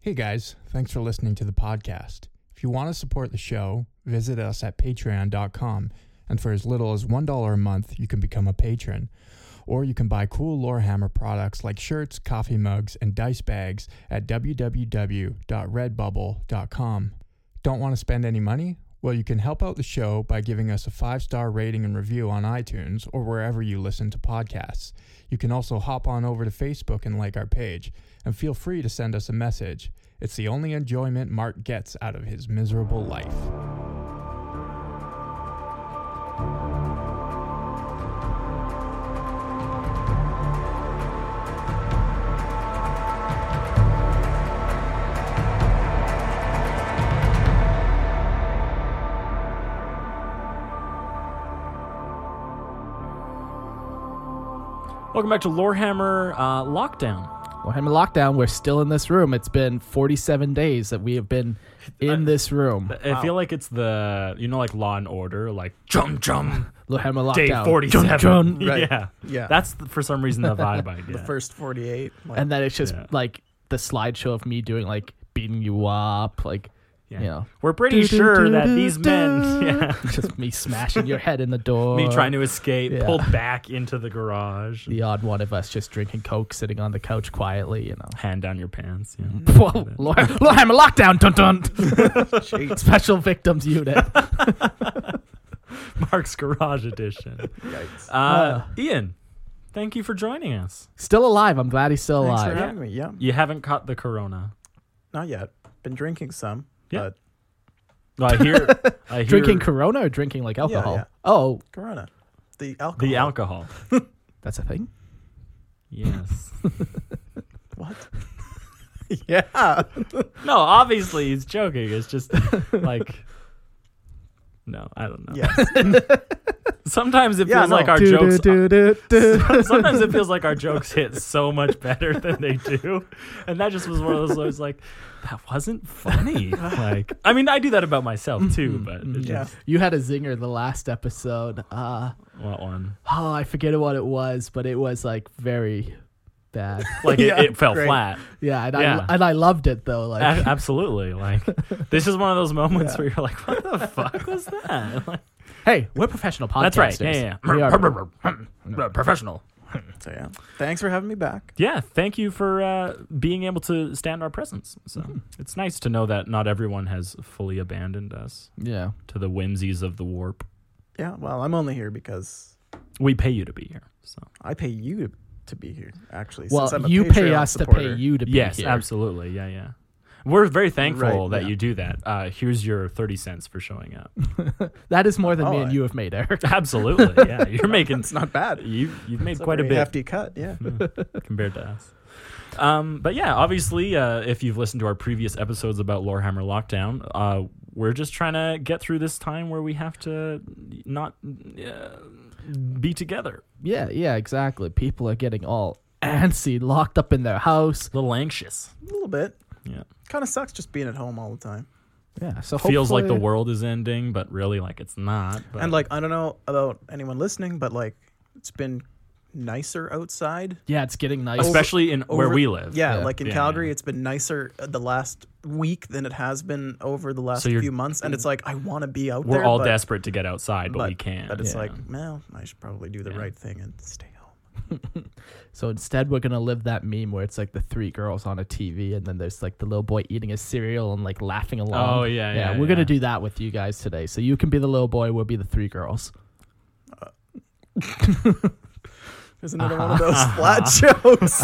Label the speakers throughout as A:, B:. A: Hey guys, thanks for listening to the podcast. If you want to support the show, visit us at patreon.com. And for as little as $1 a month, you can become a patron. Or you can buy cool Lorehammer products like shirts, coffee mugs, and dice bags at www.redbubble.com. Don't want to spend any money? Well, you can help out the show by giving us a five star rating and review on iTunes or wherever you listen to podcasts. You can also hop on over to Facebook and like our page, and feel free to send us a message. It's the only enjoyment Mark gets out of his miserable life.
B: Welcome back to Lorehammer uh, Lockdown.
C: Well, I'm in lockdown. We're still in this room. It's been 47 days that we have been
B: Uh,
C: in this room.
B: I feel like it's the you know like Law and Order, like chum chum
C: Lohammer
B: day
C: lockdown.
B: forty seven.
C: Right.
B: Yeah,
D: Yeah.
B: That's the, for some reason the vibe I get.
D: the first 48. Like,
C: And then it's just
B: Yeah.
C: like the slideshow of me doing like beating you up, like
B: yeah.
C: you know,
B: We're pretty sure that these men, yeah,
C: just me smashing your head in the door.
B: me trying to escape,
C: Yeah.
B: pulled back into the garage,
C: the odd one of us just drinking coke, sitting on the couch quietly. You know,
B: hand down your pants. Yeah.
C: Whoa, Lord, Lohammer lockdown. Dun dun. Special victims unit.
B: Mark's Garage Edition.
D: yikes.
B: Uh, Ian, thank you for joining us.
C: Still alive. I'm glad he's still
D: Thanks for
C: alive.
D: having me. Yeah,
B: You haven't caught the corona.
D: not yet. Been drinking some.
B: Yeah.
D: But
B: I hear, I hear
C: Drinking Corona or drinking like alcohol?
D: yeah.
C: Oh,
D: Corona. The alcohol.
B: the alcohol.
C: that's a thing.
B: Yes.
D: What?
C: Yeah.
B: No, obviously he's joking. It's just like No, I don't know.
D: Yeah.
B: Sometimes it
D: Yeah,
B: feels
D: no.
B: like our
C: Do,
B: jokes
C: do, do, do.
B: sometimes it feels like our jokes hit so much better than they do. And that just was one of those I was like that wasn't funny. Like I mean I do that about myself
D: Mm-hmm,
B: too, but it
D: Yeah.
B: just
C: You had a zinger the last episode. Uh,
B: what one.
C: oh, I forget what it was, but it was like very bad.
B: Like
D: Yeah,
B: it, it fell
D: great.
B: flat.
C: Yeah, and
B: Yeah. Uh,
C: I and I loved it though.
B: A-
C: Like
B: absolutely. Like this is one of those moments where you're like, What the fuck was that? Like,
C: hey, we're professional podcasters.
B: that's right. Yeah, yeah,
C: We
B: yeah. Hmm.
C: are.
B: Professional.
D: So, yeah. Thanks for having me back.
B: yeah, thank you for uh, being able to stand our presence. So
C: Hmm.
B: it's nice to know that not everyone has fully abandoned us
C: Yeah.
B: to the whimsies of the warp.
D: Yeah. Well, I'm only here because
B: We pay you to be here. So
D: I pay you to, to be here, actually.
C: Well,
D: since I'm a
C: you pay
D: Patreon
C: us to
D: supporter.
C: pay you to be
B: yes,
C: here.
B: absolutely, yeah, yeah. We're very thankful
D: Right,
B: that
D: yeah.
B: you do that. Uh, here's your thirty cents for showing up.
C: That is more than me
D: Oh,
C: and
D: I-
C: you have made, Eric.
B: absolutely, yeah. You're making
D: It's not bad.
B: you you've made
D: It's
B: quite a
D: very
B: bit. Mm-hmm.
D: hefty cut. Yeah.
B: compared to us. Um, but yeah, obviously, uh, if you've listened to our previous episodes about Lorehammer Lockdown, uh, we're just trying to get through this time where we have to not uh, be together.
C: Yeah, yeah, exactly. People are getting all antsy, locked up in their house.
B: A little anxious.
D: A little bit.
B: Yeah.
D: Kind of sucks just being at home all the time.
C: Yeah. So
B: Feels like the
C: hopefully-
B: world is ending, but really, like it's not. But
D: And like, I don't know about anyone listening, but like, it's been nicer outside.
C: Yeah, it's getting nice.
B: especially in where
D: over-
B: we live.
D: Yeah,
C: Yeah.
D: like in
B: Yeah,
D: Calgary,
B: yeah.
D: it's been nicer uh, the last week than it has been over the last
B: So you're-
D: few months, and it's like I want to be out
B: We're
D: there.
B: all
D: but,
B: desperate to get outside, but, we can't.
D: But it's
B: Yeah.
D: like, well, I should probably do the
B: Yeah.
D: right thing and stay home.
C: So instead, we're gonna live that meme where it's like the three girls on a TV, and then there's like the little boy eating his cereal and like laughing along.
B: Oh, yeah,
C: yeah.
B: yeah,
C: we're gonna
B: yeah.
C: do that with you guys today. So you can be the little boy, we'll be the three girls.
D: There's another one of those flat jokes.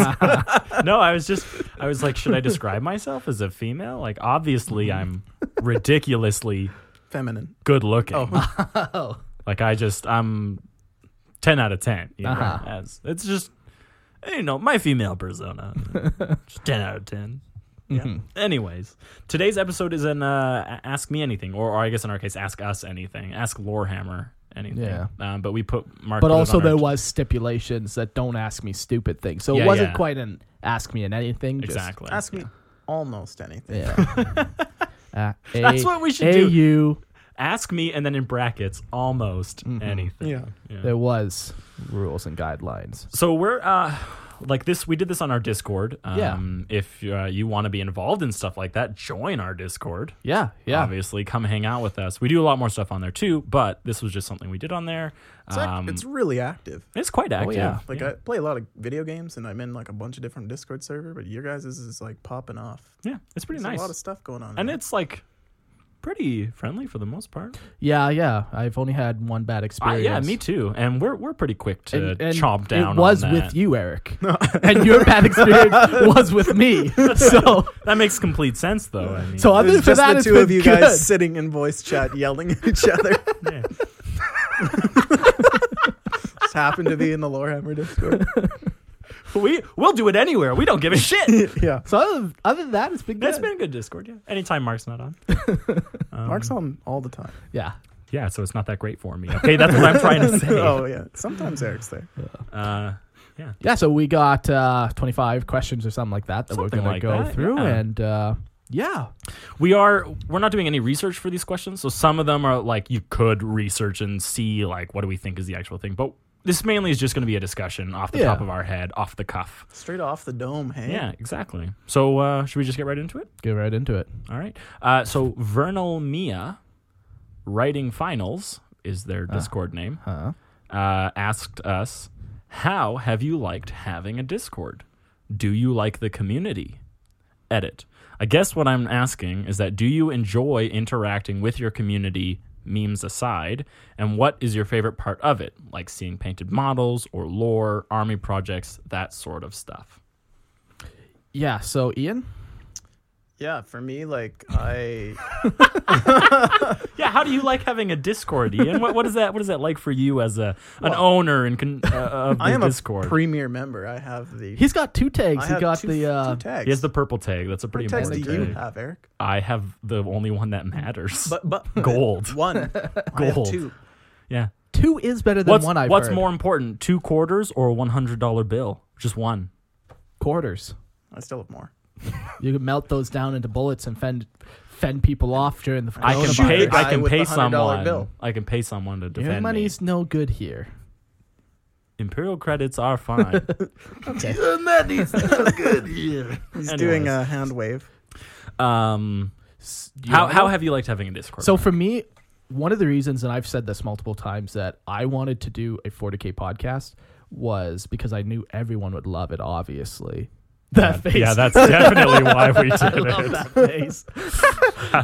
B: no, I was just, I was like, should I describe myself as a female? Like, obviously, I'm ridiculously
D: Feminine.
B: good looking.
C: Oh,
B: Like, I just, I'm 10 out of 10. You know,
C: Uh-huh.
B: as, it's just, you know, my female persona. just 10 out of 10. Yeah. Anyways, today's episode is an uh, a- Ask Me Anything, or, or I guess in our case, Ask Us Anything, Ask Lorehammer anything.
C: Yeah.
B: Um, but we put Mark.
C: but
B: put it
C: also
B: on
C: there
B: our-
C: was stipulations that don't ask me stupid things. So
B: Yeah,
C: it wasn't
B: yeah.
C: quite an ask me in anything. just-
B: Exactly.
D: Ask me almost anything.
C: yeah. Uh,
B: That's
C: A-
B: what we should do.
C: AU,
B: ask me and then in brackets almost
C: Mm-hmm.
B: anything
D: Yeah.
C: there was rules and guidelines.
B: so we're uh like this we did this on our discord um if uh, you want to be involved in stuff like that join our discord
C: Yeah, yeah.
B: obviously come hang out with us we do a lot more stuff on there too but this was just something we did on there Um,
D: It's, act- it's really active.
B: it's quite active
C: yeah.
D: Like
B: yeah.
D: I play a lot of video games, and I'm in like a bunch of different Discord server. But your guys is, is like popping off.
B: Yeah, it's pretty
D: There's
B: nice
D: a lot of stuff going on.
B: and
D: there.
B: it's like pretty friendly for the most part
C: Yeah, yeah. I've only had one bad
B: Uh,
C: experience.
B: yeah me too and we're we're pretty quick to
C: And- and
B: chomp down
C: It was
B: on that.
C: with you, Eric, and your bad experience was with me. So,
B: that makes complete sense though I mean,
C: so other
D: There's
C: than
D: just
C: that,
D: the
C: it's
D: two of
C: been
D: you
C: good.
D: guys sitting in voice chat yelling at each other.
B: yeah.
D: just happened to be in the Lorehammer Discord.
B: we we'll do it anywhere we don't give a shit
D: yeah.
C: So other than, other than that, it's been good.
B: That's been a good Discord, yeah. Anytime Mark's not on. Um,
D: Mark's on all the time.
C: yeah.
B: Yeah, so it's not that great for me. Okay, that's what I'm trying to say.
D: oh yeah. Sometimes Eric's there.
B: Uh, yeah.
C: Yeah, so we got uh, 25 questions or something like that that
B: Something
C: we're going
B: like
C: to go
B: that,
C: through.
B: yeah.
C: And uh, yeah,
B: We are we're not doing any research for these questions, so some of them are like you could research and see like what do we think is the actual thing. But this mainly is just gonna be a discussion off the
C: Yeah.
B: top of our head, off the cuff.
D: Straight off the dome, hey.
B: Yeah, exactly. So uh, should we just get right into it?
C: get right into it.
B: All right. Uh, so Vernal Mia, writing finals is their Discord name.
C: Huh?
B: uh, asked us, How have you liked having a Discord? Do you like the community? Edit. I guess what I'm asking is that do you enjoy interacting with your community, memes aside, and what is your favorite part of it? Like seeing painted models or lore, army projects, that sort of stuff.
C: Yeah, so Ian?
D: Yeah, for me, like I
B: Yeah, how do you like having a Discord, Ian? What, what is that? What is that like for you as a an owner and con, uh, of the
D: I am
B: Discord?
D: a premier member. I have the
C: He's got two tags.
D: I
C: he
D: have
C: got
D: two-
C: the. Uh,
D: two tags.
B: he has the purple tag. That's a pretty
D: what tags do
B: important
D: you
B: tag.
D: have, Eric?
B: I have the only one that matters.
D: But but
B: Gold.
D: One. I have
B: Gold.
D: two.
B: yeah.
C: two is better than
B: What's,
C: one, I've
B: what's
C: heard.
B: more important, two quarters or a one hundred dollar bill? Just one.
C: Quarters.
D: I still have more.
C: You can melt those down into bullets and fend, fend people off during the
B: I can
C: coronavirus.
B: pay. I
D: guy
B: can
D: with the
B: pay
D: $100
B: someone.
D: bill.
B: I can pay someone to defend
C: Your money's no good here.
B: me. Imperial credits are fine.
D: He's
B: Anyways.
D: doing a hand wave.
B: um,
C: S- you
B: how
C: wanna
B: how
C: go?
B: have you liked having a Discord?
C: So for me, one of the reasons, and I've said this multiple times, that I wanted to do a 40k podcast was because I knew everyone would love it. Obviously, that face.
B: yeah, that's definitely why we did it.
C: that face.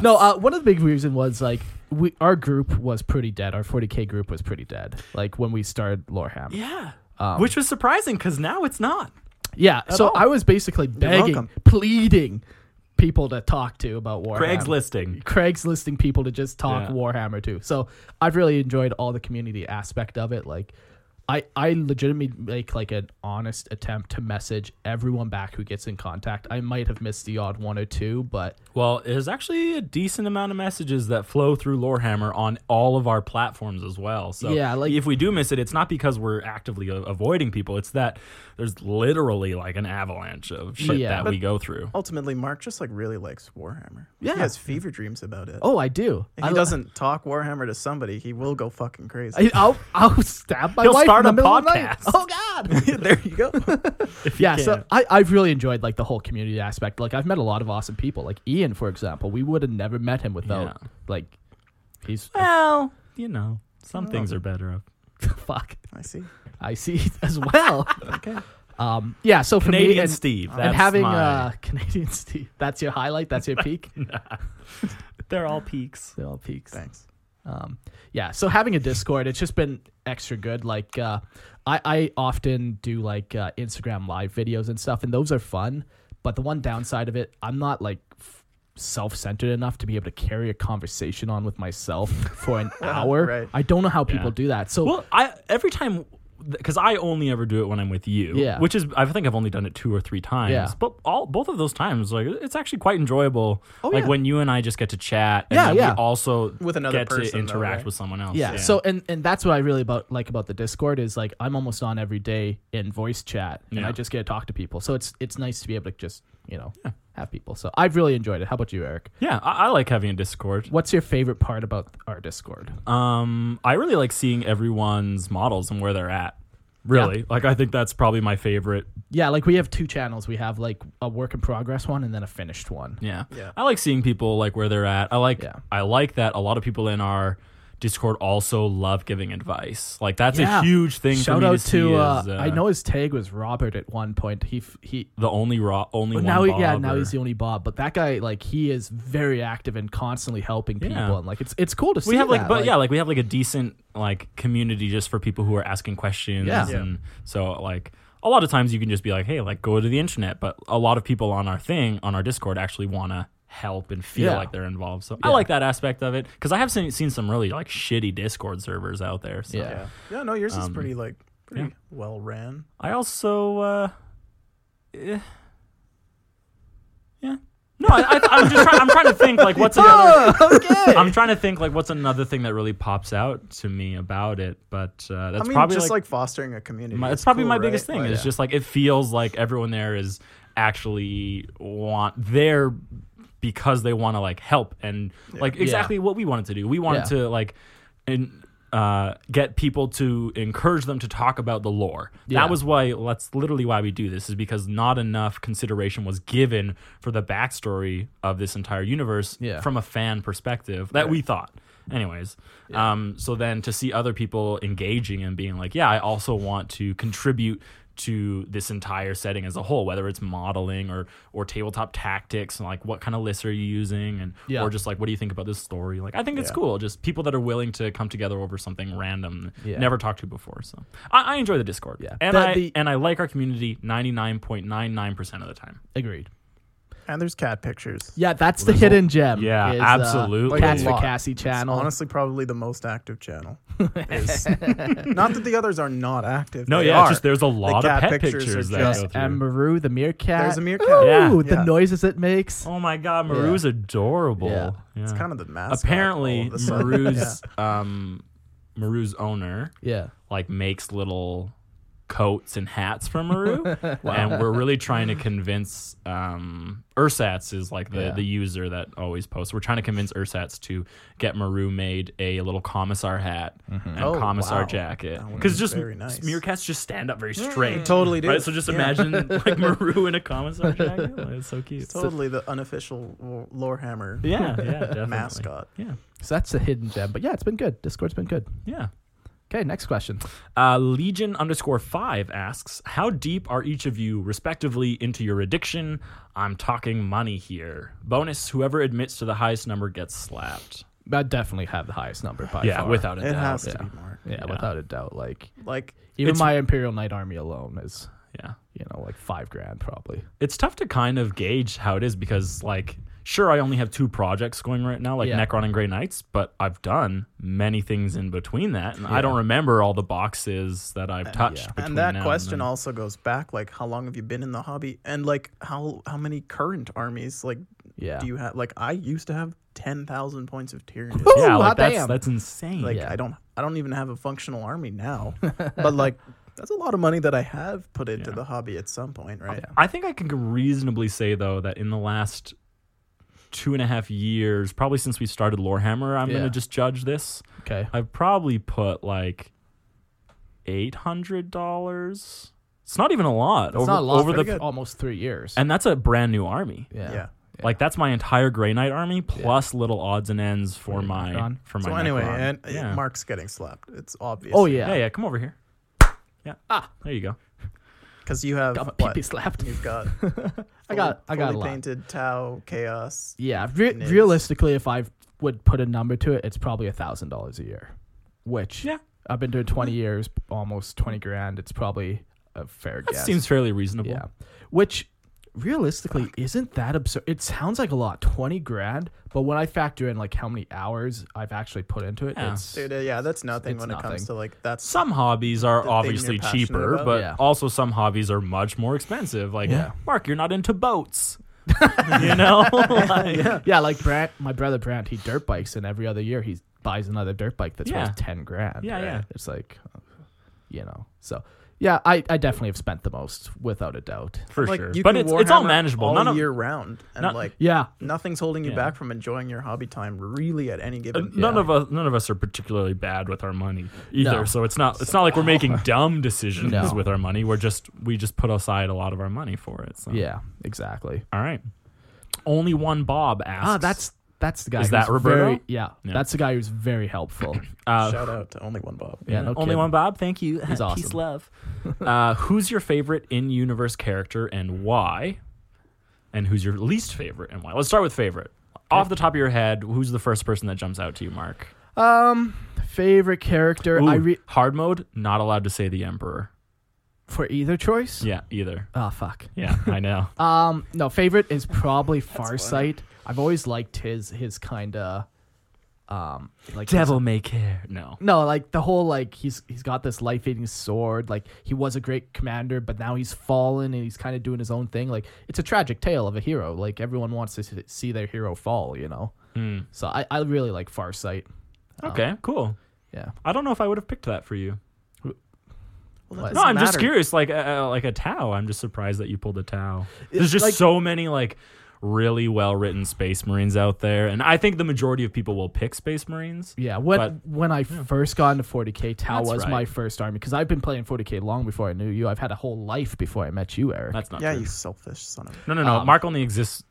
C: no, uh, one of the big reason was like we our group was pretty dead. Our 40k group was pretty dead. Like when we started Lorehammer.
B: Yeah, which was surprising because now it's not.
C: Yeah, so I was basically begging,
D: welcome.
C: pleading people to talk to about Warhammer.
B: Craigslisting.
C: Craigslisting people to just talk
B: Yeah.
C: Warhammer to. So I've really enjoyed all the community aspect of it. Like I I legitimately make like an honest attempt to message everyone back who gets in contact. I might have missed the odd one or two, but
B: Well, there's actually a decent amount of messages that flow through Lorehammer on all of our platforms as well. So
C: Yeah, like-
B: if we do miss it, it's not because we're actively a- avoiding people. It's that there's literally like an avalanche of shit
C: Yeah.
B: that we go through.
D: Ultimately, Mark just like really likes Warhammer.
C: Yeah.
D: He has fever dreams about it.
C: oh, I do.
D: If
C: I
D: he
C: li-
D: doesn't talk Warhammer to somebody, he will go fucking
C: I,
D: crazy.
C: I'll I'll stab my
B: He'll
C: wife
B: start
C: in the
B: a
C: middle of the night.
B: podcast.
C: Oh God.
D: there you go.
C: yeah so I, i've really enjoyed like the whole community aspect like i've met a lot of awesome people like ian for example we would have never met him without
B: Yeah.
C: like he's
B: Well, you know, some things are better. Up.
C: fuck
D: I see.
C: i see as well
D: Okay.
C: um yeah so for me
B: Canadian
C: and,
B: Steve. That's
C: and having
B: my,
C: uh canadian steve that's your highlight that's your peak
B: they're all peaks.
C: they're all peaks
D: Thanks.
C: um yeah so having a discord it's just been extra good like uh i i often do like uh instagram live videos and stuff and those are fun but the one downside of it i'm not like f- self-centered enough to be able to carry a conversation on with myself for an hour
D: right.
C: i don't know how people
B: Yeah.
C: do that so
B: Well, I every time because I only ever do it when I'm with you.
C: Yeah.
B: Which is I think I've only done it two or three times.
C: Yeah.
B: But all both of those times, like it's actually quite enjoyable.
C: Oh,
B: like
C: yeah.
B: when you and I just get to chat. And
C: Yeah,
B: then
C: yeah.
B: We also
D: With another
B: get
D: person,
B: to
D: though,
B: interact
D: right?
B: with someone else.
C: yeah. So and and that's what I really about like about the Discord is like I'm almost on every day in voice chat and
B: Yeah.
C: I just get to talk to people. So it's it's nice to be able to just, you know, have people. So I've really enjoyed it. How about you, Eric?
B: yeah, I, I like having a Discord.
C: What's your favorite part about our Discord?
B: Um, I really like seeing everyone's models and where they're at. Really, like I think that's probably my favorite
C: Yeah, like we have two channels. We have like a work in progress one and then a finished one.
B: Yeah.
D: Yeah.
B: I like seeing people like where they're at. I like
C: Yeah.
B: I like that a lot of people in our Discord also love giving advice. Like that's
C: Yeah.
B: a huge thing for
C: Shout
B: me to,
C: out to,
B: see
C: uh,
B: is, uh,
C: I know his tag was Robert at one point. He f- he
B: the only raw only
C: but
B: one
C: now he, yeah
B: Bob
C: now
B: or-
C: he's the only Bob. But that guy like he is very active and constantly helping people
B: Yeah.
C: and like it's it's cool to see.
B: we have like
C: that,
B: but yeah like we have like a decent like community just for people who are asking questions
C: Yeah.
D: Yeah.
B: and so like a lot of times you can just be like hey like go to the internet but a lot of people on our thing on our discord actually want to help and feel
C: Yeah.
B: like they're involved so i
C: Yeah.
B: like that aspect of it because i have seen, seen some really like shitty discord servers out there so
C: Yeah.
D: Yeah. Yeah. No, yours is
B: Um,
D: pretty like pretty
B: yeah.
D: well ran.
B: I also, uh, eh, yeah. No, I, I, I'm just trying, I'm trying to think like what's another.
D: Oh,
C: okay.
B: I'm trying to think like what's another thing that really pops out to me about it, but uh, that's
D: I mean,
B: probably
D: just
B: like,
D: like, fostering a community.
B: my,
D: is
B: it's probably
D: cool,
B: my biggest
D: right?
B: thing.
D: Like,
B: It's just like it feels like everyone there is actually want there because they want to like help and like exactly what we wanted to do. We wanted
C: Yeah.
B: to like and uh, get people to encourage them to talk about the lore.
C: Yeah.
B: That was why that's literally why we do this is because not enough consideration was given for the backstory of this entire universe
C: Yeah.
B: from a fan perspective that we thought. Anyways, um, so then to see other people engaging and being like, yeah, I also want to contribute to this entire setting as a whole, whether it's modeling or or tabletop tactics and like what kind of lists are you using and
C: Yeah.
B: or just like what do you think about this story? Like I think it's
D: Yeah.
B: cool, just people that are willing to come together over something random,
C: Yeah.
B: never talked to before. So I, I enjoy the Discord,
C: Yeah.
B: and
C: The-
B: I
C: the-
B: and I like our community ninety nine point nine nine percent of the time.
C: Agreed.
D: and there's cat pictures.
C: Yeah, that's the hidden gem.
B: Yeah,
C: is, uh,
B: absolutely.
C: Cats
B: Like a
C: for
D: lot.
C: Cassie channel.
D: Honestly, probably the most active channel. is- not that the others are not active.
B: No,
D: they
B: yeah,
D: are.
B: it's just there's a lot of
D: cat
B: pet
D: pictures
B: pictures,
D: are
B: that
D: just-
B: go
C: Yes,
B: through.
C: and Maru the meerkat.
D: There's a meercat.
C: Ooh,
B: Yeah.
C: the
D: Yeah.
C: noises it makes.
B: Oh my God, Maru's adorable.
C: Yeah.
D: It's
B: Yeah.
D: kind of the mascot. all
B: Hmm. Apparently,
D: of a sudden.
B: Maru's um, Maru's owner
C: Yeah,
B: like makes little coats and hats for Maru, and we're really trying to convince um, Ursatz is like the
C: Yeah.
B: the user that always posts. We're trying to convince Ursatz to get Maru made a little commissar hat and
D: Oh,
B: commissar
D: wow.
B: jacket
D: That would've
B: because
D: been
B: just
D: very nice. Mm,
B: meerkats just stand up very straight,
D: totally do.
B: right? So just
D: Yeah.
B: imagine like Maru in a commissar jacket. Like, It's so cute.
D: It's totally the unofficial Lo- Lorehammer
B: yeah, yeah, definitely.
D: mascot.
B: Yeah,
C: so that's the hidden gem. But yeah, it's been good. Discord's been good.
B: yeah.
C: Okay, next question.
B: Uh, Legion underscore five asks, How deep are each of you respectively into your addiction? I'm talking money here. Bonus, whoever admits to the highest number gets slapped.
C: I definitely have the highest number by
B: yeah,
C: far.
B: without a
D: It
B: doubt.
D: has
B: yeah.
D: to be Mark.
C: yeah, without a doubt. Like
D: Like,
C: even
B: It's-
C: my Imperial Knight army alone is
B: yeah.
C: you know like five grand probably.
B: It's tough to kind of gauge how it is because, like, sure, I only have two projects going right now, like
C: Yeah.
B: Necron and Grey Knights, but I've done many things in between that, and I don't remember all the boxes that I've touched. Between
D: Uh, and
B: now
D: that question
B: then.
D: also goes back like how long have you been in the hobby and like how how many current armies like
C: Yeah.
D: do you have like i used to have 10000 points of tyranny
B: yeah,
C: Ooh,
B: like
C: hot
B: that's
C: damn.
B: that's insane.
D: like
C: Yeah.
D: i don't i don't even have a functional army now but like that's a lot of money that i have put into the hobby at some point right
B: I think I can reasonably say though that in the last two and a half years, probably since we started Lorehammer, I'm
C: Yeah.
B: gonna just judge this.
C: Okay.
B: I've probably put like eight hundred dollars. It's not even a lot.
C: It's not a lot
B: over
C: for
B: the
C: the, almost three years.
B: and that's a brand new army.
C: yeah.
D: yeah.
B: Like that's my entire Grey Knight army plus little odds and ends for
C: your
B: my
C: Necron.
B: for my.
D: so anyway
B: Necron.
D: and uh,
B: yeah.
D: mark's getting slapped it's obvious
C: Oh yeah.
B: yeah, yeah, come over here. Yeah, ah, there you go.
D: because you have
C: Got my
D: what?
C: pee slapped.
D: you've got
C: I got. I
D: fully
C: got a lot.
D: painted tau chaos
C: Yeah. Re-
D: Nids.
C: realistically, if I would put a number to it, it's probably a thousand dollars a year, which
B: Yeah.
C: I've been doing twenty years, almost twenty grand. It's probably a fair
B: That
C: guess.
B: seems fairly reasonable.
C: yeah. Which realistically isn't that absurd. It sounds like a lot, twenty grand, but when I factor in like how many hours I've actually put into it,
B: Yeah.
C: it's
D: Dude, uh, yeah, that's nothing
C: it's
D: when it
C: nothing.
D: comes to like that's
B: some hobbies are
D: thing
B: obviously
D: you're passionate
B: cheaper,
D: about.
B: but
C: Yeah.
B: also some hobbies are much more expensive. Like,
C: Yeah.
B: Mark, you're not into boats. you know? Like, yeah.
C: yeah, like Brant, my brother Brant, he dirt bikes, and every other year he buys another dirt bike that's
B: Yeah.
C: worth ten grand.
B: Yeah,
C: right?
B: yeah.
C: It's like, you know, so yeah, I, I definitely have spent the most without a doubt.
B: For
D: like
B: sure.
D: you
B: But
D: can
B: it's, it's all
D: Warhammer
B: manageable. None of,
D: year round, and
B: not-
D: like
C: Yeah,
D: nothing's holding you
B: Yeah.
D: back from enjoying your hobby time really at any
B: uh,
D: given.
B: none
C: yeah.
B: of us none of us are particularly bad with our money either.
C: No.
B: So it's not it's not like we're making dumb decisions
C: No.
B: with our money. We're just we just put aside a lot of our money for it. So
C: yeah, exactly.
B: all right. Only one Bob asks.
C: Ah, that's that's the guy.
B: Is
C: who's
B: that Roberto?
C: very- yeah,
B: Yeah.
C: that's the guy who's very helpful.
B: uh,
D: Shout out to only one Bob.
C: Yeah, no
B: only
C: kidding.
B: one Bob. Thank you.
C: He's
B: Peace,
C: awesome.
B: love. uh, who's your favorite in-universe character and why? And who's your least favorite and why? Let's start with favorite. Off the top of your head, who's the first person that jumps out to you, Mark?
C: Um, favorite character I
B: Ooh,
C: re-
B: hard mode. Not allowed to say the Emperor.
C: for either choice.
B: Yeah, either.
C: Oh fuck.
B: Yeah, I know.
C: Um, no, favorite is probably Farsight. I've always liked his his kind of um like his-
B: Devil may care. No.
C: No, like the whole like he's he's got this life-eating sword. Like he was a great commander, but now he's fallen and he's kind of doing his own thing. Like it's a tragic tale of a hero. Like everyone wants to s- see their hero fall, you know.
B: Hmm.
C: So I, I really like Farsight.
B: Okay, cool.
C: Yeah.
B: I don't know if I would have picked that for you.
D: Well,
C: What?
B: No,
D: that doesn't
B: I'm just
D: matter.
B: curious. Like uh, uh, like a Tau. I'm just surprised that you pulled a Tau. There's just
C: like-
B: so many like really well written Space Marines out there, and I think the majority of people will pick Space Marines.
C: Yeah, when
B: But-
C: when I first got into 40k, Tau
B: That's
C: was
B: right.
C: my first army because I've been playing 40k long before I knew you. I've had a whole life before I met you, Eric.
B: That's not
D: Yeah,
B: true.
D: you Um, selfish son of.
B: no, no, no. Mark only exists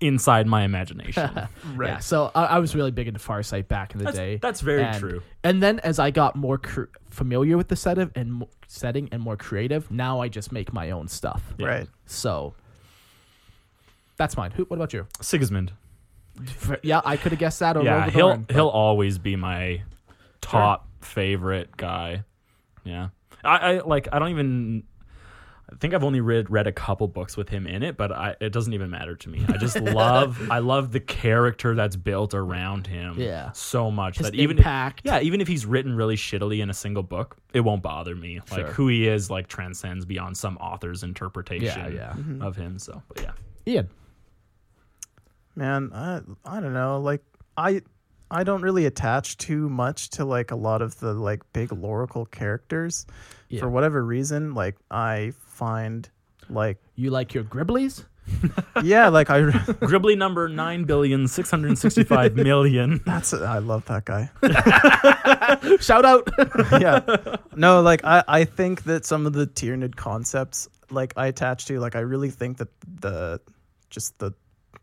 B: inside my imagination.
C: Yeah, so I, I was really big into Farsight back in the
B: That's-
C: day.
B: that's very
C: and,
B: true.
C: And then as I got more cr- familiar with the set of and mo- setting and more creative, now I just make my own stuff.
B: Yeah.
D: Right.
C: So that's mine. Who? What about you?
B: Sigismund.
C: For- yeah, I could have guessed that. Or
B: Yeah,
C: Rogue
B: he'll
C: Horn, but-
B: he'll always be my top favorite guy. Yeah, I, I like. I don't even. I think I've only read read a couple books with him in it, but I, it doesn't even matter to me. I just love I love the character that's built around him.
C: Yeah.
B: so much
C: His
B: that even if-
C: impact.
B: yeah, even if he's written really shittily in a single book, it won't bother me. Like
C: Sure.
B: who he is, like transcends beyond some author's interpretation
C: yeah. Mm-hmm.
B: of him. So, but yeah,
C: Ian.
D: Man, I I don't know. Like I I don't really attach too much to like a lot of the like big lorical characters.
C: Yeah.
D: For whatever reason, like I find like
C: You like your Gribblies?
D: yeah, like I
B: Gribbly number nine billion six hundred sixty five million.
D: that's I love that guy.
C: Shout out.
D: yeah. No, like I, I think that some of the Tyranid concepts like I attach to, like I really think that the just the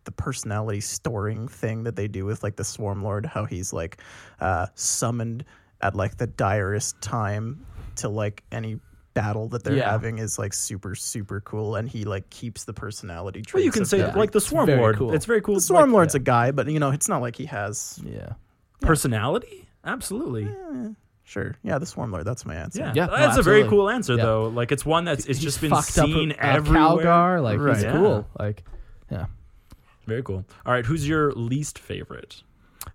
D: the personality storing thing that they do with like the Swarm Lord, how he's like uh summoned at like the direst time to like any battle that they're
C: Yeah.
D: having is like super super cool and he like keeps the personality traits
B: Well, you can
D: of
B: say
D: every-
B: like the Swarm
C: very
B: Lord.
C: cool.
B: It's very cool.
D: the Swarm Lord's a guy but you know it's not like he has
C: yeah.
B: personality. Absolutely.
D: sure yeah the Swarm Lord that's my answer
B: Yeah,
C: Yeah, no,
B: that's a very
C: absolutely.
B: cool answer
C: Yeah.
B: though. Like it's one that's it's
C: He's
B: just been
C: fucked up,
B: seen
C: uh,
B: everywhere.
C: Calgar, like
D: Right.
C: he's
B: Yeah.
C: cool. Like yeah.
B: Very cool. All right, who's your least favorite?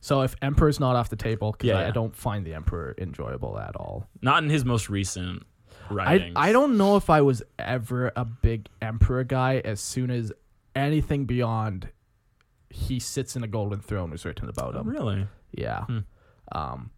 C: So if Emperor's not off the table, 'cause
B: Yeah,
C: I,
B: yeah.
C: I don't find the Emperor enjoyable at all.
B: Not in his most recent
C: I,
B: writings.
C: I don't know if I was ever a big Emperor guy as soon as anything beyond he sits in a golden throne was written about
B: Oh,
C: him.
B: really.
C: Yeah.
B: Hmm.
C: Um,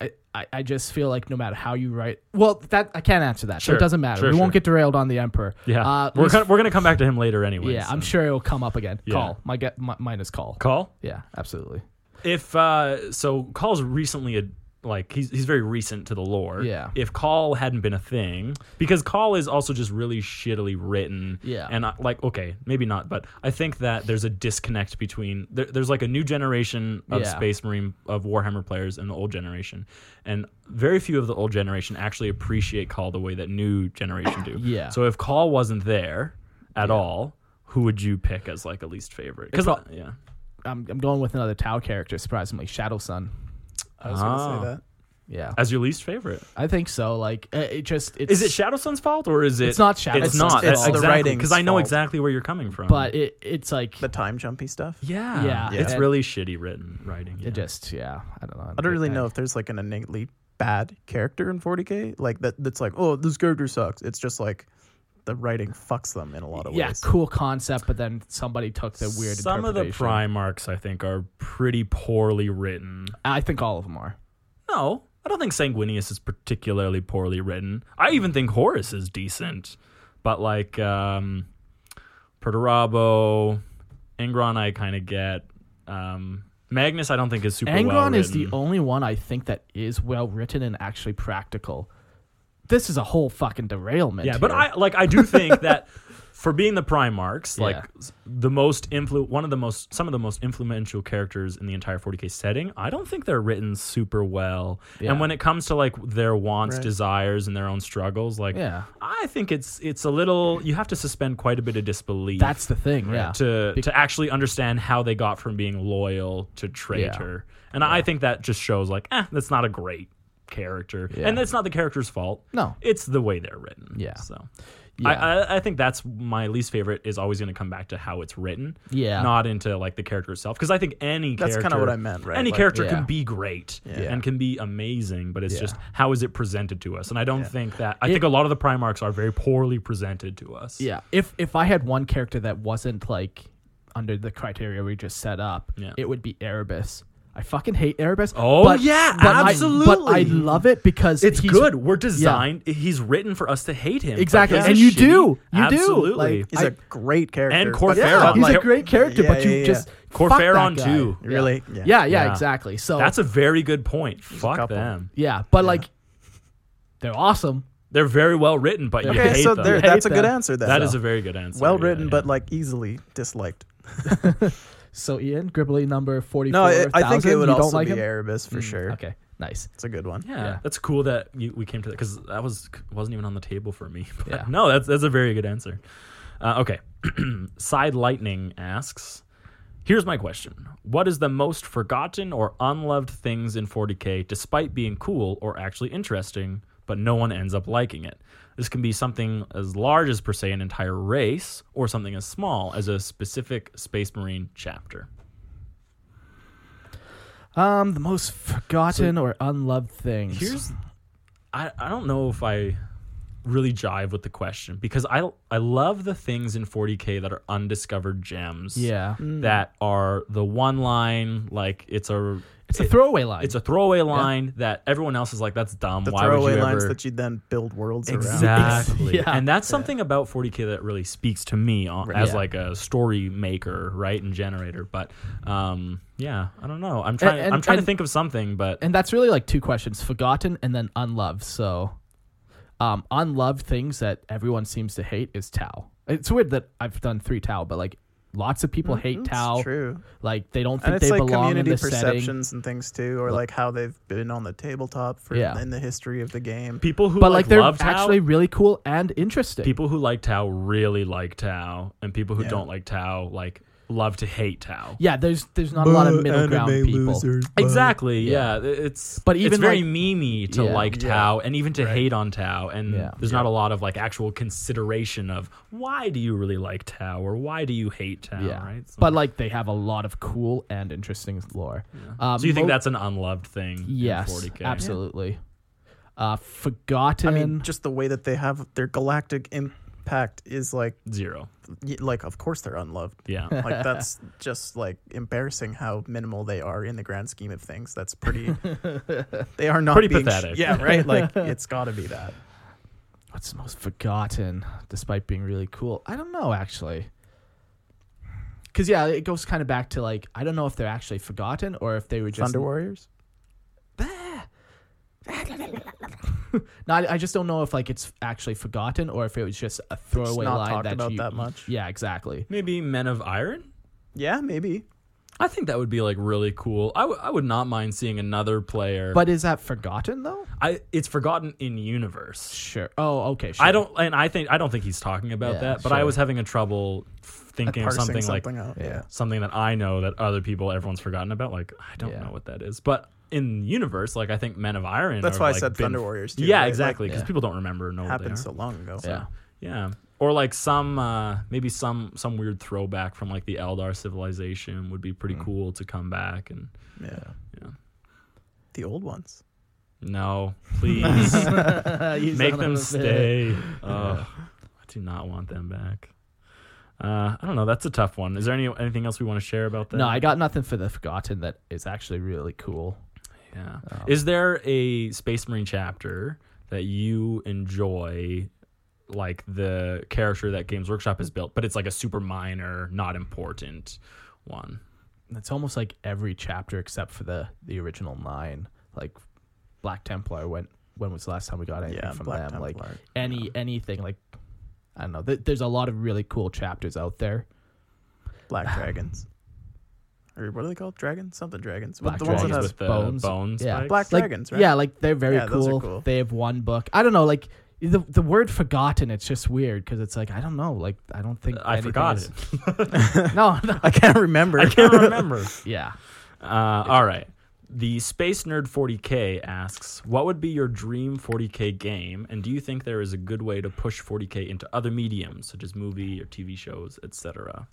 C: I, I I just feel like no matter how you write, well, that I can't answer that. so
B: Sure.
C: it doesn't matter.
B: Sure,
C: we won't
B: sure.
C: get derailed on the emperor.
B: Yeah,
C: Uh,
B: we're
C: least-
B: gonna, we're gonna come back to him later anyway.
C: yeah, I'm
B: so.
C: sure it'll come up again.
B: Yeah.
C: Call my get my, mine is call.
B: Call
C: Yeah, absolutely.
B: if uh, so. Call's recently a like he's he's very recent to the lore.
C: Yeah.
B: If Call hadn't been a thing, because Call is also just really shittily written.
C: Yeah.
B: And I, like okay, maybe not, but I think that there's a disconnect between there, there's like a new generation of
C: Yeah.
B: Space Marine of Warhammer players and the old generation, and very few of the old generation actually appreciate Call the way that new generation do.
C: Yeah.
B: So if Call wasn't there at all. Who would you pick as like a least favorite? Because yeah,
C: I'm I'm going with another Tau character. Surprisingly, Shadow Sun.
D: I was gonna
B: Ah.
D: say that.
C: Yeah,
B: as your least favorite.
C: I think so. Like uh, it just it's,
B: Is it Shadow Sun's fault or is it?
C: It's not Shadow
B: It's
C: Sun's
B: not.
C: fault.
B: That's
C: It's the
B: exactly
D: writing's
B: because I know
D: fault.
B: exactly where you're coming from.
C: but it it's like
D: The time jumpy stuff.
B: yeah,
C: Yeah.
B: it's
C: Yeah.
B: really shitty written writing. Yeah.
C: it just yeah. I don't know.
D: I don't really know if there's like an innately bad character in 40k, like that. That's like, oh, this character sucks. It's just like the writing fucks them in a lot of
C: Yeah,
D: ways.
C: cool concept, but then somebody took the weird.
B: Some of the
C: interpretation.
B: Primarchs I think are pretty poorly written.
C: I think all of them are.
B: No, I don't think Sanguinius is particularly poorly written. I even think Horus is decent, but like um, Perturabo, Angron, I kind of get. Um, Magnus, I don't think is super.
C: Angron
B: well
C: is the
B: written.
C: only one I think that is well written and actually practical. This is a whole fucking derailment.
B: Yeah, but
C: here.
B: I like I do think that for being the Primarchs, like
C: Yeah.
B: s- the most influ one of the most some of the most influential characters in the entire 40k setting, I don't think they're written super well.
C: Yeah.
B: And when it comes to like their wants,
D: Right.
B: desires, and their own struggles, like
C: Yeah.
B: I think it's it's a little you have to suspend quite a bit of disbelief.
C: that's the thing. Yeah,
B: To
C: Be-
B: to actually understand how they got from being loyal to traitor, and I think that just shows like, eh, that's not a great character,
C: Yeah.
B: and that's not the character's fault
C: no.
B: it's the way they're written.
C: Yeah.
B: So I,
C: Yeah.
B: I, I think that's my least favorite is always going to come back to how it's written.
C: Yeah.
B: Not into like the character itself. Because I think any
D: That's
B: character.
D: kinda what I meant, right?
B: Any
D: Like-
B: character
C: Yeah.
B: can be great
C: Yeah.
B: and can be amazing, but it's
C: Yeah.
B: just how is it presented to us? And I don't think that. I think a lot of the Primarchs are very poorly presented to us.
C: Yeah, if if I had one character that wasn't like under the criteria we just set up,
B: Yeah.
C: it would be Erebus. I fucking hate Erebus.
B: Oh, yeah,
C: I- but I
B: absolutely.
C: love it because
B: It's
C: he's-
B: good. We're designed. He's written for us to hate him. but
C: Exactly.
B: he's
C: And
B: a
C: you
B: shitty-
C: do. You do.
B: Absolutely.
C: Like,
D: He's a
C: I-
D: great character.
B: And
D: but-
B: Corferon.
C: Yeah, he's
B: Like-
C: a great character, but
D: Yeah,
C: you
D: yeah,
C: just
B: yeah.
C: fuck
B: Corferon,
C: that guy.
B: too.
D: Really?
C: Yeah.
D: Yeah.
C: Yeah,
B: Yeah.
C: exactly. So
B: That's a very good point. Fuck
D: couple.
B: them.
C: yeah, but like they're awesome.
B: They're very well written, but you
D: Okay,
B: hate
D: so
B: them.
D: there,
C: Hate
D: that's a good
C: them.
D: answer. Then
B: That is a very good answer.
D: well
B: yeah,
D: written,
B: yeah.
D: but like easily disliked.
C: So Ian, Gribbly number forty-four.
D: No, it, I think it would
C: you don't
D: also
C: like
D: be
C: him?
D: Erebus for sure.
C: Okay, nice.
D: It's a good one.
B: Hmm, Yeah,
C: Yeah.
B: that's cool that you, we came to that because that was wasn't even on the table for me. But
C: Yeah.
B: No, that's that's a very good answer. Uh, okay, side lightning asks. Here's my question: What is the most forgotten or unloved things in 40k, despite being cool or actually interesting, but no one ends up liking it? This can be something as large as per se an entire race, or something as small as a specific Space Marine chapter.
C: Um, the most forgotten or unloved things.
B: Here's I, I don't know if I really jive with the question because I I love the things in 40K that are undiscovered gems.
C: yeah,
D: Mm.
B: That are the one line like it's a
C: it's a throwaway line.
B: it's a throwaway line that everyone else is like that's dumb.
D: The
B: Why would
D: throwaway
B: you
D: lines
B: ever
D: that you then build worlds around.
B: Exactly.
C: Yeah.
B: And that's something about 40K that really speaks to me on, as
C: Yeah.
B: like a story maker, right, and generator. But um, yeah, I don't know. I'm
C: A-
B: trying
C: and-
B: I'm trying
C: and-
B: to think of something, but
C: and that's really like two questions forgotten and then unloved so um unloved things that everyone seems to hate is tau it's weird that i've done three tau but like lots of people hate tau
D: It's Mm, true.
C: like they don't
D: And
C: think
D: it's
C: they
D: like
C: belong in
D: community
C: the setting
D: perceptions and things too, or like how they've been on the tabletop for
C: Yeah.
D: in the history of the game.
B: people who
C: but
B: like,
C: like they're
B: love Tao-
C: actually really cool and interesting
B: people who like Tao really like Tao, and people who
D: Yeah.
B: don't like Tao like love to hate Tao.
C: Yeah, there's there's not a lot of middle ground people.
B: Exactly. Yeah. It's
C: But
B: but
C: even,
B: even it's very
C: like-
B: memey to
C: Yeah.
B: like Tao and even to hate on Tao, and
C: Yeah.
B: there's not a lot of like actual consideration of why do you really like Tao or why do you hate Tao,
C: Yeah,
B: right? So,
C: but like they have a lot of cool and interesting lore. Um,
B: so you think
C: mo-
B: that's an unloved thing? in
C: yes,
B: 40K?
C: absolutely. Uh, forgotten.
D: I mean, just the way that they have their galactic impact is like,
B: Zero.
D: y- like of course they're unloved.
B: Yeah.
D: Like that's just like embarrassing how minimal they are in the grand scheme of things. That's pretty. they are not
B: Pretty
D: being sh-
B: pathetic.
D: yeah, right. Like it's got to be that.
C: What's the most forgotten, despite being really cool? I don't know actually. Cause yeah, it goes kind of back to like I don't know if they're actually forgotten or if they were just
D: Thunder Warriors.
C: No, I, I just don't know if like it's actually forgotten or if it was just a throwaway
D: not
C: line
D: talked
C: that
D: about
C: you-
D: that much.
C: Yeah, exactly.
B: Maybe Men of Iron.
D: Yeah, maybe.
B: I think that would be like really cool. I, w- I would not mind seeing another player.
C: But is that forgotten though?
B: I it's forgotten in universe.
C: Sure. Oh, okay. Sure.
B: I don't and I think I don't think he's talking about
C: Yeah,
B: that, but
C: sure.
B: I was having a trouble thinking of
D: Parsing
B: something,
D: something,
B: like
D: out. Yeah.
B: something that I know that other people everyone's forgotten about. Like I don't
C: Yeah.
B: know what that is. But in universe, like I think Men of Iron
D: That's
B: are,
D: why I
B: like,
D: said
B: been-
D: Thunder Warriors. Too,
B: yeah,
D: right?
B: exactly. Because
C: Yeah.
B: people don't remember know
D: Like,
B: what they
D: happened
B: are.
D: so long ago.
C: Yeah.
B: Yeah. Or like some uh maybe some some weird throwback from like the Eldar civilization would be
D: Hmm.
B: pretty cool to come back and
D: Yeah.
B: Yeah.
D: The old ones.
B: no, please.
C: You
B: make
C: son
B: them
C: of a bitch.
B: stay. Ugh, I do not want them back. Uh, I don't know. That's a tough one. Is there any anything else we want to share about that?
C: No, I got nothing for the forgotten that is actually really cool.
B: yeah.
C: Oh.
B: Is there a Space Marine chapter that you enjoy, like the character that Games Workshop has built, but it's like a super minor, not important one?
C: It's almost like every chapter except for the the original nine, like Black Templar. When when was the last time we got anything
D: Yeah,
C: from
D: Black
C: them? Like
D: Templar.
C: any anything like I don't know. Th- there's a lot of really cool chapters out there.
D: Black dragons. Or what are they called? Dragon? Something dragons.
C: Black
D: the
C: dragons
D: ones that
C: with
D: have
B: the
C: bones.
B: bones
C: Yeah.
B: spikes?
D: black
C: like,
D: dragons, right?
C: Yeah, like they're very
D: Yeah,
C: cool.
D: those are cool.
C: They have one book. I don't know, like the the word forgotten. It's just weird because it's like I don't know, like I don't think
B: I
C: anything
B: forgot
C: is-
B: it.
C: No, no.
D: I can't remember.
B: I can't remember.
C: yeah.
B: Uh, all right. The Space Nerd 40K asks, what would be your dream 40K game, and do you think there is a good way to push 40K into other mediums, such as movie or TV shows, etc.?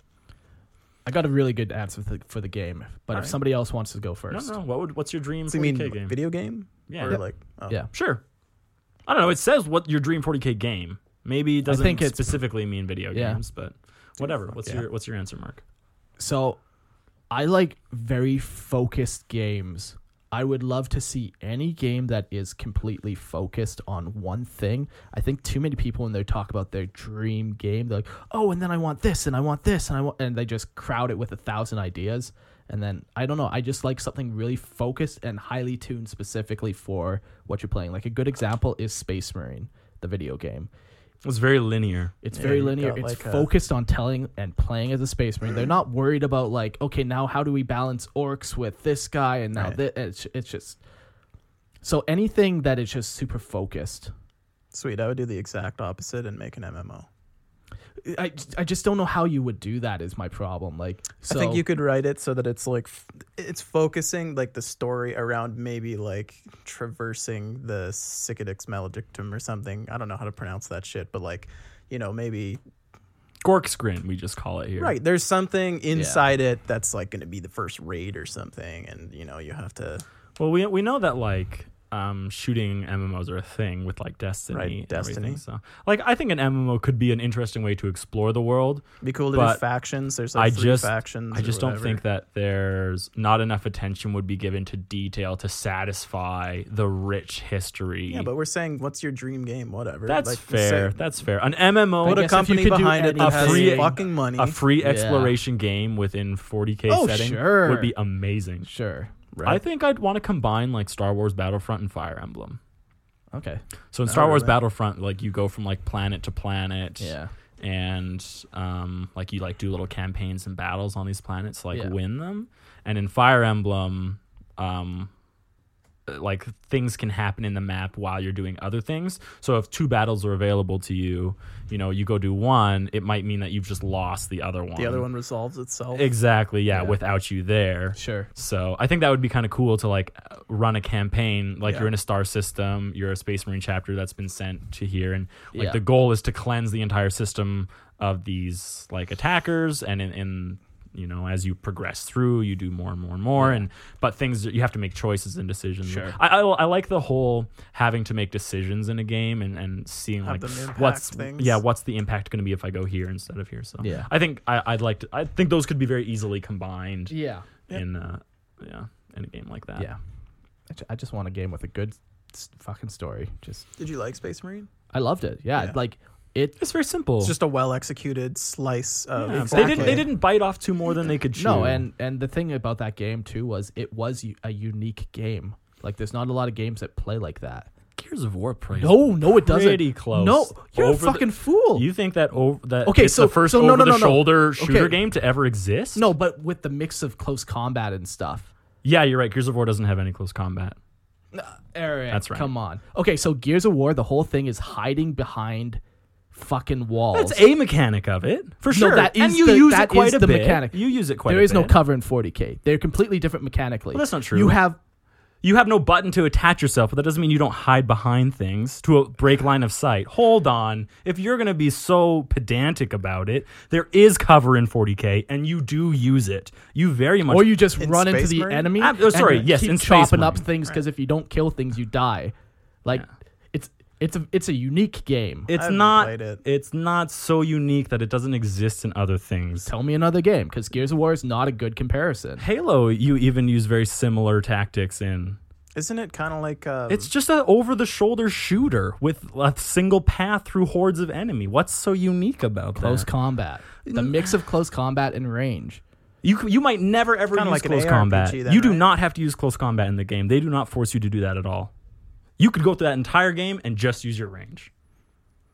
C: I got a really good answer for the, for the game, but if
D: right.
C: somebody else wants to go
B: No,
C: first,
B: no. What would, what's your dream 40K
D: So you mean
B: game?
D: video game?
B: Yeah.
D: Or
B: Yep.
D: like oh.
C: yeah,
B: Sure. I don't know. It says what your dream 40K game. Maybe it doesn't
C: think it's-
B: specifically mean video
C: Yeah.
B: games, but whatever. What's your What's your answer, Mark?
C: so I like very focused games. I would love to see any game that is completely focused on one thing. I think too many people when they talk about their dream game, they're like, "Oh, and then I want this, and I want this, and I want," and they just crowd it with a thousand ideas. And then I don't know. I just like something really focused and highly tuned specifically for what you're playing. Like a good example is Space Marine, the video game.
B: It was very linear.
C: It's very
D: you
C: linear.
D: got,
C: It's
D: like, a-
C: focused on telling and playing as a space marine. They're not worried about like, okay, now how do we balance orcs with this guy and now this? It's, it's just so anything that is just super focused.
D: Sweet. I would do the exact opposite and make an MMO.
C: I, I just don't know how you would do that is my problem. Like, so
D: I think you could write it so that it's like f- it's focusing like the story around maybe like traversing the Cicadix maledictum or something. I don't know how to pronounce that shit, but like you know maybe
B: Gorksgrin, we just call it here.
D: right there's something inside it that's like going to be the first raid or something, and you know you have to
B: Well, we we know that like um, shooting MMOs are a thing with like Destiny,
D: Right,
B: and
D: Destiny.
B: everything, So, like, I think an MMO could be an interesting way to explore the world.
D: be cool to
B: But
D: do factions. There's like
B: I
D: three
B: just
D: factions.
B: I
D: or
B: just don't
D: whatever.
B: think that there's not enough attention would be given to detail to satisfy the rich history.
D: Yeah, but we're saying what's your dream game? Whatever.
B: that's
D: Like, say-
B: fair. That's fair. An
C: But
D: Put
C: I
B: MMO,
D: a
C: guess if you
D: company
C: could do
D: behind it
C: anything-
D: that has
B: A free-
D: fucking money.
B: a free
C: Yeah.
B: exploration game within 40k
C: Oh,
B: setting
C: sure.
B: would be amazing.
C: sure,
B: I think I'd want to combine like Star Wars Battlefront and Fire Emblem.
C: okay,
B: So in Star Wars
D: really.
B: Battlefront, like you go from like planet to planet,
C: yeah,
B: and um, like you like do little campaigns and battles on these planets, to, like
C: Yeah.
B: win them. And in Fire Emblem, um, uh, like things can happen in the map while you're doing other things. So if two battles are available to you, you know, you go do one, it might mean that you've just lost the other one.
D: The other one resolves itself.
B: Exactly, yeah, without you there.
C: Sure.
B: So I think that would be kind of cool to like uh, run a campaign. Like
D: Yeah.
B: you're in a star system, you're a Space Marine chapter that's been sent to here, and like
C: Yeah.
B: the goal is to cleanse the entire system of these like attackers. And in, in you know, as you progress through, you do more and more and more. And but things you have to make choices and decisions.
C: Sure.
B: I, I I like the whole having to make decisions in a game and and seeing
D: Have
B: like
D: them impact
B: what's
D: things.
B: yeah what's the impact going to be if I go here instead of here. So
C: Yeah.
B: I think I, I'd like to. I think those could be very easily combined
C: Yeah.
B: in uh yeah in a game like that
C: Yeah. I ju- I just want a game with a good s- fucking story. Just
D: Did you like Space Marine?
C: I loved it. Yeah,
D: Yeah.
C: like it.
B: it's very simple
D: It's just a well executed slice of.
B: Yeah,
D: Exactly.
B: they didn't they didn't bite off two more than they could chew
C: No, and and the thing about that game too was it was u- a unique game. Like there's not a lot of games that play like that.
B: gears of war praise
C: No, no, it doesn't.
B: pretty close
C: No, you're
B: Over
C: a
B: the-
C: fucking fool.
B: you think that over that
C: Okay,
B: it's
C: so-
B: the first
C: so no, no,
B: over
C: no,
B: the
C: no.
B: shoulder shooter
C: Okay.
B: game to ever exist
C: no, but with the mix of close combat and stuff.
B: yeah you're right gears of war doesn't have any close combat
C: Eric,
B: That's right.
C: Come on. Okay, so Gears of War, the whole thing is hiding behind fucking walls.
B: that's a mechanic of it for sure
C: that
B: and
C: is
B: you
C: the-
B: use
C: that
B: it quite
C: is
B: a
C: the
B: bit
C: mechanic.
B: you use it quite
C: There
B: a
C: is no
B: bit.
C: cover in 40k. They're completely different mechanically.
B: Well, that's not true.
C: You have
B: you have no button to attach yourself but that doesn't mean you don't hide behind things to a break line of sight hold on if you're going to be so pedantic about it there is cover in 40k and you do use it you very much
C: or you just
D: In
C: run into
D: Space
C: the
D: Marine?
C: enemy.
B: Ah, oh,
C: and
B: sorry,
C: you
B: yes,
C: keep
B: in Space
C: chopping up
B: Marine.
C: things because if you don't kill things, you die. Like it's it's a it's a unique game.
B: it's
D: haven't
B: not
D: played it.
B: it's not so unique that it doesn't exist in other things
C: Tell me another game because Gears of War is not a good comparison.
B: halo you even use very similar tactics in
D: Isn't it kind of like. Um,
B: it's just an over-the-shoulder shooter with a single path through hordes of enemy what's so unique about
C: Close
B: that
C: combat, the mix of close combat and range.
B: You c- you might never ever
D: Kinda
B: use
D: like an
B: close
D: ARPG
B: combat.
D: then,
B: you do
D: right?
B: not have to use close combat in the game. They do not force you to do that at all. You could go through that entire game and just use your range.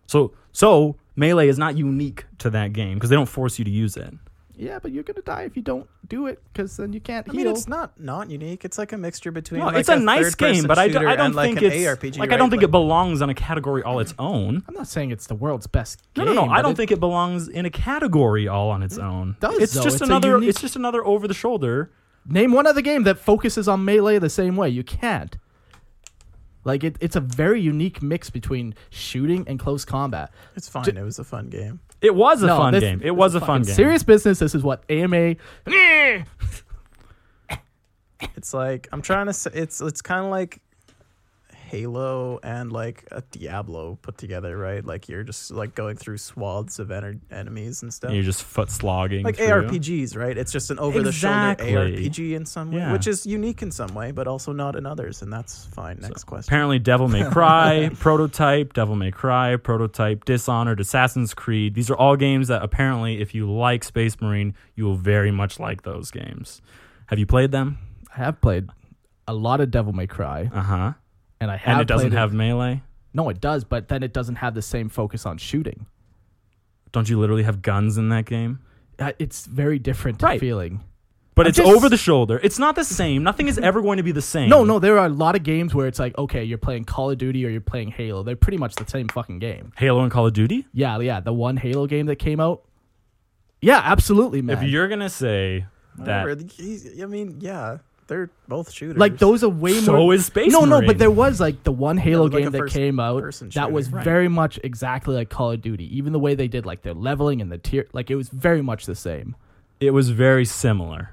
B: So so melee is not unique to that game because they don't force you to use it.
C: Yeah, but you're gonna die if you don't do it because then you can't
D: I
C: heal.
D: mean, it's not not unique. It's like a mixture between.
B: No,
D: like,
B: it's a, nice game,
D: third-person
B: but I, do,
D: shooter
B: I don't
D: and, like,
B: think
D: an
B: it's
D: ARPG,
B: like I
D: right?
B: don't think
D: Like,
B: it belongs on a category all its own.
C: I'm not saying it's the world's best
B: No,
C: game.
B: no, no. I
C: but
B: don't
C: it-
B: think it belongs in a category all on its own.
C: does,
B: it's
C: though.
B: just
C: It's a
B: another.
C: unique-
B: It's just another over the shoulder.
C: Name one other game that focuses on melee the same way. You can't. Like it, it's a very unique mix between shooting and close combat.
D: It's fine. it was a fun game.
B: It was a
C: No,
B: fun
C: this-
B: game.
C: this
B: It was
C: is
B: a fun
C: fucking
B: game.
C: Serious business. This is what AMA.
D: It's like I'm trying to say it's it's kind of like Halo and like a Diablo put together, right? Like you're just like going through swaths of ener- enemies and stuff.
B: And you're just foot slogging
D: like
B: through.
D: ARPGs, right? It's just an over the shoulder
B: Exactly.
D: ARPG in some way,
B: Yeah.
D: which is unique in some way, but also not in others, and that's fine. Next question.
B: Apparently, Devil May Cry, Prototype, Devil May Cry, Prototype, Dishonored, Assassin's Creed. These are all games that apparently, if you like Space Marine, you will very much like those games. Have you played them?
C: I have played a lot of Devil May Cry,
B: Uh huh.
C: and I have.
B: And it doesn't
C: played
B: have melee.
C: No, it does, but then it doesn't have the same focus on shooting.
B: Don't you literally have guns in that game?
C: Uh, It's very different
B: Right.
C: feeling.
B: But
C: I'm
B: it's
C: just-
B: over the shoulder. It's not the same. Nothing is ever going to be the same.
C: No, no, there are a lot of games where it's like, okay, you're playing Call of Duty or you're playing Halo. They're pretty much the same fucking game.
B: Halo and Call of Duty.
C: Yeah, yeah, the one Halo game that came out. Yeah, absolutely, man.
B: If you're gonna say that,
D: Whatever. He's- I mean, yeah, they're both shooters.
C: like those are way
B: So
C: more.
B: is Space
C: No, no,
B: Marine.
C: but there was like the one Halo
D: like a
C: game that
D: first
C: came out
D: person
C: that was
D: shooter. Right.
C: very much exactly like Call of Duty. Even the way they did like their leveling and the tier, like it was very much the same.
B: it was very similar.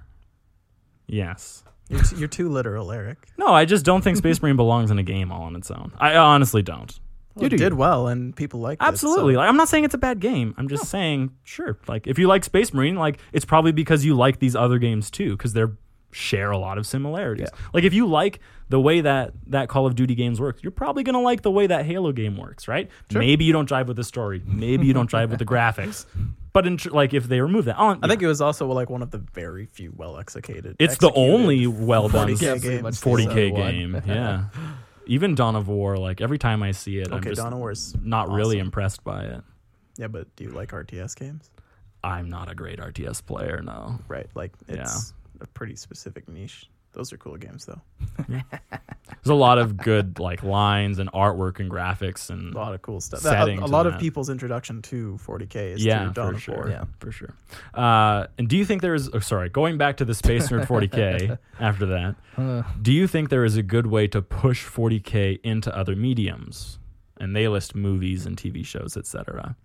B: Yes.
D: You're, t- you're too literal, Eric.
B: No, I just don't think Space Marine belongs in a game all on its own. I honestly don't.
D: Well, it
C: do.
D: did well, and people liked
B: Absolutely.
D: it.
B: Like, I'm not saying it's a bad game. I'm just saying, sure. Like, if you like Space Marine, like, it's probably because you like these other games too, because they're share a lot of similarities. Like, if you like the way that that Call of Duty games works, you're probably gonna like the way that Halo game works, right? Maybe you don't drive with the story. Maybe you don't drive with the graphics. But in tr- like, if they remove that, oh,
D: So. I think it was also like one of the very few well executed.
B: it's the only well done
D: 40K
B: s-
D: game.
B: 40k
C: So one.
B: game. Yeah. Even Dawn of War, like every time I see it, I'm
D: Okay,
B: just
D: Dawn of War's
B: not really
D: awesome.
B: impressed by it.
D: Yeah, but do you like RTS games?
B: I'm not a great RTS player, no.
D: Right. Like
B: Yeah.
D: it's a pretty specific niche. Those are cool games though.
B: There's a lot of good like lines and artwork and graphics and
D: a lot of cool stuff. That-
B: Setting
D: a, a
B: to
D: lot of
B: that.
D: people's introduction to 40k is
B: yeah,
D: through Dawn
B: for
D: of War.
B: sure. Yeah, for sure. Uh, and do you think there is? Oh, sorry, going back to the Space Nerd 40k after that.
D: Uh.
B: do you think there is a good way to push 40k into other mediums? And they list movies and TV shows, etc.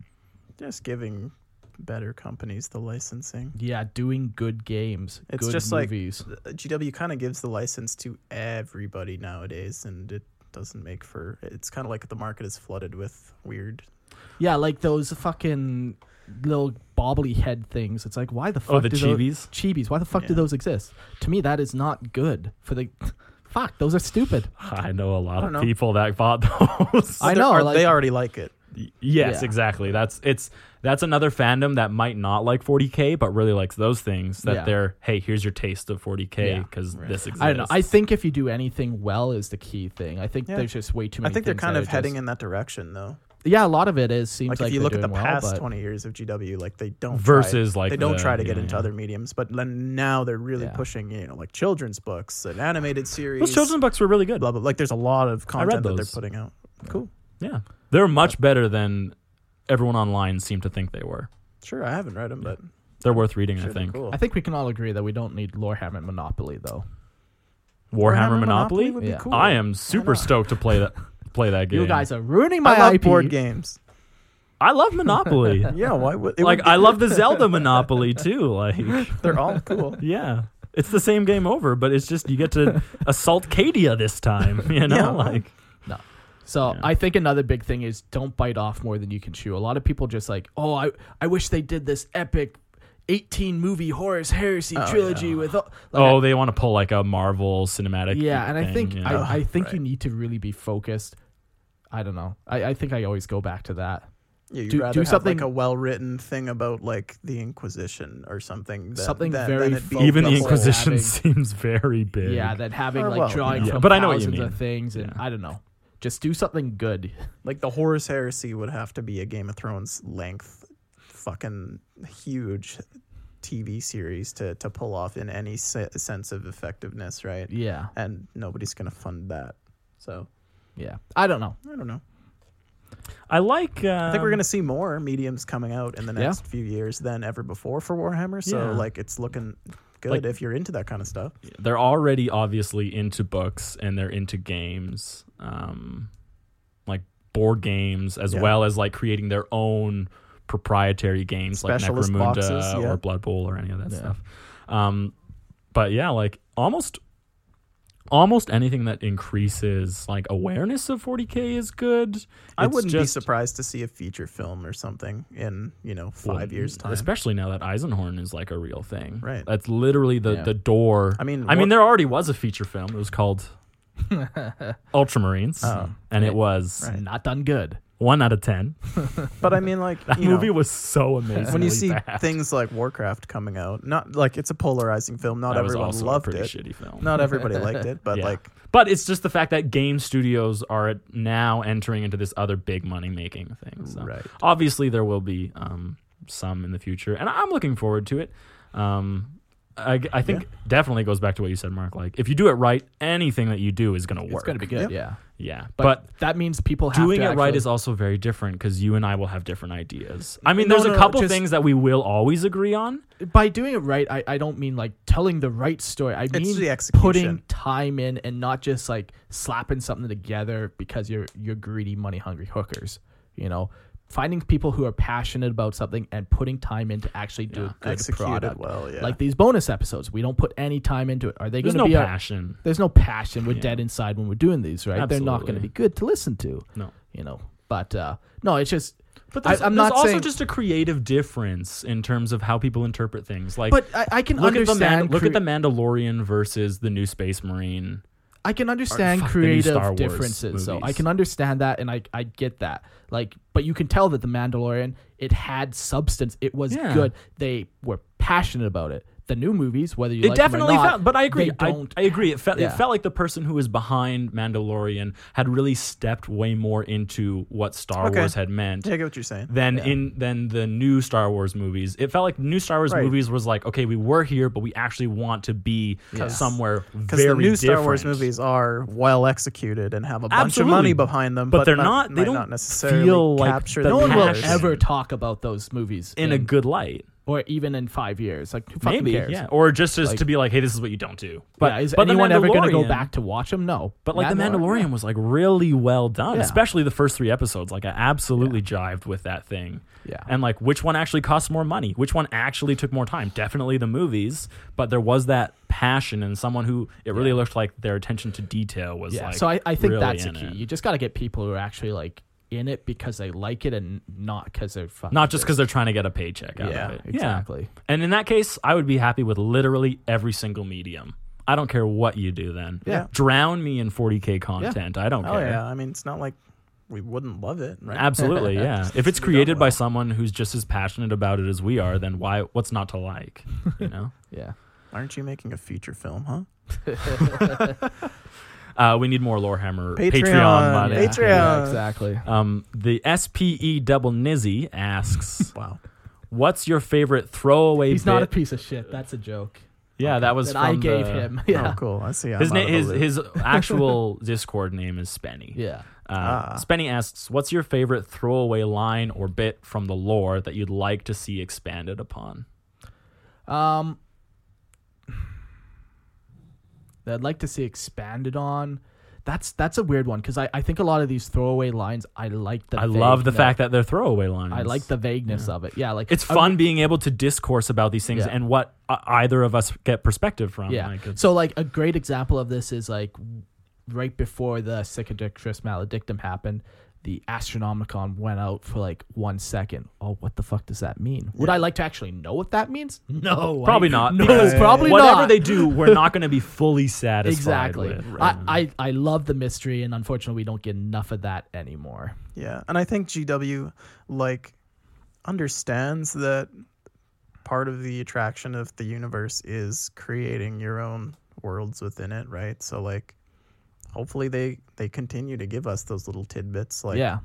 D: Just giving better companies the licensing.
C: Yeah, doing good games.
D: It's
C: good
D: just like-
C: movies.
D: Uh, GW kind of gives the license to everybody nowadays, and it doesn't make for. It's kind of like the market is flooded with weird.
C: yeah, like those fucking little bobbly head things. It's like why the fuck
B: Oh, the
C: do
B: chibis?
C: Those, chibis. Why the fuck do
D: Yeah.
C: those exist? To me, that is not good for the. Fuck, those are stupid.
B: I know a lot of
D: know.
B: people that bought those.
C: I
D: They're-
C: know,
D: are-
C: like-
D: they already like it.
B: yes,
C: Yeah.
B: exactly. That's it's that's another fandom that might not like 40k, but really likes those things. That
C: Yeah.
B: they're hey, here's your taste of 40k
C: Yeah.
B: because this exists.
C: I don't know. I think if you do anything well is the key thing. I think
D: Yeah.
C: there's just way too
D: I
C: many.
D: think they're
C: things
D: kind
C: that
D: of
C: are
D: heading
C: just-
D: in that direction, though.
C: Yeah, a lot of it is seems
D: Like,
C: like,
D: if you
C: they're
D: look at the
C: doing well,
D: past
C: but-
D: 20 years of GW, like they don't
B: Versus,
D: try,
B: like,
D: they don't
B: the-
D: try to get
B: yeah,
D: into
B: yeah.
D: other mediums, but then now they're really
C: Yeah.
D: pushing, you know, like children's books and animated series.
B: those children's books were really good.
D: blah blah. Like there's a lot of
B: read
D: content that they're
B: those.
D: putting out. Cool.
B: Yeah. They're much better than everyone online seemed to think they were.
D: Sure, I haven't read them, but
B: They're worth reading, I
D: sure, they're
B: think.
D: cool.
C: I think we can all agree that we don't need Lorehammer Monopoly though.
B: Warhammer, Monopoly?
D: would be
C: Yeah.
D: cool.
B: I am super stoked to play that play that game.
C: You guys are ruining my
D: I love
C: IP.
D: board games.
B: I love Monopoly.
D: Yeah, why would it
B: like
D: would be-
B: I love the Zelda Monopoly too. Like
D: They're all cool.
B: yeah. It's the same game over, but it's just you get to assault Cadia this time, you know?
D: Yeah.
B: like
C: So
B: Yeah.
C: I think another big thing is don't bite off more than you can chew. A lot of people just like, oh, I I wish they did this epic, eighteen movie Horus Heresy
D: Oh,
C: trilogy with. all-" Like,
B: oh, they want to pull like a Marvel cinematic.
C: yeah, and I
B: thing,
C: think
B: yeah.
C: I, I think you
D: Right.
C: need to really be focused. I don't know. I, I think I always go back to that.
D: Yeah, you'd
C: Do-
D: rather
C: do
D: have
C: something-
D: like a well-written thing about like the Inquisition or something. Than,
C: Something
D: than,
C: very
D: than it be
B: even the
C: Double
B: Inquisition
C: having-
B: seems very big.
C: Yeah, that having
D: Or
C: like
D: well,
C: drawing
B: yeah.
C: from
B: But I know what you
C: thousands
B: mean.
C: of things, and
B: Yeah.
C: I don't know. Just do something good.
D: like the Horus Heresy would have to be a Game of Thrones length, fucking huge TV series to to pull off in any se- sense of effectiveness, right?
C: yeah,
D: And nobody's gonna fund that. So
C: yeah. I don't know.
D: I don't know.
B: I like. Um,
D: I think we're going to see more mediums coming out in the
C: Yeah.
D: next few years than ever before for Warhammer. So
B: Yeah.
D: like it's looking good
B: Like-
D: if you're into that kind of stuff.
B: they're already obviously into books and they're into games um like board games as
D: Yeah.
B: well as like creating their own proprietary games
D: Specialist
B: like necromunda
D: boxes, yeah.
B: or blood bowl or any of that
C: Yeah.
B: stuff um but yeah like almost almost anything that increases like awareness of 40k is good
D: I
B: It's
D: wouldn't be
B: just-
D: surprised to see a feature film or something in, you know, 5
B: well,
D: years time.
B: Mm-hmm. especially now that eisenhorn is like a real thing
D: Right.
B: that's literally the
C: Yeah.
B: the door
D: I mean,
B: I mean,
D: what-
B: there already was a feature film. It was called Ultramarines,
D: Oh.
B: and it was
D: Right.
C: Not done good.
B: one out of ten.
D: but I mean like
B: That
D: you
B: movie
D: know,
B: was so amazing.
D: when you see
B: bad.
D: things like Warcraft coming out, not like it's a polarizing film, not
B: that was
D: everyone
B: also
D: loved
B: a pretty
D: it.
B: shitty film.
D: Not everybody liked it, but
B: Yeah.
D: like
B: but it's just the fact that game studios are at- now entering into this other big money making thing. So
D: Right.
B: obviously, there will be um, some in the future, and I'm looking forward to it. Um, I, I think definitely goes back to what you said, Mark. Like, if you do it right, anything that you do is going to work.
C: It's gonna be good.
D: Yep.
C: Yeah,
B: yeah.
C: but, that means people have
B: doing it
C: to
B: right
C: actually-
B: is also very different because you and I will have different ideas. I mean,
D: No,
B: there's
D: no,
B: a
D: no,
B: couple
D: just-
B: things that we will always agree on.
C: by doing it right, I, I don't mean like telling the right story. I mean
D: the execution.
C: putting time in and not just like slapping something together because you're you're greedy, money hungry hookers. You know, finding people who are passionate about something and putting time in to actually do a good
D: Execute it
C: product.
D: well, yeah.
C: Like these bonus episodes, we don't put any time into it. Are they
B: There's
C: going
B: no
C: to be our-
B: passion.
C: there's no passion. We're dead inside when we're doing these, right? They're not going
B: Absolutely.
C: to be good to listen to.
B: No.
C: you know. But uh, no, it's just.
B: But
C: I,
B: there's,
C: am
B: there's
C: not
B: also
C: saying,
B: just a creative difference in terms of how people interpret things. Like,
C: But I, I can
B: look at the
C: understand.
B: Man- look
C: cre-
B: at the Mandalorian versus the new Space Marine.
C: I can understand
B: fuck, the new Star
C: creative
B: Wars
C: differences, so I
B: movies.
C: can understand that, and I I get that. Like, but you can tell that the Mandalorian it had substance. It was
B: Yeah.
C: good. They were passionate about it. the new movies, whether you
B: It
C: like
B: definitely
C: them or not,
B: felt, but I agree.
C: They
B: I,
C: don't.
B: I agree. It felt
C: Yeah.
B: it felt like the person who was behind Mandalorian had really stepped way more into what Star
D: Okay.
B: Wars had meant
D: Yeah, I get what you're saying.
B: than in than the new Star Wars movies. It felt like new Star Wars
D: Right.
B: movies was like, okay, we were here, but we actually want to be somewhere
D: Because
B: very
D: the new Star
B: different.
D: Wars movies are well executed and have a bunch
B: Absolutely.
D: of money behind them,
B: But
D: but,
B: they're
D: might-
B: not- they
D: might
B: don't
D: not necessarily
B: feel like
D: capture
B: the
D: the
C: no one will
B: passion.
C: ever talk about those movies
B: in a good light.
C: or even in five years. Like who fucking
B: Maybe,
C: cares?
B: yeah, or just as
C: Like-
B: to be like, hey, this is what you don't do. But
C: But is
B: but The
C: anyone ever going to go
B: Mandalorian-
C: back to watch them? No.
B: But like The Mandalorian was like really well done,
C: Yeah.
B: especially the first three episodes. Like I absolutely jived with that thing.
C: Yeah.
B: And like which one actually cost more money? Which one actually took more time? Definitely the movies, but there was that passion and someone who it really looked like their attention to detail was
C: Yeah.
B: like.
C: so I, I think
B: really
C: that's the
B: in
C: key.
B: it.
C: You just got to get people who are actually like in it because they like it and not because they're fucking.
B: Not just because they're trying to get a paycheck out
C: Yeah,
B: of it.
C: exactly.
B: And in that case, I would be happy with literally every single medium. I don't care what you do then.
D: Yeah.
B: Drown me in 40K content. I don't
D: Oh
B: care.
D: yeah, I mean it's not like we wouldn't love it, right?
B: Absolutely, yeah. If it's created by someone who's just as passionate about it as we are, then why? What's not to like? You know,
C: Yeah.
D: Aren't you making a feature film, huh?
B: uh, we need more Lorehammer Patreon,
D: Patreon,
B: money.
C: Yeah,
D: Patreon.
C: yeah, exactly.
B: Um, the SPE double nizzy asks,
D: Wow.
B: "What's your favorite throwaway?"
C: He's not a
B: bit-
C: piece of shit. That's a joke.
B: yeah, that was
C: that I
B: from
C: gave
B: the-
C: him. Yeah.
D: Oh, cool. I see. I'm
B: His
D: out
B: name,
D: of the
B: his
D: loop.
B: his actual Discord name is Spenny.
C: Yeah. Ah.
B: Uh, Spenny asks, "What's your favorite throwaway line or bit from the lore that you'd like to see expanded upon?"
C: Um, that I'd like to see expanded on. That's that's a weird one because I, I think a lot of these throwaway lines I like the
B: I love the
C: vagueness-
B: fact that they're throwaway lines.
C: I like the vagueness of it. Yeah, like
B: it's
C: I-
B: fun being able to discourse about these things
C: Yeah.
B: and what uh, either of us get perspective from.
C: yeah.
B: Like, it's-
C: so like a great example of this is like right before the Psychedictress Maledictum happened, the Astronomicon went out for like one second. Oh, what the fuck does that mean? Would I like to actually know what that means? No, I-
B: probably not.
C: No,
B: because
C: probably
B: whatever
C: not.
B: they do, we're not going to be fully satisfied.
C: Exactly.
B: with, right?
C: I, I I love the mystery, and unfortunately, we don't get enough of that anymore.
D: Yeah, and I think GW like understands that part of the attraction of the universe is creating your own worlds within it, right? So like hopefully they they continue to give us those little tidbits like
C: yeah,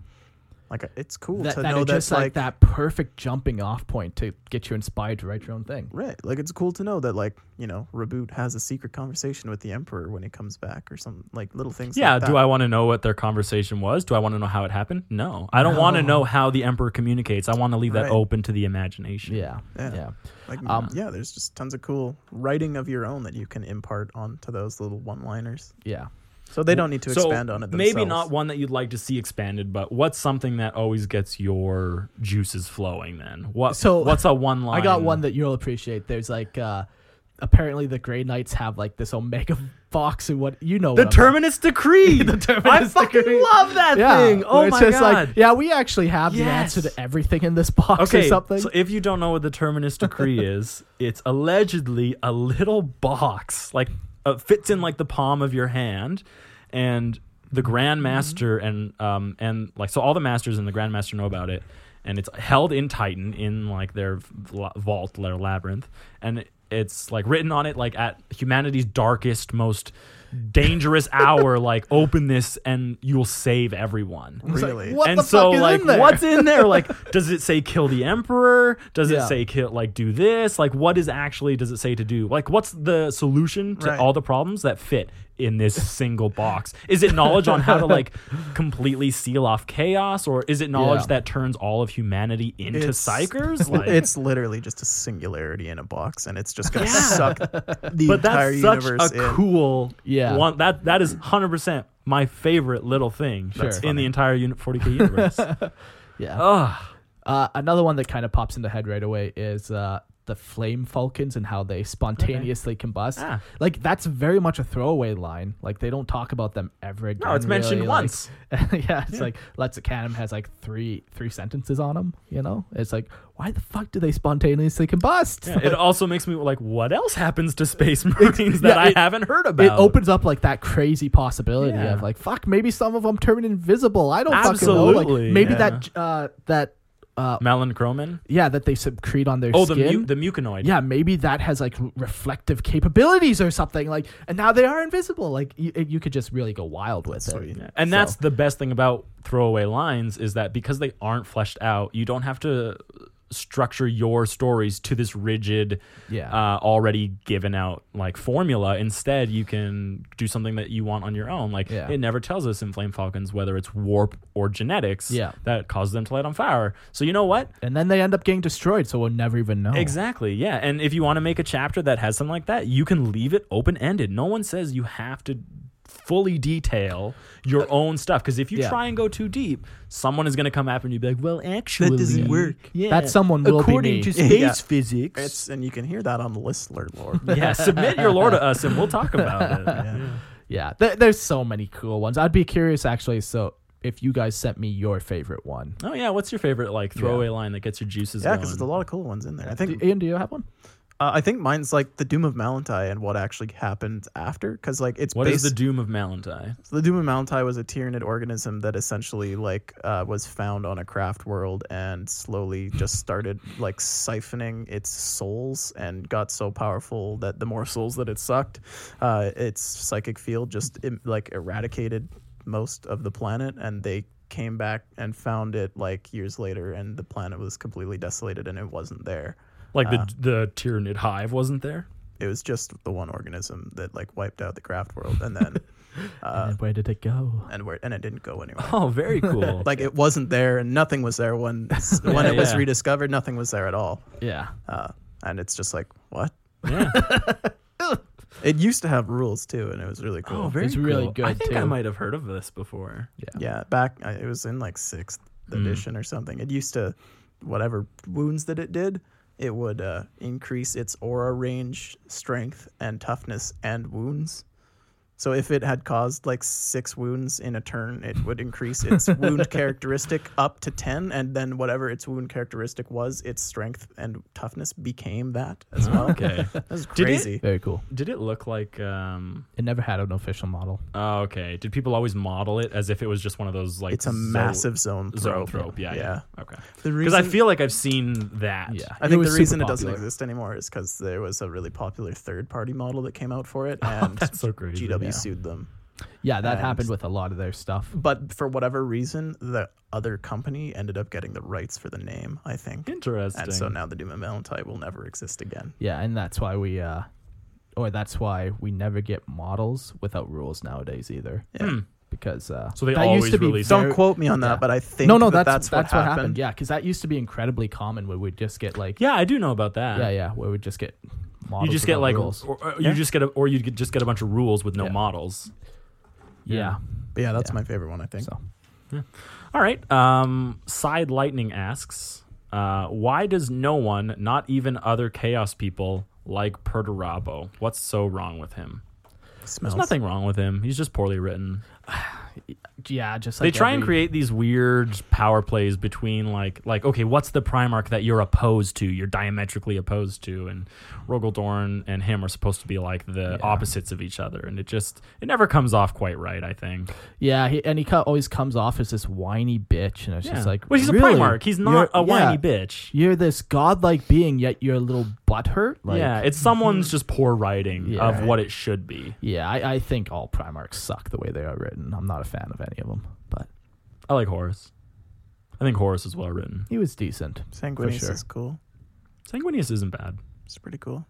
D: like it's cool
C: that,
D: to
C: that
D: know
C: it's
D: that's
C: just like, that perfect jumping off point to get you inspired to write your own thing.
D: Right. Like it's cool to know that like, you know, Reboot has a secret conversation with the Emperor when he comes back or some like little things.
B: yeah.
D: like
B: Do
D: that.
B: I want to know what their conversation was? Do I want to know how it happened? No. I don't want to know how the emperor communicates. I want to leave that
D: Right.
B: open to the imagination.
C: Yeah, yeah,
D: Yeah.
C: yeah.
D: like
C: um,
D: yeah, there's just tons of cool writing of your own that you can impart onto those little one liners. So they don't need to
B: So
D: expand on it themselves.
B: maybe not one that you'd like to see expanded, but what's something that always gets your juices flowing? Then what?
C: So,
B: what's a one line?
C: I got one that you'll appreciate. There's like uh apparently the Grey Knights have like this Omega box and what you know. what
B: The
C: I'm on.
B: Terminus Decree. the I
C: Terminus
B: fucking
C: Decree.
B: love that
C: Yeah,
B: thing. Oh
C: where it's
B: my
C: just
B: god.
C: Like, yeah, we actually have the
B: Yes.
C: answer to everything in this box
B: Okay,
C: or something.
B: so if you don't know what the Terminus Decree is, it's allegedly a little box, like uh, fits in like the palm of your hand, and the Grand Master
C: Mm-hmm.
B: and um and like so all the masters and the Grand Master know about it, and it's held in Titan in like their v- vault, their labyrinth, and it's like written on it like at humanity's darkest, most dangerous hour, like open this and you'll save everyone
D: really.
C: what
B: and
C: the
B: so
C: fuck is
B: like
C: in there?
B: what's in there like does it say kill the emperor does
C: Yeah.
B: it say kill like do this like what is actually does it say to do like what's the solution to
D: Right.
B: all the problems that fit in this single box is it knowledge on how to like completely seal off chaos or is it knowledge
C: Yeah.
B: that turns all of humanity into
D: It's-
B: psychers like
D: it's literally just a singularity in a box, and it's just gonna suck the
B: but
D: entire
B: that's such
D: universe
B: a
D: in.
B: cool
C: Yeah.
B: one that that is 100% my favorite little thing
C: That's
B: in the entire unit 40k universe
C: yeah.
B: Ugh.
C: Uh, another one that kind of pops into head right away is uh, the flame falcons and how they spontaneously combust.
B: Ah.
C: Like that's very much a throwaway line. Like they don't talk about them ever again.
B: it's mentioned
C: really.
B: once.
C: Like, yeah, it's like Lexicanum has like three three sentences on them. You know, it's like why the fuck do they spontaneously combust?
B: Yeah, it also makes me like, what else happens to space marines that
C: yeah, it-
B: I haven't heard
C: It
B: about?
C: opens up like that crazy possibility
B: Yeah.
C: of like fuck maybe some of them turn invisible. I don't fucking know. Like,
B: Absolutely,
C: maybe
B: yeah.
C: that uh, that uh, uh,
B: Melancromin.
C: yeah, that they secrete on their
B: Oh, the
C: skin.
B: mu- the muconoid.
C: yeah, maybe that has like r- reflective capabilities or something. Like, and now they are invisible. Like, you, you could just really go wild with it.
D: sweet.
B: Yeah. And
C: So-
B: that's the best thing about throwaway lines is that because they aren't fleshed out, you don't have to structure your stories to this rigid,
C: Yeah.
B: uh, already given out like formula. Instead, you can do something that you want on your own. Like
C: Yeah.
B: it never tells us in Flame Falcons whether it's warp or genetics
C: Yeah.
B: that caused them to light on fire. So you know what?
C: And then they end up getting destroyed, so we'll never even
B: Oh.
C: know.
B: Exactly. Yeah. And if you want to make a chapter that has something like that, you can leave it open ended. No one says you have to fully detail your own stuff because if you
C: yeah.
B: try and go too deep, someone is going to come after and you'd be like, "Well, actually,
D: doesn't work."
B: Yeah.
C: That someone will be me.
D: Yeah.
B: physics."
D: It's and you can hear that on the Listler lore.
B: yeah, submit your lore to us and we'll talk about it.
C: Yeah, there, there's so many cool ones. I'd be curious actually. So if you guys sent me your favorite one,
B: Oh yeah, what's your favorite like throwaway line that gets your juices
D: yeah,
B: going?
D: because there's a lot of cool ones in there. I think
C: Do- Ian, do you have one?
D: uh, I think mine's like the Doom of Malentai and what actually happened after, because like it's
B: What is
D: based
B: the doom of Malentai?
D: So the Doom of Malentai was a tyrannid organism that essentially like uh, was found on a craft world and slowly just started like siphoning its souls and got so powerful that the more souls that it sucked, uh, its psychic field just im- like eradicated most of the planet and they came back and found it like years later and the planet was completely desolated and it wasn't there.
B: Like the the tyrannid hive wasn't there?
D: It was just the one organism that like wiped out the craft world and then
C: and where did it go?
D: and where and it didn't go anywhere.
B: Oh, very cool.
D: like it wasn't there and nothing was there when when it was
B: yeah.
D: rediscovered nothing was there at all
C: Yeah,
D: uh, and it's just like what
B: yeah.
D: it used to have rules too and it was really cool
B: Oh, very
C: It's really
B: cool.
C: good,
B: I think I
C: too.
B: might have heard of this before.
D: yeah back I- it was in like sixth
B: Mm.
D: edition or something it used to whatever wounds that it did it would uh, increase its aura range strength and toughness and wounds so if it had caused like six wounds in a turn it would increase its wound characteristic up to 10 and then whatever its wound characteristic was its strength and toughness became that as well
B: Okay.
D: that was
B: Did it?
D: crazy
C: very cool.
B: Did it look like um
C: It never had an official model.
B: oh, okay. Did people always model it as if it was just one of those like
D: it's a
B: zo-
D: massive zone
B: zone
D: thrope.
B: trope. Yeah, yeah. Okay.
D: The
B: Because I
D: reason-
B: feel like I've seen that.
C: Yeah,
D: I think
C: was
D: the
C: super
D: reason it doesn't
C: popular.
D: exist anymore is because there was a really popular third party model that came out for it, and
B: That's so crazy.
D: GW
B: Yeah.
D: sued them.
C: Yeah, that
D: And-
C: happened with a lot of their stuff.
D: But for whatever reason, the other company ended up getting the rights for the name, I think.
B: Interesting.
D: And so now the Doom and Valentine will never exist again.
C: Yeah, and that's why we, uh, or that's why we never get models without rules nowadays either.
D: Yeah.
C: Because uh,
B: Hmm. So they
C: that used
B: always
C: to be
B: release-
D: Don't
C: very-
D: quote me on that,
C: yeah.
D: but I think
C: no, no,
D: that
C: that's
D: that's, what happened.
C: Yeah, because that used to be incredibly common where we'd just get like,
B: yeah, I do know about that.
C: yeah, yeah, where we'd just get models.
B: You just get
C: without
B: like,
C: rules.
B: or, or you just get, a, or you get- just get a bunch of rules with no
C: Yeah.
B: models.
C: yeah.
D: But yeah, that's my favorite one, I think.
C: So
B: All right. Um, Side Lightning asks, uh, why does no one, not even other Chaos people, like Perturabo? What's so wrong with him?
D: Smells.
B: There's nothing wrong with him. He's just poorly written.
C: yeah, just
B: they
C: like
B: try and
C: every-
B: create these weird power plays between like like okay what's the primarch that you're opposed to you're diametrically opposed to and Rogaldorn and him are supposed to be like the opposites of each other and it just it never comes off quite right I think
C: Yeah, he, and he co- always comes off as this whiny bitch, and it's
B: yeah.
C: just like,
B: well he's
C: really?
B: a primarch he's
C: You're-
B: not a whiny
C: yeah.
B: bitch
C: You're this godlike being, yet you're a little butthurt. Like,
B: yeah it's someone's just poor writing
C: Yeah.
B: of what it should be
C: yeah. I, I think all primarchs suck the way they are written. I'm not a fan of any of them, but
B: I like Horus I think Horus is well written
C: he was decent.
D: Sanguinius
C: sure.
D: is cool.
B: Sanguinius isn't bad
D: It's pretty cool.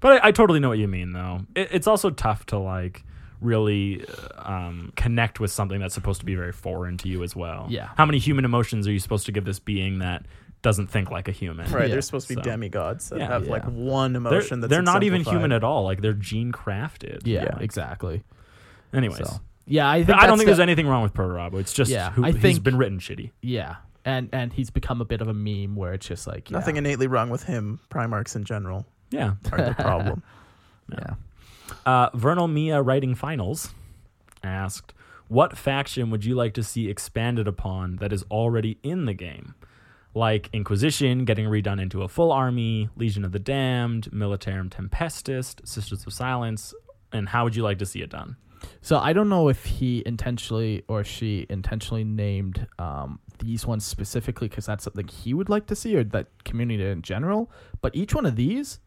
B: But I, I totally know what you mean, though. It, it's also tough to like really uh, um, connect with something that's supposed to be very foreign to you as well.
C: Yeah.
B: How many human emotions are you supposed to give this being that doesn't think like a human?
D: Right,
C: Yeah.
D: they're supposed to be
B: So-
D: demigods that
B: Yeah.
D: have like
C: Yeah.
D: one
B: They're,
D: emotion that's
B: they're not even
D: exemplified.
B: human at all. Like they're gene crafted.
C: Yeah,
B: Like,
C: exactly.
B: Anyways.
C: So yeah, I
B: But
C: think
B: I don't
C: that's
B: think
C: the-
B: there's anything wrong with Proto It's just
C: Yeah,
B: who,
C: I
B: he's
C: think-
B: been written shitty.
C: Yeah, and and he's become a bit of a meme where it's just like yeah,
D: Nothing innately wrong with him. Primarchs in general
B: Yeah.
D: are the problem.
C: Yeah,
B: Uh, Vernal Mia writing finals asked, "What faction would you like to see expanded upon that is already in the game, like Inquisition getting redone into a full army, Legion of the Damned, Militarum Tempestis, Sisters of Silence, and how would you like to see it done?"
C: So I don't know if he intentionally or she intentionally named um, these ones specifically because that's something he would like to see or that community in general. But each one of these,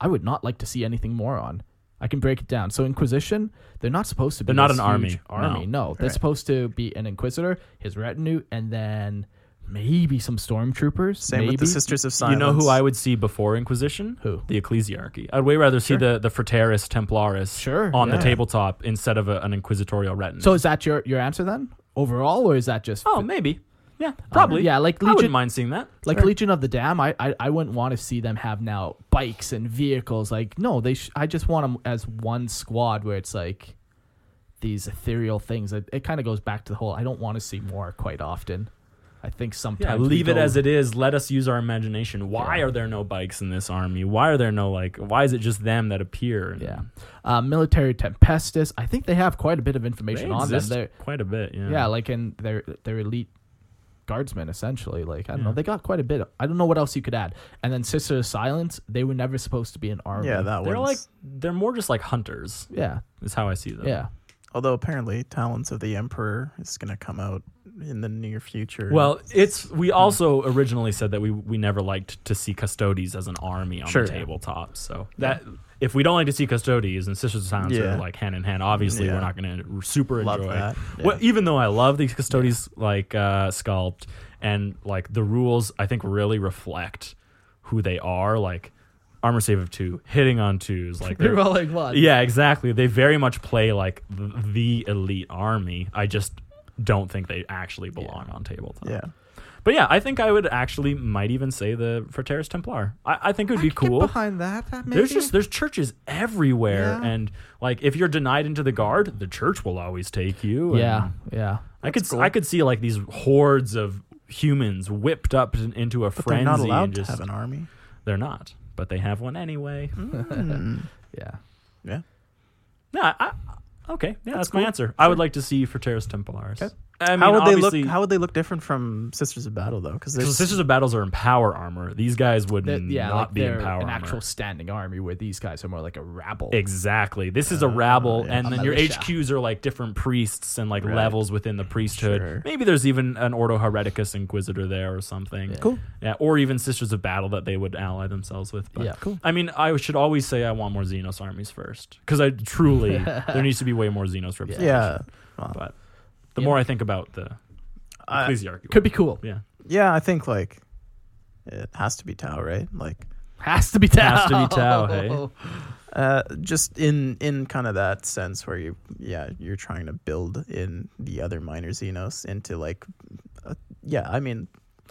C: I would not like to see anything more on. I can break it down. So Inquisition, they're not supposed to be
B: They're not
C: this
B: an
C: huge
B: army,
C: Army,
B: no.
C: no. They're
D: Right.
C: supposed to be an Inquisitor, his retinue, and then maybe some stormtroopers.
D: Same with
C: maybe.
D: the Sisters of Silence.
B: You know who I would see before Inquisition?
C: Who?
B: The Ecclesiarchy. I'd way rather see the, the Frateris Templaris
C: Sure,
B: on the
C: yeah.
B: tabletop instead of a, an inquisitorial retinue.
C: So is that your your answer then? Overall, or is that just
B: oh, maybe. Yeah, probably.
C: Um, yeah, like
B: I wouldn't
C: Legion-
B: mind seeing that.
C: like Legion of the Dam? I, I I wouldn't want to see them have now bikes and vehicles. Like no, they sh- I just want them as one squad where it's like these ethereal things. It, it kind of goes back to the whole. I don't want to see more quite often. I think sometimes
B: Yeah,
C: we
B: leave it
C: go-
B: as it is. Let us use our imagination. Why are there no bikes in this army? Why are there no like? Why is it just them that appear?
C: Yeah, uh, military tempestus. I think they have quite a bit of
B: they
C: information on them.
B: exist
C: They're,
B: quite a bit. Yeah,
C: yeah, like in their their elite guardsmen essentially. Like I don't know,
B: Yeah.
C: they got quite a bit. Of, I don't know what else you could add. And then Sister of Silence, they were never supposed to be an army.
D: Yeah, that
B: they're
D: one's-
B: like they're more just like hunters.
C: yeah,
B: Is how I see them.
C: yeah.
D: Although apparently, Talents of the Emperor is going to come out in the near future.
B: Well, it's we also originally said that we we never liked to see custodies as an army on
D: Sure.
B: the tabletop. So that if we don't like to see custodies and sisters of silence
D: Yeah.
B: are like hand in hand, obviously we're
D: Yeah.
B: not going to super
D: Love
B: enjoy.
D: that.
B: Well,
D: Yeah.
B: even though I love the custodies like uh, sculpt and like the rules, I think really reflect who they are. Like armor save of two, hitting on twos, like
C: You're
B: they're-
C: rolling one.
B: yeah, exactly. They very much play like th- the elite army. I just don't think they actually belong on tabletop.
D: yeah.
B: But yeah, I think I would actually might even say the Frateris Templar. I, I think it would be cool.
C: behind that.
B: there's just there's churches everywhere, and like if you're denied into the guard, the church will always take you. and
C: yeah, yeah.
B: I could I could see like these hordes of humans whipped up in, into a
D: But
B: frenzy.
D: they're not
B: and
D: allowed
B: just,
D: to have an Hmm. army.
B: They're not, but they have one anyway.
C: Yeah.
D: Yeah.
B: No, I, I, okay, yeah, that's, my answer. I would like to see Frateris Templars. I mean,
D: how would they
B: obviously-
D: look? How would they look different from Sisters of Battle though? Because
B: So
D: there's
B: Sisters of Battles are in power armor. These guys would
C: That- yeah,
B: not
C: like
B: be
C: they're
B: in power
C: an
B: armor.
C: actual standing army where these guys are more like a rabble.
B: Exactly. This is a
D: Uh,
B: rabble, and
C: A
B: then your
C: militia.
B: HQs are like different priests and like levels within the priesthood. Maybe there's even an Ordo Hereticus Inquisitor there or something.
D: Cool.
B: Yeah, or even Sisters of Battle that they would ally themselves with. But
C: Yeah. Cool.
B: I mean, I should always say I want more Xenos armies first because I truly there needs to be way more Xenos representation.
D: yeah,
B: But the
C: Yeah.
B: more I think about the
D: I-
B: ecclesiarchy,
C: Could be cool.
B: yeah,
D: yeah. I think like it has to be Tau, right? Like
C: Has to be Tau.
B: Has to be Tau, hey?
D: Uh, just in in kind of that sense where you yeah you're trying to build in the other minor xenos into like uh, yeah i mean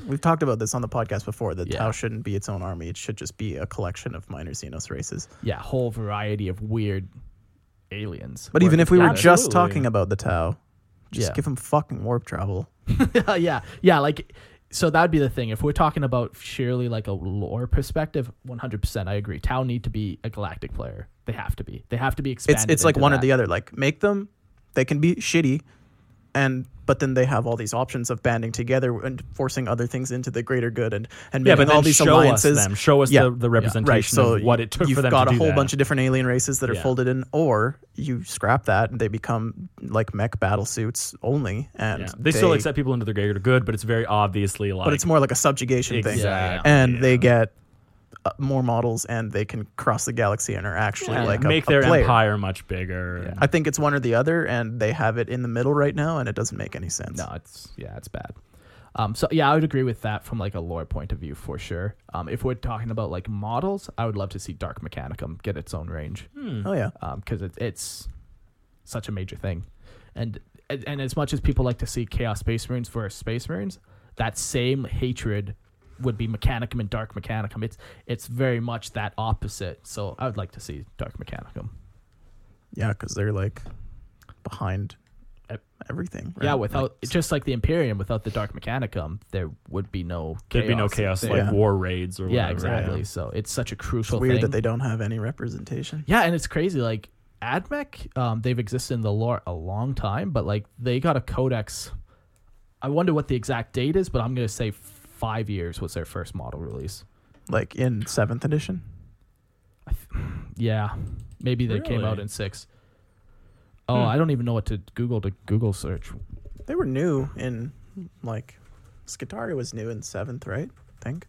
D: we've talked about this on the podcast before that
C: Yeah.
D: tau shouldn't be its own army it should just be a collection of minor xenos races
C: Yeah, whole variety of weird aliens.
D: but even if we
B: yeah,
D: were just
B: absolutely.
D: talking about the tau just
C: Yeah.
D: give them fucking warp travel
C: Uh, yeah, yeah. Like, so that would be the thing. If we're talking about purely like a lore perspective, one hundred percent, I agree. Tau need to be a galactic player. They have to be. They have to be
D: it's
C: expanded.
D: it's like
C: into
D: one or
C: that.
D: the other like make them they can be shitty and but then they have all these options of banding together and forcing other things into the greater good and and
B: yeah.
D: making
B: But then
D: all these
B: show
D: alliances
B: us them. Show us
D: Yeah.
B: the, the representation
D: right so
B: of what
D: you-
B: it took
D: you've
B: for them
D: got
B: to
D: a
B: do
D: whole
B: that.
D: bunch of different alien races that are
B: Yeah.
D: folded in or you scrap that and they become like mech battle suits only and
B: Yeah. They, still accept people into the greater good, but it's very obviously like.
D: but it's more like a subjugation thing
B: Exactly.
D: and
B: yeah.
D: they get uh, more models and they can cross the galaxy and are actually
C: Yeah.
D: like a-
B: make
D: a
B: their
D: player.
B: empire much bigger.
C: Yeah.
D: I think it's one or the other, and they have it in the middle right now, and it doesn't make any sense.
C: No, it's yeah, it's bad. Um, so yeah, I would agree with that from like a lore point of view for sure. Um, if we're talking about like models, I would love to see Dark Mechanicum get its own range.
B: Hmm.
D: Oh yeah,
C: because it, it's such a major thing. And, and and as much as people like to see Chaos Space Marines versus Space Marines, that same hatred would be Mechanicum and Dark Mechanicum. It's it's very much that opposite. So I would like to see Dark Mechanicum.
D: yeah, because they're like behind
C: Ev-
D: everything.
C: Yeah,
D: right?
C: without just like the Imperium, without the Dark Mechanicum, there would be no chaos.
B: There'd be no chaos
C: there.
B: like
D: Yeah.
B: war raids or
C: yeah,
B: whatever.
C: exactly. So it's such a crucial
D: it's weird
C: thing.
D: that they don't have any representation.
C: Yeah, and it's crazy. Like AdMech, um, they've existed in the lore a long time, but like they got a codex. I wonder what the exact date is, but I'm gonna say five years was their first model release.
D: Like in seventh edition,
C: Yeah, maybe they came out
B: Really? Hmm.
C: in six. Oh, I don't even know what to Google to Google search.
D: they were new in like Skitaru was new in seventh, right? I think.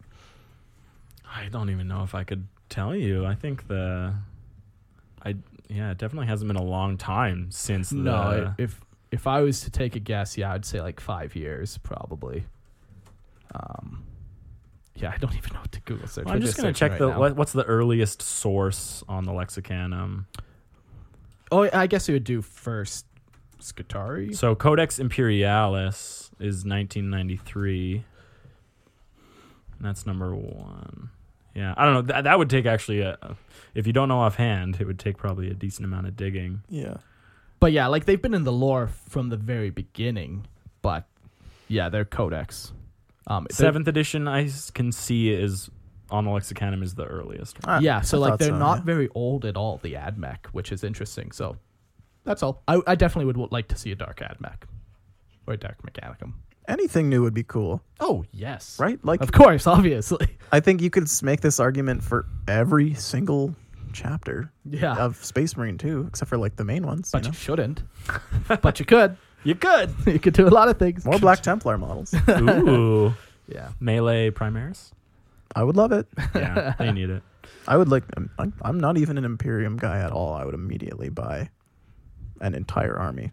B: I don't even know if I could tell you. I think the, I yeah, it definitely hasn't been a long time since the.
C: No, i- Uh, if if I was to take a guess, yeah, I'd say like five years probably. Um, yeah, I don't even know what to Google search.
B: Well, I'm
C: We're
B: just gonna
C: searching
B: check
C: right
B: the
C: now.
B: what, what's the earliest source on the Um, lexicanum.
C: Oh, I guess it would do first. Skatari.
B: So Codex Imperialis is 1993. And that's number one. Yeah, I don't know. That, that would take actually a. If you don't know offhand, it would take probably a decent amount of digging.
D: Yeah.
C: But yeah, like they've been in the lore from the very beginning. But yeah, they're codex. Um, they're-
B: Seventh edition, I s- can see is on the lexicanum is the earliest. one.
D: Ah,
C: yeah, so
D: I
C: like
D: thought
C: they're
D: so,
C: not
D: yeah.
C: very old at all. The AdMech, which is interesting. So that's all. I, I definitely would w- like to see a dark AdMech or a dark Mechanicum.
D: Anything new would be cool,
C: Oh yes,
D: right? Like
C: Of course, obviously.
D: I think you could s- make this argument for every single chapter
C: Yeah,
D: of Space Marine 2, except for like the main ones.
C: but
D: you
C: you
D: know?
C: shouldn't. but you could. You could. you could do a lot of things.
D: More Black Templar models.
B: Ooh,
C: Yeah.
B: melee primaris.
D: I would love it.
B: Yeah, they need it.
D: I would like. I'm- I'm, I'm not even an Imperium guy at all. I would immediately buy an entire army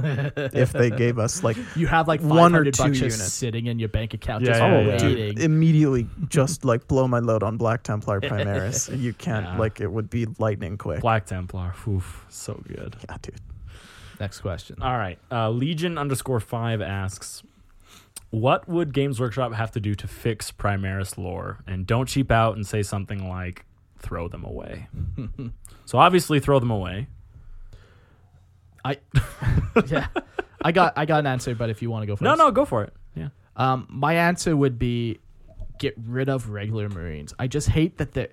D: if they gave us like
C: You have like
D: One or
C: 500
D: two
C: bucks just
D: units.
C: sitting in your bank account
B: Yeah,
C: just
B: yeah, yeah.
C: waiting.
D: immediately just like blow my load on Black Templar Primaris. You can't
B: Yeah.
D: like it would be lightning quick.
B: Black Templar. Oof, so good.
D: yeah, dude.
C: Next question.
B: All right. Uh, Legion underscore five asks, what would Games Workshop have to do to fix Primaris lore? And don't cheap out and say something like, throw them away. so obviously, throw them away.
C: I yeah, I got I got an answer, but if you want to go first,
B: No, no, go for it. Yeah.
C: Um, my answer would be get rid of regular Marines. I just hate that they.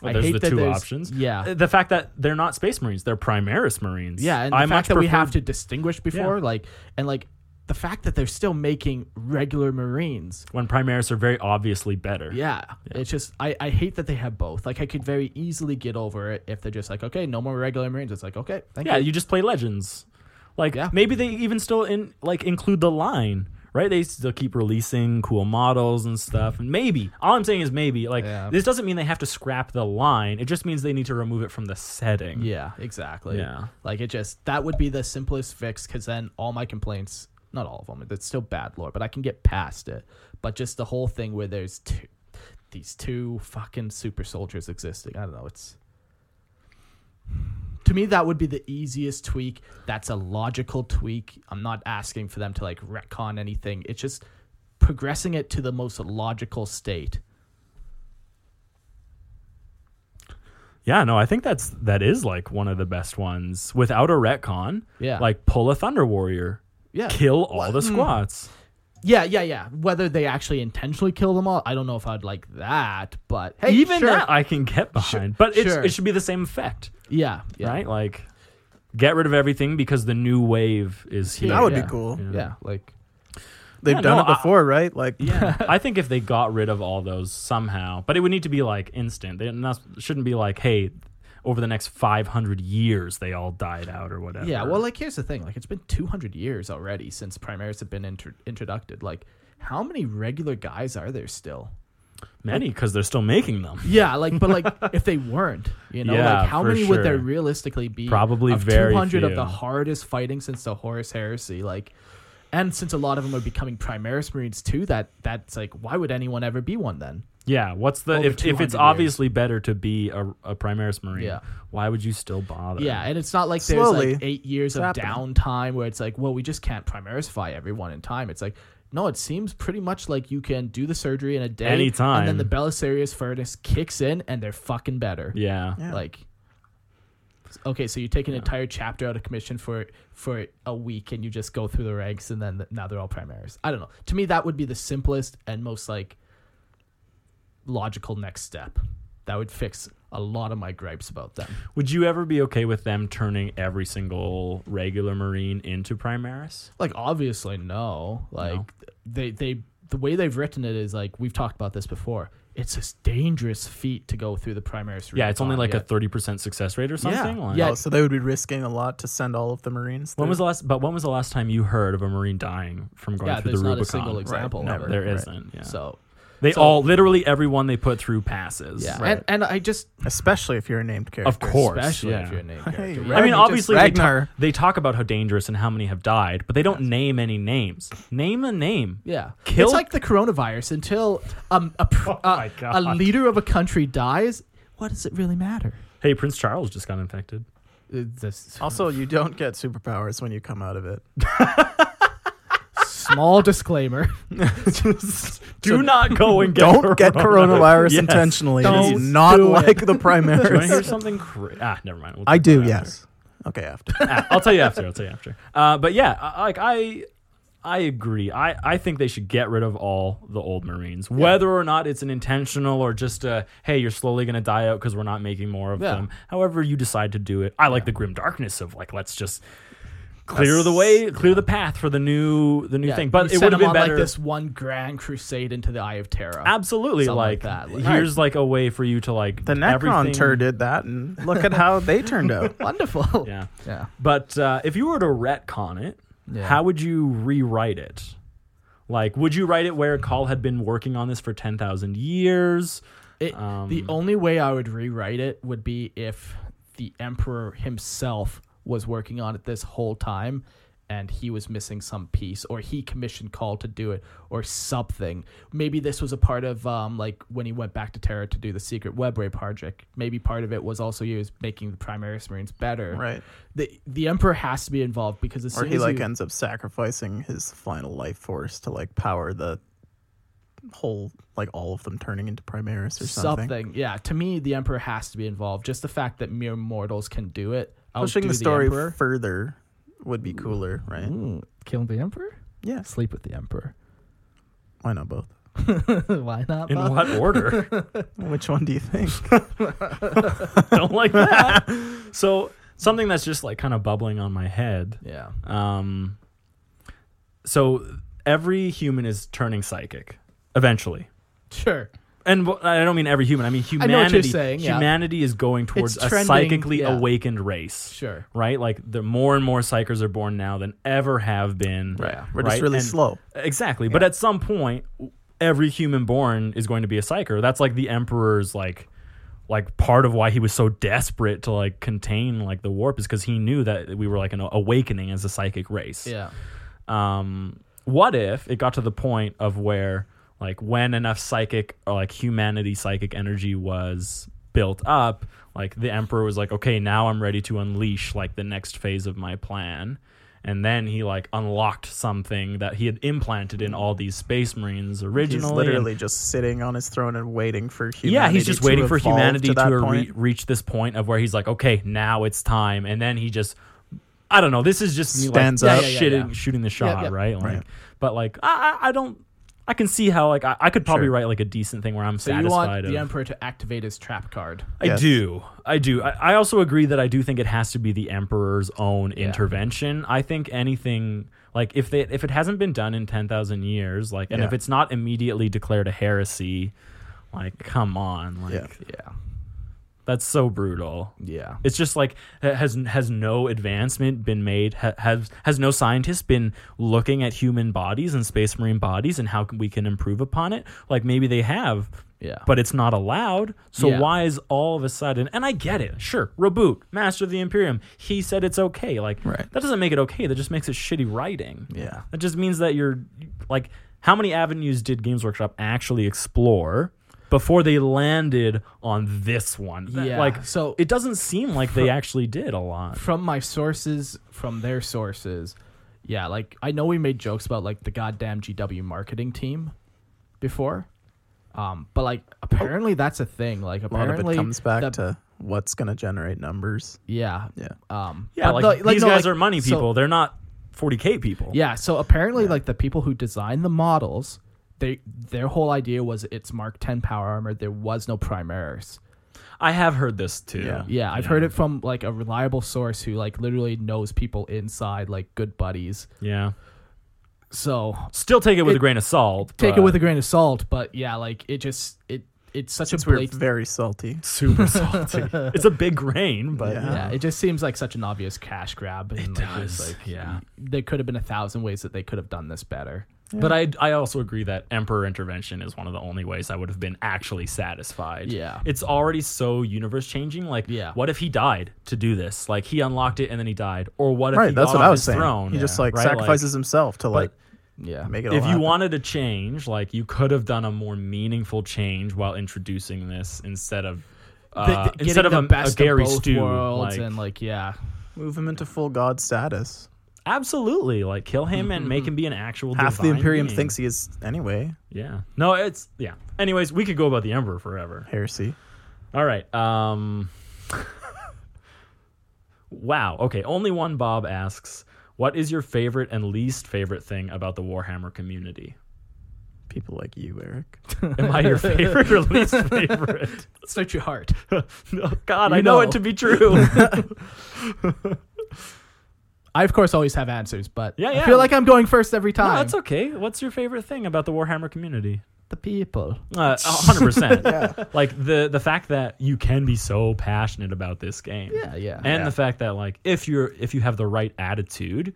B: Well,
C: I
B: there's
C: hate
B: the
C: that
B: two
C: there's-
B: options. Uh,
C: Yeah,
B: The fact that they're not Space Marines, they're Primaris Marines.
C: yeah, and
B: I
C: the fact
B: much
C: that we
B: prefer-
C: have to distinguish before, like, and like the fact that they're still making regular Marines.
B: When Primaris are very obviously better.
C: Yeah, it's just I, I hate that they have both. Like I could very easily get over it if they're just like, okay, no more regular Marines. It's like, okay, thank
B: Yeah,
C: you.
B: you just play Legends. Like
C: Yeah.
B: maybe they even still in like include the line, right? They still keep releasing cool models and stuff. And maybe all I'm saying is maybe like
C: Yeah.
B: this doesn't mean they have to scrap the line. It just means they need to remove it from the setting.
C: Yeah, exactly.
B: Yeah.
C: Like it just that would be the simplest fix because then all my complaints, not all of them, it's still bad lore, but I can get past it. But just the whole thing where there's two, these two fucking super soldiers existing. I don't know. It's to me that would be the easiest tweak. That's a logical tweak. I'm not asking for them to like retcon anything. It's just progressing it to the most logical state.
B: Yeah, no, I think that's that is like one of the best ones without a retcon.
C: Yeah. Hmm.
B: Like pull a Thunder Warrior.
C: Yeah.
B: Kill all the squats.
C: Yeah, yeah, yeah. Whether they actually intentionally kill them all, I don't know if I'd like that, but hey,
B: Even
C: sure.
B: that I can get behind. but it's,
C: sure.
B: it should be the same effect,
C: yeah, yeah,
B: right? Like get rid of everything because the new wave is here.
D: That would
C: Yeah.
D: be cool.
C: Yeah, like
D: They've
B: Yeah,
D: done
B: no,
D: it
B: I-
D: before, right? Like
B: Yeah, I think if they got rid of all those somehow, but it would need to be like instant. They not, shouldn't be like, hey, over the next 500 years they all died out or whatever.
C: yeah. Well, like here's the thing: like it's been 200 years already since Primaris have been inter- introducted. Like, how many regular guys are there still?
B: many because they're still making them.
C: Yeah, like, but like if they weren't, you know,
B: Yeah,
C: like how
B: for
C: many would there
B: sure.
C: realistically be?
B: Probably
C: of
B: very
C: 200 of the
B: few.
C: hardest fighting since the Horus Heresy, like. And since a lot of them are becoming Primaris Marines too, that that's like, why would anyone ever be one then?
B: Yeah, what's the
C: Over
B: if, if
C: 200
B: it's
C: years.
B: obviously better to be a, a Primaris Marine?
C: Yeah.
B: why would you still bother?
C: Yeah, and it's not like
D: Slowly.
C: there's like eight years of
D: happening.
C: downtime where it's like, well, we just can't primarisify everyone in time. It's like, no, it seems pretty much like you can do the surgery in a day,
B: Anytime.
C: and then the Belisarius furnace kicks in, and they're fucking better.
B: yeah,
D: Yeah.
C: Like, okay, so you take an entire chapter out of commission for for a week, and you just go through the ranks, and then th- now they're all primaris. I don't know. To me, that would be the simplest and most like logical next step. That would fix a lot of my gripes about them.
B: Would you ever be okay with them turning every single regular Marine into Primaris?
C: Like obviously no. Like they they the way they've written it is like we've talked about this before. it's a dangerous feat to go through the Primaris.
B: Yeah, it's only
C: Rubicon,
B: like a
C: yeah.
B: thirty percent success rate or something. Like,
C: Yeah.
D: Oh, so they would be risking a lot to send all of the Marines.
B: When
D: through.
B: was the last? But when was the last time you heard of a Marine dying from going
C: yeah.
B: through
C: There's
B: the
C: not
B: Rubicon?
C: a single example.
D: no,
C: ever,
B: There
C: right?
B: not Yeah.
C: So
B: they
C: so-
B: all literally everyone they put through passes.
C: yeah,
D: Right.
C: and, and I just
D: especially if you're a named character.
B: Of course.
C: especially
B: yeah.
C: if you're a name character.
D: Hey,
C: yeah.
D: right.
B: I mean,
D: Ragnar, just
B: obviously they, ta-
D: Ragnar.
B: they talk about how dangerous and how many have died, but they don't name any names. Name a name.
C: Yeah,
B: Kill-
C: it's like the coronavirus. Until um, a, pr-
B: Oh my
C: a, a
B: God.
C: leader of a country dies, what does it really matter?
B: Hey, Prince Charles just got infected.
C: Uh, This
B: Oh.
D: Also, you don't get superpowers when you come out of it.
C: small disclaimer.
B: Do not go and get
D: Don't get coronavirus
B: Yes.
D: intentionally.
B: Don't
D: It's not
C: do it.
D: like the
B: Do you want to hear
D: primaries.
B: something? Cra- ah, never mind. We'll
D: I
B: talk
D: do,
B: about it after.
D: yes. Okay, after.
B: Ah, I'll tell you after. I'll tell you after. Uh, but yeah, I, like I, I agree. I, I think they should get rid of all the old Marines, whether or not it's an intentional or just a hey, you're slowly going to die out because we're not making more of
C: Yeah.
B: them. However, you decide to do it. I like the grim darkness of like let's just clear the way, clear the path for the new the new
C: Yeah,
B: thing. But
C: you
B: it
C: send
B: would have been
C: them on,
B: better.
C: like this one grand crusade into the Eye of Terror.
B: Absolutely,
C: something
B: like,
C: like that. Like,
B: here's like a way for you to like
D: The Necron
B: everything-
D: Tur did that, and look at how they turned out.
C: Wonderful.
B: Yeah,
C: Yeah.
B: But uh, if you were to retcon it,
C: Yeah.
B: how would you rewrite it? Like, would you write it where Call had been working on this for 10,000 years?
C: It, the
B: Um,
C: only way I would rewrite it would be if the emperor himself was working on it this whole time and he was missing some piece or he commissioned call to do it or something maybe this was a part of um, like when he went back to terra to do the secret webway project maybe part of it was also he was making the primaris marines better
D: Right.
C: the the emperor has to be involved because as
D: Or
C: soon
D: he
C: as
D: like
C: you,
D: ends up sacrificing his final life force to like power the whole like all of them turning into primaris or something.
C: yeah to me the emperor has to be involved just the fact that mere mortals can do it
D: Pushing
C: outdo
D: the story
C: emperor.
D: further would be cooler, right?
C: Mm, kill the emperor?
D: Yes.
C: Sleep with the emperor.
D: Why not both?
C: Why not?
B: In
C: Bob?
B: what order?
D: Which one do you think?
B: Don't like that. So, something that's just like kind of bubbling on my head.
C: Yeah.
B: Um, so, every human is turning psychic eventually.
C: Sure.
B: And wh- I don't mean every human. I mean
C: what
B: humanity.
C: you're saying, yeah.
B: Humanity is going towards
C: It's
B: a
C: trending,
B: psychically
C: yeah.
B: awakened race.
C: Sure.
B: right? Like the more and more psychers are born now than ever have been.
C: Right.
D: We're just really
B: And-
D: slow.
B: Exactly. But at some point, every human born is going to be a psycher. That's like the emperor's like like part of why he was so desperate to like contain like the warp is because he knew that we were like an awakening as a psychic race
C: Yeah.
B: um, what if it got to the point of where like when enough psychic or like humanity psychic energy was built up like the emperor was like okay now i'm ready to unleash like the next phase of my plan and then he like unlocked something that he had implanted in all these space marines originally
D: He's
B: and-
D: literally just sitting on his throne and waiting for humanity.
B: yeah he's just
D: to
B: waiting for
D: evolve
B: humanity
D: to,
B: to,
D: that
B: re-
D: point.
B: reach this point of where he's like okay now it's time and then he just i don't know this is just me like,
D: Stands
C: up. Yeah, yeah, yeah,
B: shitting-
C: yeah.
B: shooting the shot
C: yeah.
B: right like
D: Right.
B: but like I, I I don't i can see how like i, I could probably
D: Sure.
B: write like a decent thing where i'm
C: So you
B: satisfied
C: want the
B: of-
C: emperor to activate his trap card.
B: I
D: Yes.
B: do. I do. I, I also agree that I do think it has to be the emperor's own intervention. I think anything like if they if it hasn't been done in ten thousand years, like and
D: Yeah.
B: if it's not immediately declared a heresy, like come on, like
D: Yeah.
C: Yeah.
B: that's so brutal.
C: Yeah.
B: It's just like ha- has has no advancement been made? Ha, has has no scientist been looking at human bodies and space marine bodies and how can, we can improve upon it? Like maybe they have,
C: Yeah.
B: but it's not allowed. So
C: Yeah.
B: why is all of a sudden? And I get it. Sure, Reboot, Master of the Imperium. He said it's okay. Like
D: Right.
B: that doesn't make it okay. That just makes it shitty writing.
D: Yeah.
B: That just means that you're like how many avenues did Games Workshop actually explore? Before they landed on this one, That-
C: Yeah,
B: like
C: so-
B: it doesn't seem like they actually did a lot.
C: From my sources, from their sources, yeah, like I know we made jokes about like the goddamn GW marketing team before. Um, but like apparently that's a thing. Like
D: A lot
C: apparently
D: of it comes back
C: the-
D: to what's going to generate numbers.
C: yeah.
D: Yeah.
C: Um,
B: Yeah,
C: but
B: like,
C: the- like,
B: these
C: no,
B: guys
C: like-
B: are money
C: so-
B: people. They're not 40k people.
C: Yeah, so apparently like the people who designed the models, they their whole idea was it's Mark 10 power armor, there was no primaris.
B: I have heard this too.
D: Yeah.
C: Yeah, I've heard it from like a reliable source who like literally knows people inside like good buddies.
B: Yeah.
C: So
B: Still take it with
C: It-
B: a grain of salt.
C: take it
B: but-
C: with a grain of salt, but yeah, like it just it it's such a
D: Since we we're
C: blatant
D: very salty.
B: Super salty. it's a big grain, but
D: Yeah.
C: Yeah, it just seems like such an obvious cash grab. And
B: It
C: like, it's
B: does,
C: Like,
B: yeah.
C: there could have been a thousand ways that they could have done this better.
B: But I I also agree that emperor intervention is one of the only ways I would have been actually satisfied.
C: Yeah.
B: It's already so universe changing. Like,
C: Yeah.
B: what if he died to do this? Like he unlocked it and then he died. Or what if
D: Right,
B: he
D: that's
B: got
D: what
B: off
D: I was
B: his
D: saying.
B: throne?
D: he just
B: Yeah.
D: like
B: Right,
D: sacrifices himself to like
C: Yeah,
D: make
B: if
D: it. all
B: you
D: happen.
B: wanted to change, like you could have done a more meaningful change while introducing this instead of uh,
C: Th- th-
B: instead
C: getting
B: of
C: the
B: a,
C: best
B: a Gary
C: of both
B: Stew.
C: worlds
B: Like,
C: and like yeah,
D: move him into full god status,
B: absolutely, like kill him and
C: Mm-hmm.
B: make him be an actual.
D: half the
B: divine
D: Imperium
B: being.
D: thinks he is anyway.
B: Yeah. No, it's yeah. Anyways, we could go about the Emperor forever.
D: Heresy.
B: All right. Um. wow. Okay. Only one Bob asks, "What is your favorite and least favorite thing about the Warhammer community?"
D: People like you, Eric.
B: Am I your favorite or least favorite?
C: search your heart.
B: No, God, I
C: You
B: know.
C: know.
B: it to be true.
C: I of course always have answers, but
B: Yeah,
C: I
B: yeah.
C: feel like I'm going first every
B: no,
C: time.
B: that's okay. What's your favorite thing about the Warhammer community?
C: the people.
B: Uh, a hundred percent. Like the the fact that you can be so passionate about this game.
C: Yeah, yeah.
B: And the fact that like if you're if you have the right attitude,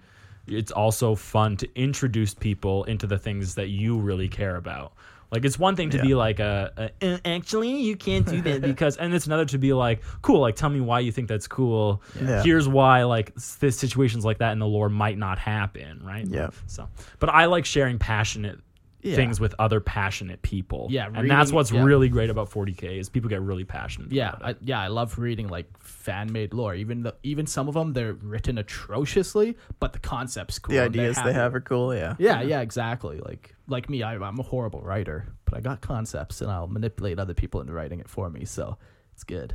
B: it's also fun to introduce people into the things that you really care about. Like it's one thing to be like a, a "Uh, actually you can't do that because and it's another to be like cool like tell me why you think that's cool.
D: Yeah.
B: Here's why like s- the situations like that in the lore might not happen, right?
D: Yeah.
B: So, but I like sharing passionate
C: Yeah.
B: things with other passionate people.
C: Yeah,
B: and that's
C: reading-
B: what's
C: yeah.
B: really great about 40k is people get really passionate.
C: Yeah,
B: about it.
C: I, yeah, I love reading like fan made lore. Even the even some of them they're written atrociously, but the concepts cool.
D: The
C: and they're
D: ideas they
C: happy.
D: have are cool. Yeah.
C: Yeah, yeah, exactly. Like like me, I, I'm a horrible writer, but I got concepts, and I'll manipulate other people into writing it for me. So it's good.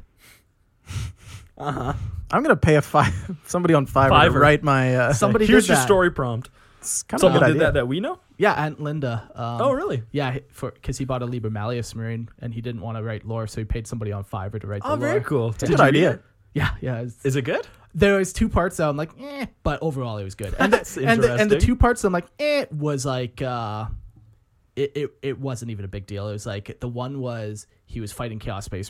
D: I'm gonna pay a five somebody on Fiverr, to
B: Fiverr.
D: write my uh,
C: Somebody
B: Here's
C: did
B: your
C: that.
B: story prompt.
D: It's kind of a
B: Someone
D: good
B: did
D: idea.
B: that that we know.
C: Yeah, Aunt Linda. Um,
B: oh, really?
C: Yeah, he- for because he bought a Liber Malleus Marine and he didn't want to write lore, so he paid somebody on Fiverr to write
B: Oh,
C: the lore.
B: cool.
D: It's a good idea.
C: Yeah, yeah. it's-
B: Is it good?
C: there was two parts that I'm like, eh, but overall it was good. And
B: That's
C: the, and, the, and the
B: interesting.
C: two parts I'm like, eh, was like, uh, it, it it wasn't even a big deal. It was like the one was he was fighting Chaos Space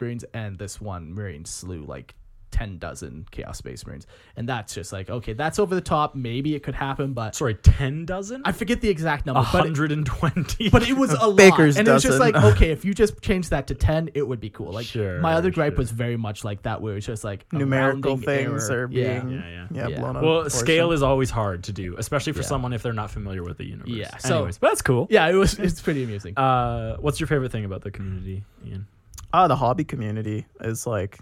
C: Marines and this one Marine slew like 10 dozen Chaos Space Marines. And that's just like, okay, that's over the top. Maybe it could happen, but
B: Sorry, ten dozen.
C: I forget the exact number. But it,
B: hundred and twenty.
C: but it was a lot.
D: Baker's
C: and it was just
D: dozen.
C: like, okay, if you just change that to 10, it would be cool. Like,
B: Sure,
C: my other gripe
B: sure.
C: was very much like that, where it was just like a
D: Numerical
C: rounding
D: things
C: error.
D: are being
B: Yeah,
D: yeah,
B: yeah.
C: Yeah.
D: blown up.
B: well, scale is always hard to do, especially for someone if they're not familiar with the universe.
C: Yeah, so-
B: Anyways, but that's cool.
C: Yeah, it was. It's pretty amusing.
B: Uh, what's your favorite thing about the community, Ian?
D: ah the hobby community is like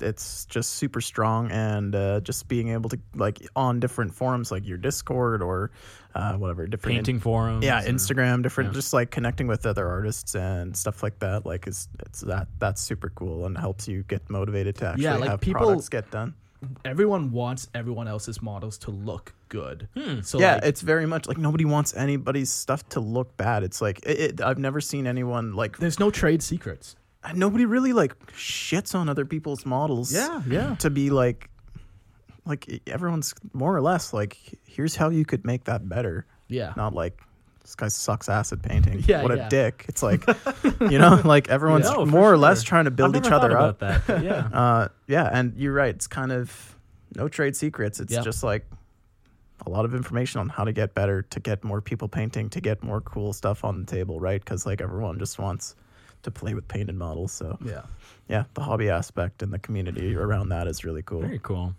D: it's just super strong and uh, just being able to like on different forums like your Discord or uh, whatever different
B: Painting forums.
D: yeah
B: or-
D: Instagram different just like connecting with other artists and stuff like that like is it's that that's super cool and helps you get motivated to actually
C: Yeah, like
D: have
C: people-
D: products get done.
C: everyone wants everyone else's models to look good. So
D: yeah,
C: like,
D: it's very much like nobody wants anybody's stuff to look bad. It's like it, it, I've never seen anyone like
C: there's no trade secrets.
D: nobody really like shits on other people's models.
C: yeah.
D: to be like, like e, everyone's more or less like, here's how you could make that better.
B: Ah.
C: Yeah.
D: Not like this guy sucks acid painting.
C: Yeah,
D: what
C: yeah.
D: a dick. It's like, you know, like everyone's
B: No, for
D: more or less
B: sure.
D: trying to build
B: I've
D: each
B: never
D: other
B: thought
D: up.
B: About that, but yeah.
D: Uh, yeah, and you're right. It's kind of no trade secrets. It's
C: Yeah.
D: just like a lot of information on how to get better, to get more people painting, to get more cool stuff on the table, right? Because like everyone just wants to play with painted models. So
C: Yeah.
D: yeah, the hobby aspect and the community around that is really cool.
B: Very cool.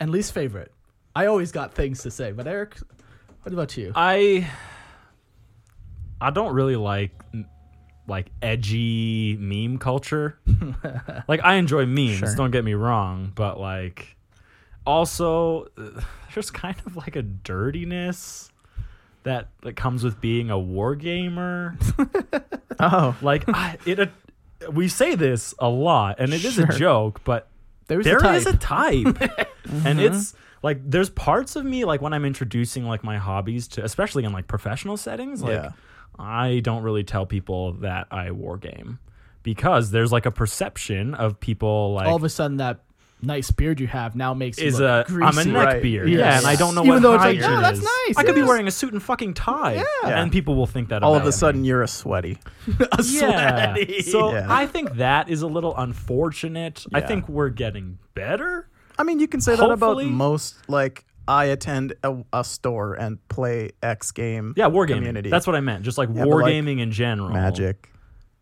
C: And least favorite. I always got things to say, but Eric, what about you?
B: I I don't really like like edgy meme culture. like I enjoy memes,
D: Sure.
B: don't get me wrong, but like also uh, there's kind of like a dirtiness that that comes with being a war gamer.
D: Oh,
B: like I, it uh, we say this a lot and it is
D: Sure.
B: a joke, but
C: There's
B: there
C: a type.
B: is a type
D: Mm-hmm.
B: and it's like there's parts of me like when i'm introducing like my hobbies to especially in like professional settings like
D: Yeah.
B: i don't really tell people that i war game because there's like a perception of people like
C: All of a sudden, that nice beard you have now makes you
B: is a
C: look
B: I'm a
C: greasy.
B: neck
D: Right.
B: beard,
C: Yes.
B: yeah, and I don't know
C: Even
B: what
C: though it's
B: high
C: like,
B: it
C: "Oh, that's
B: is."
C: nice,
B: I could be
C: yes.
B: wearing a suit and fucking tie,
D: Yeah.
B: and people will think that.
D: all
B: about
D: of a
B: me.
D: sudden you're a sweaty.
C: a
B: yeah.
C: sweaty.
B: So
D: Yeah.
B: I think that is a little unfortunate. I
D: Yeah.
B: think we're getting better.
D: I mean, you can say that about
B: Hopefully-
D: most. Like, I attend a, a store and play X game.
B: Yeah, wargaming.
D: community.
B: That's what I meant. Just like
D: Yeah, but, like,
B: wargaming in general.
D: magic.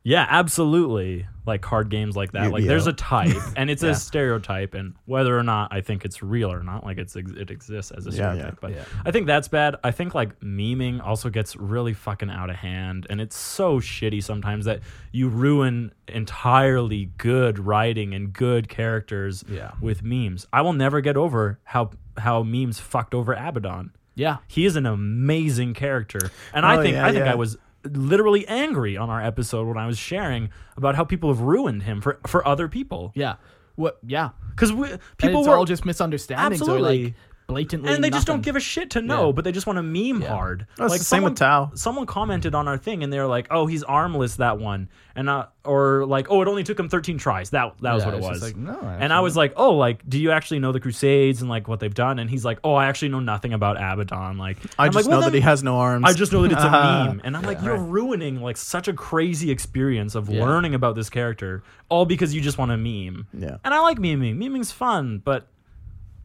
B: Yeah, absolutely. Like card games like that. Like
D: Yu-Gi-Oh.
B: there's a type, and it's
D: Yeah.
B: a stereotype, and whether or not I think it's real or not, like it's ex- it exists as a
D: Yeah, yeah.
B: stereotype. But I think that's bad. I think like memeing also gets really fucking out of hand, and it's so shitty sometimes that you ruin entirely good writing and good characters
C: Yeah.
B: with memes. I will never get over how how memes fucked over Abaddon.
C: yeah.
B: He is an amazing character, and I
D: Oh,
B: think
D: yeah,
B: I think
D: yeah.
B: I was literally angry on our episode when I was sharing about how people have ruined him for for other people
C: Yeah. What? Yeah.
B: because people
C: People and it's
B: were
C: all just misunderstandings or
B: Absolutely.
C: like blatantly.
B: and they just don't
C: nothing.
B: give a shit to know,
C: Yeah.
B: but they just want to meme hard.
D: Well, it's the same with Tao.
B: Someone commented on our thing, and they were like, "Oh, he's armless that one," and uh, or like, "Oh, it only took him 13 tries." That that was
C: Yeah,
B: what it
C: it's
B: was.
C: just like, no,
B: and I was like, "Oh, like, do you actually know the Crusades and like what they've done?" And he's like, "Oh, I actually know nothing about Abaddon." Like,
D: I
B: I'm
D: just
B: like,
D: know
B: well,
D: that
B: then-
D: he has no arms.
B: I just know that it's a
C: Uh-huh.
D: Ah.
B: meme, and I'm like, you're ruining like such a crazy experience of learning about this character, all because you just want a meme.
D: Yeah.
B: and I like memeing. Memeing's fun, but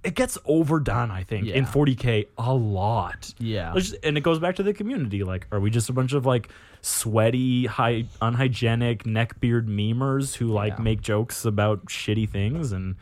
B: it gets overdone. I think in
C: Yeah.
B: 40k a lot.
C: Yeah.
B: It's just- and it goes back to the community. Like, are we just a bunch of like sweaty, high, unhygienic neckbeard memers who like
C: Yeah. Mm-hmm.
B: make jokes about shitty things? And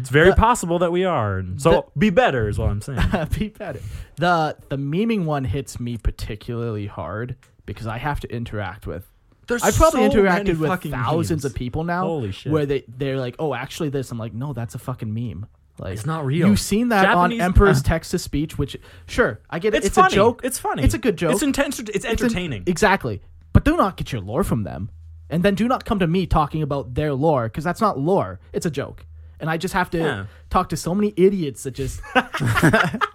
B: it's very possible that we are. And so
C: the-
B: be better is what I'm saying.
C: be better. The the memeing one hits me particularly hard because I have to interact with.
B: There's
C: I've probably
B: so many
C: interacted with
B: fucking
C: thousands
B: memes.
C: of people now.
B: Holy shit.
C: Where they they're like, oh, actually, this. I'm like, no, that's a fucking meme. Like
B: It's not real.
C: You've seen that
B: Japanese-
C: on Emperor's text to speech, which sure I get it.
B: It's,
C: It's,
B: funny.
C: a joke.
B: It's funny.
C: It's a good joke.
B: It's intention. It's
C: It's an-
B: entertaining.
C: exactly. But do not get your lore from them, and then do not come to me talking about their lore because that's not lore. It's a joke, and I just have to
B: Yeah.
C: talk to so many idiots that just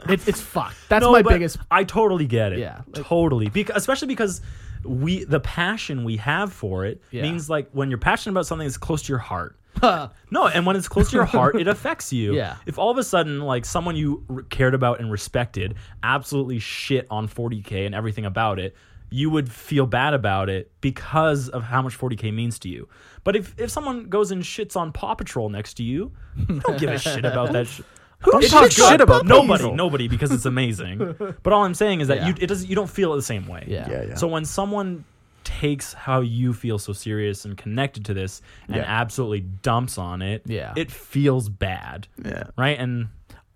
C: it's it's fucked. That's
B: No,
C: my
B: but
C: biggest
B: I totally get it.
C: Yeah, like-
B: totally. Because especially because we the passion we have for it
C: Yeah.
B: means like when you're passionate about something, it's close to your heart. no, and when it's close to your heart, it affects you.
C: Yeah.
B: If all of a sudden, like someone you r- cared about and respected, absolutely shit on 40k and everything about it, you would feel bad about it because of how much 40k means to you. But if if someone goes and shits on Paw Patrol next to you, you don't give a shit about that. Sh- Who
D: talks shit about
B: nobody?
D: Paw Patrol?
B: Nobody, because it's amazing. but all I'm saying is that
C: Yeah.
B: you it doesn't you don't feel it the same way.
C: Yeah.
D: Yeah, yeah.
B: So when someone takes how you feel so serious and connected to this and
D: Yeah.
B: absolutely dumps on it,
C: Yeah.
B: it feels bad.
D: Yeah.
B: Right? And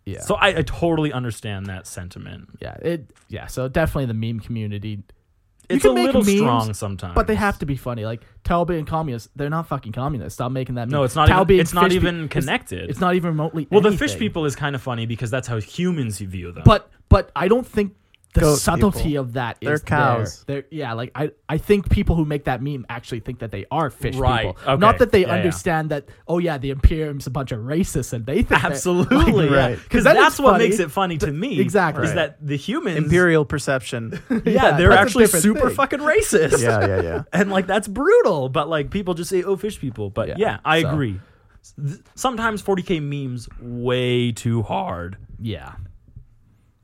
C: Yeah.
B: so I, I totally understand that sentiment.
C: yeah it yeah. So definitely the meme community. You
B: It's
C: can
B: a
C: make
B: little
C: memes,
B: strong sometimes.
C: But they have to be funny. Like Taube and communists, they're not fucking communists. Stop making that. Meme.
B: No, it's not
C: Taube
B: even-
C: and
B: it's not
C: fish
B: even
C: it's-
B: connected.
C: It's, not even remotely.
B: Well, the
C: anything.
B: fish people is kind of funny because that's how humans view them.
C: But but I don't think the
D: Goat
C: subtlety
D: people.
C: of that is
D: They're cows.
C: There. They're- yeah, like I, I think people who make that meme actually think that they are fish
B: Right,
C: people.
B: okay,
C: Not that they
B: yeah, yeah.
C: understand that. Oh yeah, the Imperium's a bunch of racists, and they think they're-
B: Absolutely,
C: like,
B: yeah.
D: Right.
B: Because
C: then
B: that's
C: it's
B: what
C: funny.
B: makes it funny to me.
C: exactly.
B: is
C: Right.
B: that the humans,
D: Imperial perception.
B: yeah,
C: Yeah,
B: they're
C: that's a
B: actually
C: different
B: super
C: thing.
B: fucking racist.
D: yeah, yeah, yeah.
B: and like that's brutal. But like people just say, "Oh, fish people." But yeah,
C: Yeah,
B: I
C: so-
B: agree. Th- Sometimes 40k memes way too hard.
C: Yeah.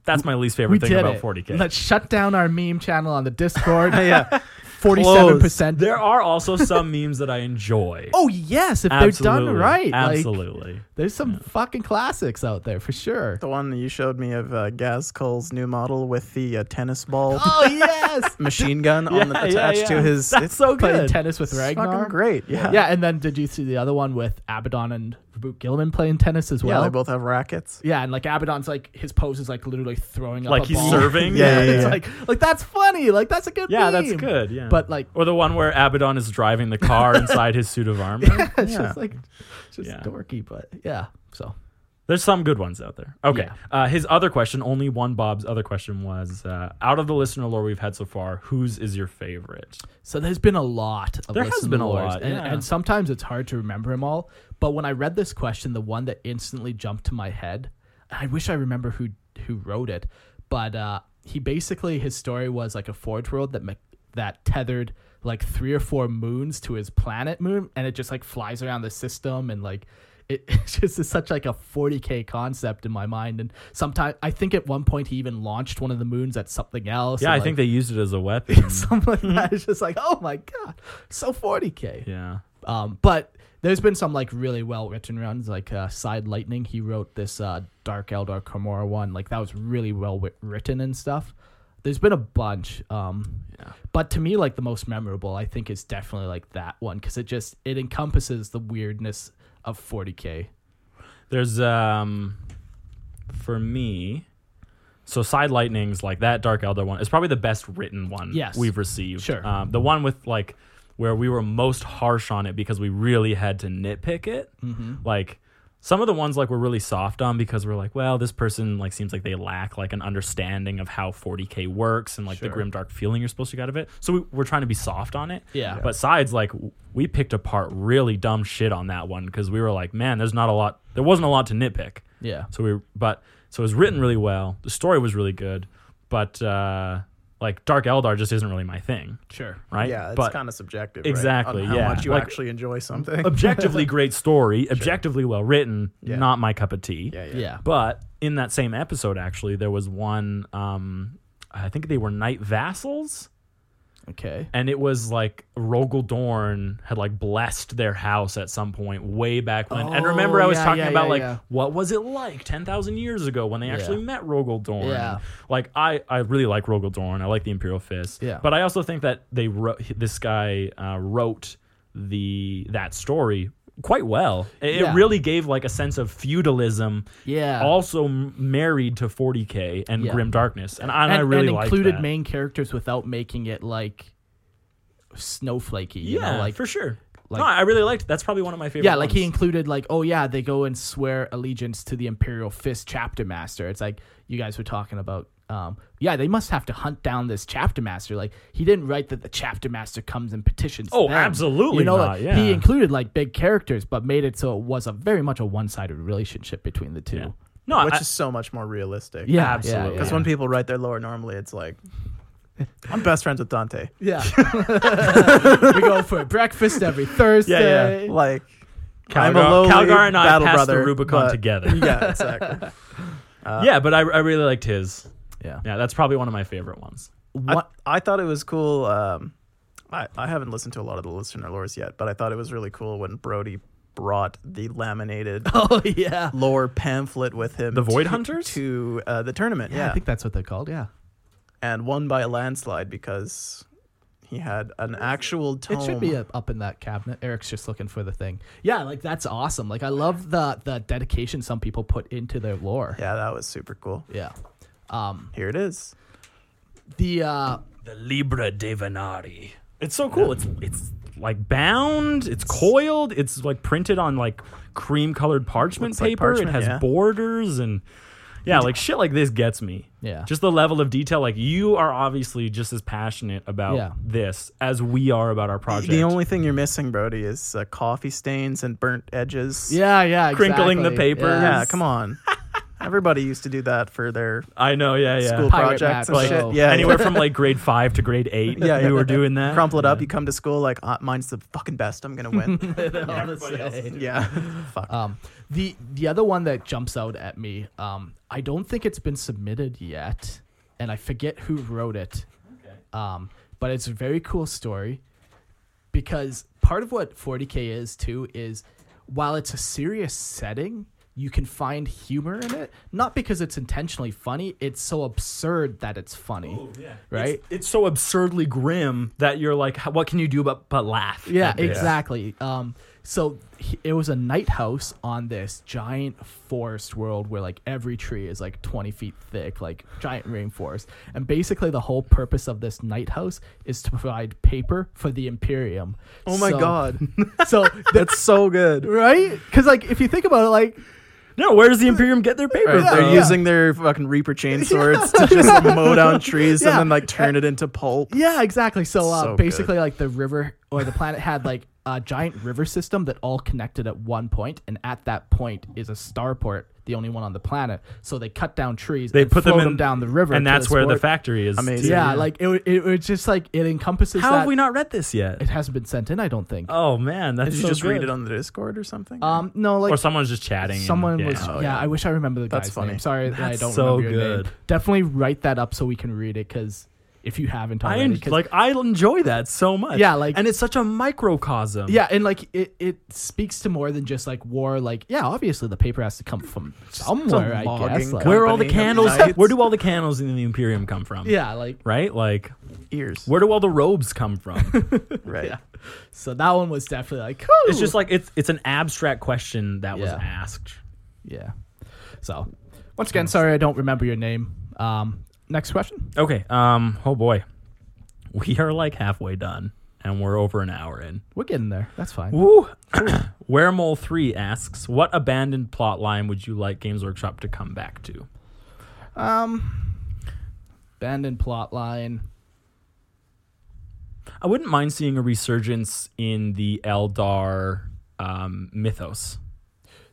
B: That's my least favorite
C: We
B: thing
C: did
B: about
C: it.
B: 40k.
C: Let's shut down our meme channel on the Discord.
D: yeah.
C: Forty-seven percent.
B: there are also some memes that I enjoy.
C: Oh yes, if
B: absolutely,
C: they're done right. like,
B: absolutely.
C: there's some fucking classics out there for sure.
D: The one you showed me of uh, Gaz Cole's new model with the uh, tennis ball
C: Oh yes,
D: machine gun on the,
B: Yeah, yeah,
D: attached
B: yeah.
D: to his.
B: That's so
C: playing
B: good.
C: tennis with
D: it's
C: Ragnar.
D: fucking Oh, great. Yeah.
C: Yeah, and then did you see the other one with Abaddon and Reboot Gilman playing tennis as
D: Yeah,
C: well?
D: they both have rackets.
C: Yeah, and like Abaddon's like his pose is like literally throwing up
B: Like
C: a
B: he's
C: ball.
B: serving?
D: Yeah, yeah,
C: it's
D: yeah.
C: like like that's funny. Like that's a good
B: Yeah, that's
C: meme.
B: good, yeah.
C: but like
B: Or the one where Abaddon is driving the car inside his suit of armor.
C: it's just like it's just
B: Yeah.
C: dorky, but yeah. So
B: There's some good ones out there. Okay.
C: Yeah.
B: Uh, his other question, only one Bob's other question was uh, out of the listener lore we've had so far, whose is your favorite?
C: so there's been a lot. Of
B: There has
C: listener
B: been a
C: lords,
B: lot,
C: and,
B: yeah.
C: and sometimes it's hard to remember them all. But when I read this question, the one that instantly jumped to my head, and I wish I remember who who wrote it, but uh, he basically his story was like a forge world that mech- that tethered like three or four moons to his planet moon, and it just like flies around the system and like. It, it's just is such like a 40k concept in my mind, and sometimes I think at one point he even launched one of the moons at something else.
B: Yeah, I
C: and,
B: think
C: like,
B: they used it as a weapon.
C: something like that. It's just like, oh my god, so 40k.
B: yeah.
C: Um, but there's been some like really well written runs, like uh, Side Lightning. He wrote this uh, Dark Eldar Kamora one, like that was really well writ written and stuff. There's been a bunch, um, but to me, like the most memorable, I think, is definitely like that one because it just it encompasses the weirdness of 40k.
B: There's, um, for me, so Side Lightning's like that Dark Elder one is probably the best written one
C: Yes.
B: we've received.
C: Sure.
B: Um, the one with like where we were most harsh on it because we really had to nitpick it.
C: Mm-hmm.
B: Like some of the ones like we're really soft on because we're like, well, this person like seems like they lack like an understanding of how 40k works and like the
C: Sure.
B: grim dark feeling you're supposed to get out of it. So we, we're trying to be soft on it.
C: Yeah. Yeah.
B: But sides like w- we picked apart really dumb shit on that one because we were like, man, there's not a lot. There wasn't a lot to nitpick.
C: Yeah,
B: So we, but so it was written really well. The story was really good, but uh, like Dark Eldar just isn't really my thing,
C: sure.
B: right?
D: Yeah, it's
B: but
D: kind of subjective.
B: Exactly,
D: Right? On how
B: yeah.
D: much you
B: Like-
D: actually enjoy something.
B: objectively great story, objectively well written,
D: Yeah.
B: not my cup of tea.
D: yeah, yeah.
C: Yeah,
B: But in that same episode, actually, there was one. Um, I think they were knight vassals,
C: okay.
B: and it was like Rogel Dorn had like blessed their house at some point way back when. and
C: Oh,
B: remember, I was
C: yeah,
B: talking
C: yeah,
B: about
C: yeah,
B: like
C: yeah.
B: what was it like ten thousand years ago when they actually met Rogel Dorn.
C: Yeah.
B: Like I, I really like Rogel Dorn. I like the Imperial Fist.
C: Yeah.
B: But I also think that they wrote this guy uh, wrote the that story quite well. It, it
C: Yeah.
B: really gave like a sense of feudalism
C: Yeah.
B: also m- married to 40k and
C: Yeah.
B: grim darkness and, and,
C: and,
B: i really
C: and
B: liked
C: included
B: that.
C: main characters without making it like snowflakey. You
B: yeah
C: know? like
B: for sure
C: like-
B: no i really liked that's probably one of my favorite
C: yeah, like he
B: ones.
C: included like oh yeah, they go and swear allegiance to the Imperial Fist Chapter Master. It's like you guys were talking about. Um, yeah, they must have to hunt down this chapter master. Like he didn't write that the chapter master comes and petitions.
B: Oh,
C: them.
B: absolutely
C: You know,
B: not,
C: like,
B: yeah.
C: he included like big characters, but made it so it was a very much a one-sided relationship between the two.
B: Yeah. no
D: Which
B: I,
D: is so much more realistic.
C: Yeah, yeah,
B: Absolutely.
C: yeah.
D: Because when people write their lore, normally it's like, I'm best friends with Dante.
C: Yeah. we go for breakfast every Thursday.
D: Like, I'm a
B: Calgar-
D: lowly
B: Calgar and I
D: battle
B: passed the
D: brother,
B: Rubicon
D: but-
B: together.
D: Yeah, exactly.
B: yeah but I, I really liked his
C: Yeah.
B: yeah that's probably one of my favorite ones
D: I, I thought it was cool. Um, I, I haven't listened to a lot of the listener lores yet, but I thought it was really cool when Brody brought the laminated
C: Oh yeah.
D: lore pamphlet with him.
B: The Void
D: to-
B: Hunters?
D: to uh, the tournament. Yeah,
C: I think that's what they're called. Yeah.
D: and won by a landslide because he had an actual tome.
C: It should be uh, up in that cabinet. Eric's just looking for the thing. Yeah, like that's awesome. Like I love the the dedication some people put into their lore.
D: yeah, that was super cool.
C: Yeah. Um
D: Here it is.
C: the uh
B: the libra de venari it's so cool it's it's like bound it's coiled it's like printed on like cream colored parchment
D: like
B: paper it
D: parchment,
B: has
D: yeah.
B: borders and yeah, like shit like this gets me.
C: Yeah.
B: Just the level of detail. Like you are obviously just as passionate about
C: Yeah.
B: this as we are about our project.
D: The only thing you're missing, Brody, is uh, coffee stains and burnt edges.
C: Yeah, yeah.
B: Crinkling the
C: exactly.
B: paper.
C: Yeah.
D: Yeah, come on. Everybody used to do that for their
B: I know, yeah, yeah.
D: school
C: Pirate
D: projects and
C: map,
B: like
C: Oh.
D: shit. Yeah,
B: anywhere
D: yeah.
B: from like grade five to grade eight.
D: Yeah,
B: Yeah,
D: yeah.
B: you were doing that.
D: crumple it up. You come to school like uh, mine's the fucking best. I'm gonna win.
C: They're all the same.
D: yeah, fuck.
C: Um, the the other one that jumps out at me, um, I don't think it's been submitted yet, and I forget who wrote it. Um, but it's a very cool story because part of what 40k is too is while it's a serious setting, you can find humor in it. Not because it's intentionally funny; it's so absurd that it's funny, right?
B: It's, it's so absurdly grim that you're like, "How- what can you do but but laugh?
C: Yeah,
B: at this?"
C: exactly. Um, so he, it was a night house on this giant forest world where like every tree is like 20 feet thick, like giant rainforest. And basically, the whole purpose of this night house is to provide paper for the Imperium.
D: oh my
C: So-
D: god,
C: So that's
D: that's so good.
C: right? Because like if you think about it, like
B: No, where does the Imperium get their paper?
D: Or
B: from?
D: they're
C: Yeah.
D: using their fucking reaper chain swords to just mow down trees
C: Yeah.
D: and then like turn it into pulp.
C: Yeah, exactly. So, uh,
D: So good.
C: basically, like the river or the planet had like a giant river system that all connected at one point, and at that point is a starport, the only one on the planet. So they cut down trees.
B: They
C: and
B: put them
C: float
B: in
C: down the river,
B: and
C: to
B: that's
C: this
B: where the
C: port.
B: factory is.
D: Amazing.
C: Yeah,
D: Yeah.
C: like it, it, was just like it encompasses.
B: How
C: that.
B: have we not read this yet?
C: It hasn't been sent in, I don't think.
B: Oh man, that's
D: Did you
B: so
D: just read
B: good.
D: it on the Discord or something?
C: um, no, like
B: or someone's just chatting. and-
C: Someone
B: yeah.
C: was.
D: Oh,
C: yeah,
D: yeah.
C: I wish I remember the
D: That's
C: guy's
D: funny.
C: name. Sorry, that I
B: That's
C: don't
B: so
C: remember your
B: good.
C: name. Definitely write that up so we can read it because if you haven't
B: I
C: already,
B: en-
C: 'cause-
B: like I enjoy that so much.
C: Yeah, like-
B: and it's such a microcosm.
C: Yeah, and like it, it speaks to more than just like war. Like, yeah, obviously the paper has to come from somewhere. I
D: logging
C: guess. Like,
B: where are all the
D: Company of
B: candles?
D: Knights.
B: Where do all the candles in the Imperium come from?
C: yeah, like
B: right. Like
D: Ears,
B: where do all the robes come from?
D: right?
C: yeah. So that one was definitely like, oh,
B: it's just like it's it's an abstract question that was
C: Yeah.
B: asked.
C: yeah. So once again, sorry I don't remember your name. Um, next question.
B: Okay. Um. Oh boy, we are like halfway done, and we're over an hour in.
C: We're getting there. That's fine.
B: Woo! Weremole three asks, "What abandoned plot line would you like Games Workshop to come back to?"
C: Um, abandoned plot line.
B: I wouldn't mind seeing a resurgence in the Eldar um, mythos.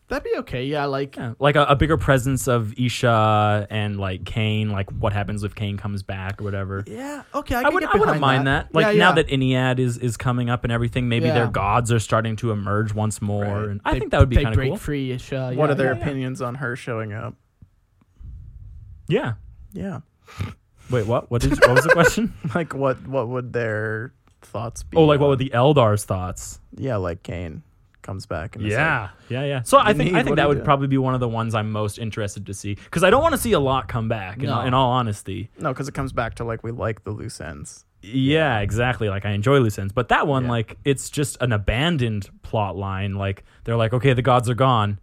C: That'd be okay. Yeah, like
B: Yeah, like a, a bigger presence of Isha and like Kane, like what happens if Kane comes back or whatever.
C: yeah. Okay, I,
B: I,
C: could
B: wouldn't,
C: get
B: I wouldn't
C: behind
B: mind that. Like
C: Yeah,
B: now
C: yeah.
B: that Ennead is, is coming up and everything, maybe their
C: Yeah.
B: gods are starting to emerge once more.
D: Right.
B: And I
C: They-
B: think that would be
C: they
B: kind of
C: break
B: cool.
C: free. ish, Uh,
D: What
C: yeah,
D: are their
C: yeah.
D: opinions on her showing up?
B: Yeah.
D: Yeah,
B: Wait, what? What did you, what was the question?
D: like what? What would their thoughts be?
B: oh, like what
D: on-
B: were the Eldar's thoughts?
D: Yeah, like Kane comes back. And is like-
B: yeah, yeah. So I think
D: Need,
B: I
D: what
B: think
D: do
B: that
D: you
B: would
D: do?
B: probably be one of the ones I'm most interested to see because I don't want to see a lot come back. In,
C: No.
B: in all honesty,
D: no, because it comes back to like we like the loose ends.
B: yeah, exactly. Like I enjoy loose ends, but that one,
D: Yeah.
B: like, it's just an abandoned plot line. Like they're like, okay, the gods are gone.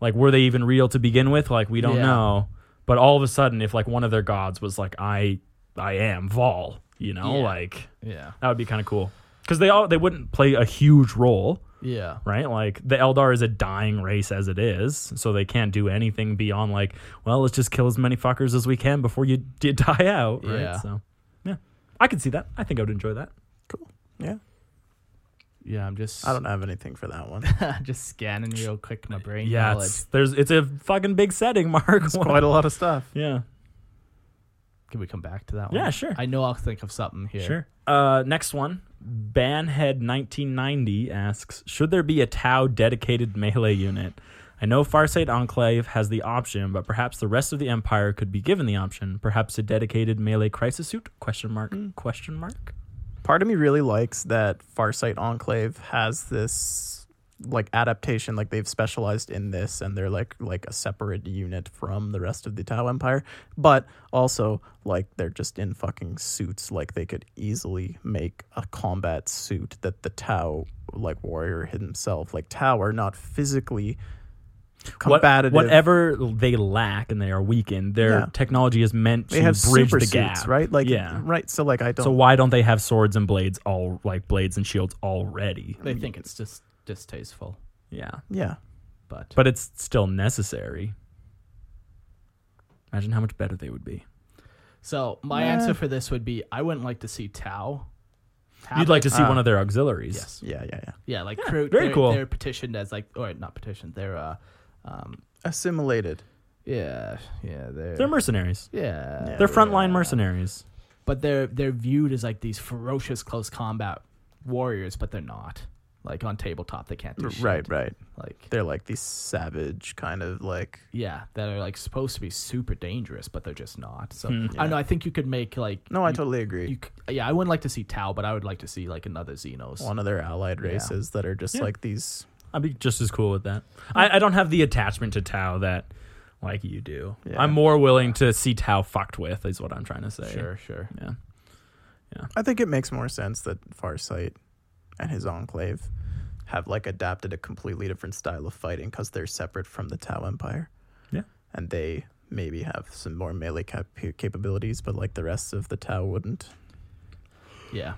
B: Like, were they even real to begin with? Like, we don't
C: Yeah.
B: know. But all of a sudden, if like one of their gods was like, I, I am Vol, you know,
C: Yeah.
B: like
C: Yeah,
B: that would be kind of cool because they all they wouldn't play a huge role.
C: yeah.
B: right? Like the Eldar is a dying race as it is, so they can't do anything beyond like, well, let's just kill as many fuckers as we can before you d- die out, right?
C: Yeah.
B: So, yeah, I could see that. I think I would enjoy that.
D: Yeah,
C: Yeah, I'm just
D: I don't have anything for that one.
C: just scanning real quick my brain.
B: yeah,
C: knowledge.
B: it's, there's it's a fucking big setting, Mark.
D: It's quite a lot of stuff.
B: yeah,
C: Can we come back to that one?
B: Yeah, sure.
C: I know I'll think of something here.
B: sure. Uh, next one, Banhead1990 asks, should there be a Tau dedicated melee unit? I know Farsight Enclave has the option, but perhaps the rest of the Empire could be given the option. Perhaps a dedicated melee crisis suit? Question mark?
D: Hmm.
B: Question mark?
D: Part of me really likes that Farsight Enclave has this like adaptation, like they've specialized in this, and they're like like a separate unit from the rest of the Tau Empire. But also, like they're just in fucking suits. Like they could easily make a combat suit that the Tau like warrior himself, like Tau, are not physically
B: What-
D: combative.
B: whatever they lack and they are weak in, their
D: Yeah.
B: technology is meant
D: they
B: to
D: have
B: bridge
D: super
B: the gap.
D: suits, right? Like
B: yeah.
D: right. So like I don't.
B: So why don't they have swords and blades all like blades and shields already?
C: They think it's just distasteful,
B: Yeah.
D: yeah.
C: but,
B: But it's still necessary. Imagine how much better they would be.
C: So my answer for this would be I wouldn't like to see Tau. have
B: You'd like
C: it. Uh,
B: to see one of their auxiliaries.
C: Yes.
D: Yeah, yeah, yeah.
C: Yeah, like crew.
B: very
C: they're,
B: cool.
C: They're petitioned as like, or not petitioned. They're uh, um,
D: Assimilated.
C: yeah, yeah, they're,
B: They're mercenaries.
C: yeah,
B: They're frontline mercenaries.
C: but they're they're viewed as like these ferocious close combat warriors, but they're not. Like on tabletop, they can't do
D: R-
C: shit.
D: Right, right.
C: Like
D: They're like these savage kind of like
C: yeah, that are like supposed to be super dangerous, but they're just not. So I don't know. I think you could make like
D: No, I
C: you-
D: totally agree.
C: You, c- yeah, I wouldn't like to see Tau, but I would like to see like another Xenos.
D: one of their allied races that are just
B: Yeah.
D: like these
B: I'd be just as cool with that. I, I don't have the attachment to Tau that like you do.
D: Yeah.
B: I'm more willing to see Tau fucked with, is what I'm trying to say.
C: Sure, sure.
B: Yeah.
D: I think it makes more sense that Farsight and his enclave have like adapted a completely different style of fighting because they're separate from the Tau Empire.
B: Yeah.
D: And they maybe have some more melee cap- capabilities, but like the rest of the Tau wouldn't.
C: Yeah.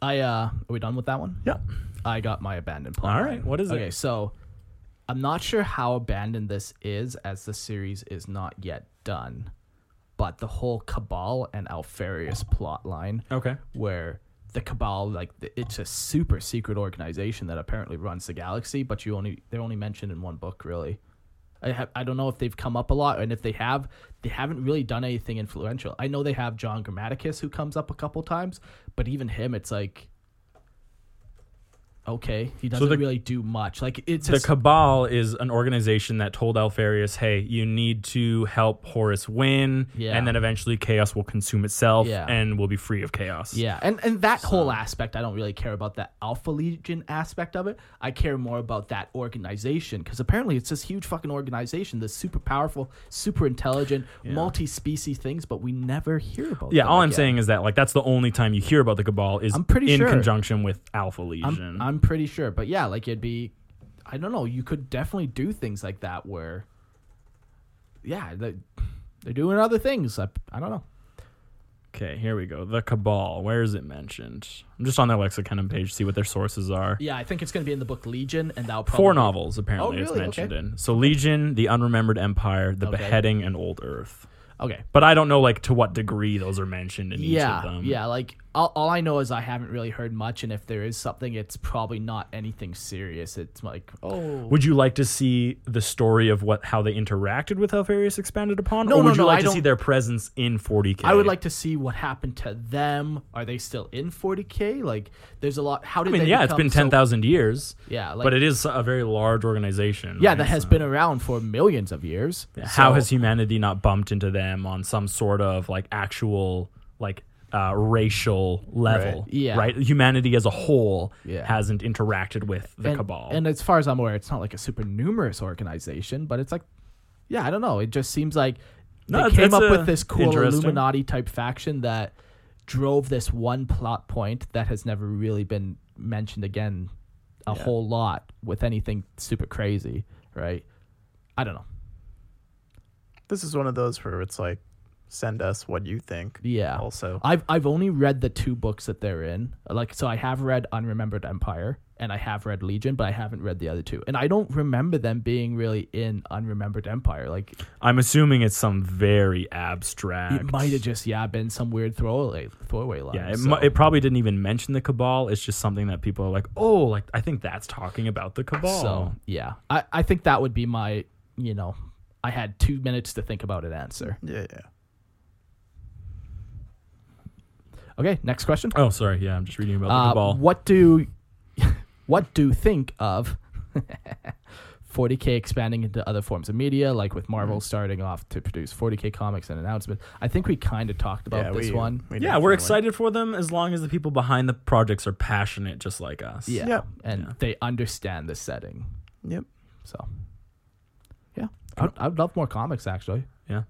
C: I uh are we done with that one?
B: Yeah.
C: I got my abandoned plot.
B: All right, what is it?
C: Okay, so I'm not sure how abandoned this is as the series is not yet done. But the whole Cabal and Alfarius plot line
B: Okay.
C: where the Cabal like th- it's a super secret organization that apparently runs the galaxy, but you only they're only mentioned in one book really. I have, I don't know if they've come up a lot, and if they have, they haven't really done anything influential. I know they have John Grammaticus who comes up a couple times, but even him, it's like, okay, he doesn't
B: the-
C: really do much. Like it's
B: The
C: just,
B: Cabal is an organization that told Alfarius, hey, you need to help Horus win,
C: Yeah.
B: and then eventually chaos will consume itself
C: Yeah.
B: and we'll be free of chaos.
C: yeah, and and that whole aspect, I don't really care about that Alpha Legion aspect of it. I care more about that organization because apparently it's this huge fucking organization, this super powerful, super intelligent, multi-species things, but we never hear about.
B: Yeah,
C: them
B: all I'm
C: again.
B: saying is that like that's the only time you hear about the Cabal is
C: I'm pretty
B: in
C: sure.
B: conjunction with Alpha
C: I'm,
B: Legion.
C: I'm pretty sure. But yeah, like it'd be, I don't know. You could definitely do things like that where, yeah, they, they're doing other things. I, I don't know.
B: okay, here we go. The Cabal. Where is it mentioned? I'm just on their lexicon page to see what their sources are.
C: Yeah, I think it's going to be in the book Legion, and that'll probably.
B: Four novels apparently
C: Oh,
B: it's
C: really?
B: mentioned
C: Okay.
B: in. So Legion, The Unremembered Empire, The
C: Okay.
B: Beheading, and Old Earth.
C: Okay.
B: But I don't know like to what degree those are mentioned in each of
C: Yeah,
B: them.
C: yeah. Like all, all I know is I haven't really heard much, and if there is something, it's probably not anything serious. It's like, oh,
B: Would you like to see the story of what how they interacted with Alpharius expanded upon?
C: No,
B: or would
C: no,
B: you
C: no,
B: like
C: I
B: to see
C: don't-
B: their presence in 40k?
C: I would like to see what happened to them. Are they still in 40k? Like, there's a lot. How
B: I
C: did
B: mean,
C: they
B: yeah, it's
C: become
B: been
C: so-
B: 10,000 years.
C: Yeah, like-
B: but it is a very large organization.
C: Yeah,
B: right?
C: that has
B: So-
C: been around for millions of years.
B: How
C: So-
B: has humanity not bumped into them on some sort of like actual like uh, racial level?
C: Yeah.
B: right. Humanity as a whole
C: Yeah.
B: hasn't interacted with the
C: and,
B: cabal.
C: And as far as I'm aware, it's not like a super numerous organization, but it's like, yeah, I don't know. It just seems like
B: No,
C: they
B: that's-
C: came
B: that's,
C: up
B: uh,
C: with this cool
B: interesting.
C: Illuminati type faction that drove this one plot point that has never really been mentioned again a whole lot with anything super crazy, right? I don't know.
D: This is one of those where it's like, send us what you think.
C: Yeah.
D: Also,
C: I've I've only read the two books that they're in. Like so I have read Unremembered Empire and I have read Legion, but I haven't read the other two. And I don't remember them being really in Unremembered Empire. Like
B: I'm assuming it's some very abstract.
C: it might have just yeah been some weird throwaway throwaway line.
B: Yeah, it,
C: so-
B: mu- it probably didn't even mention the cabal. It's just something that people are like, oh, like I think that's talking about the cabal.
C: so yeah. I, I think that would be my you know I had two minutes to think about an answer.
D: yeah, yeah.
C: Okay, next question.
B: oh, sorry. Yeah, I'm just reading about the
C: Uh,
B: cabal.
C: what do what do think of 40k expanding into other forms of media like with marvel starting off to produce 40k comics and announcements i think we kind of talked about
D: yeah,
C: this
D: we-
C: one
D: we
B: yeah, we're
D: definitely-
B: excited for them as long as the people behind the projects are passionate, just like us.
C: yeah,
D: Yep.
C: and they understand the setting
D: Yep.
C: so yeah I'd, I'd love more comics actually
B: Yeah.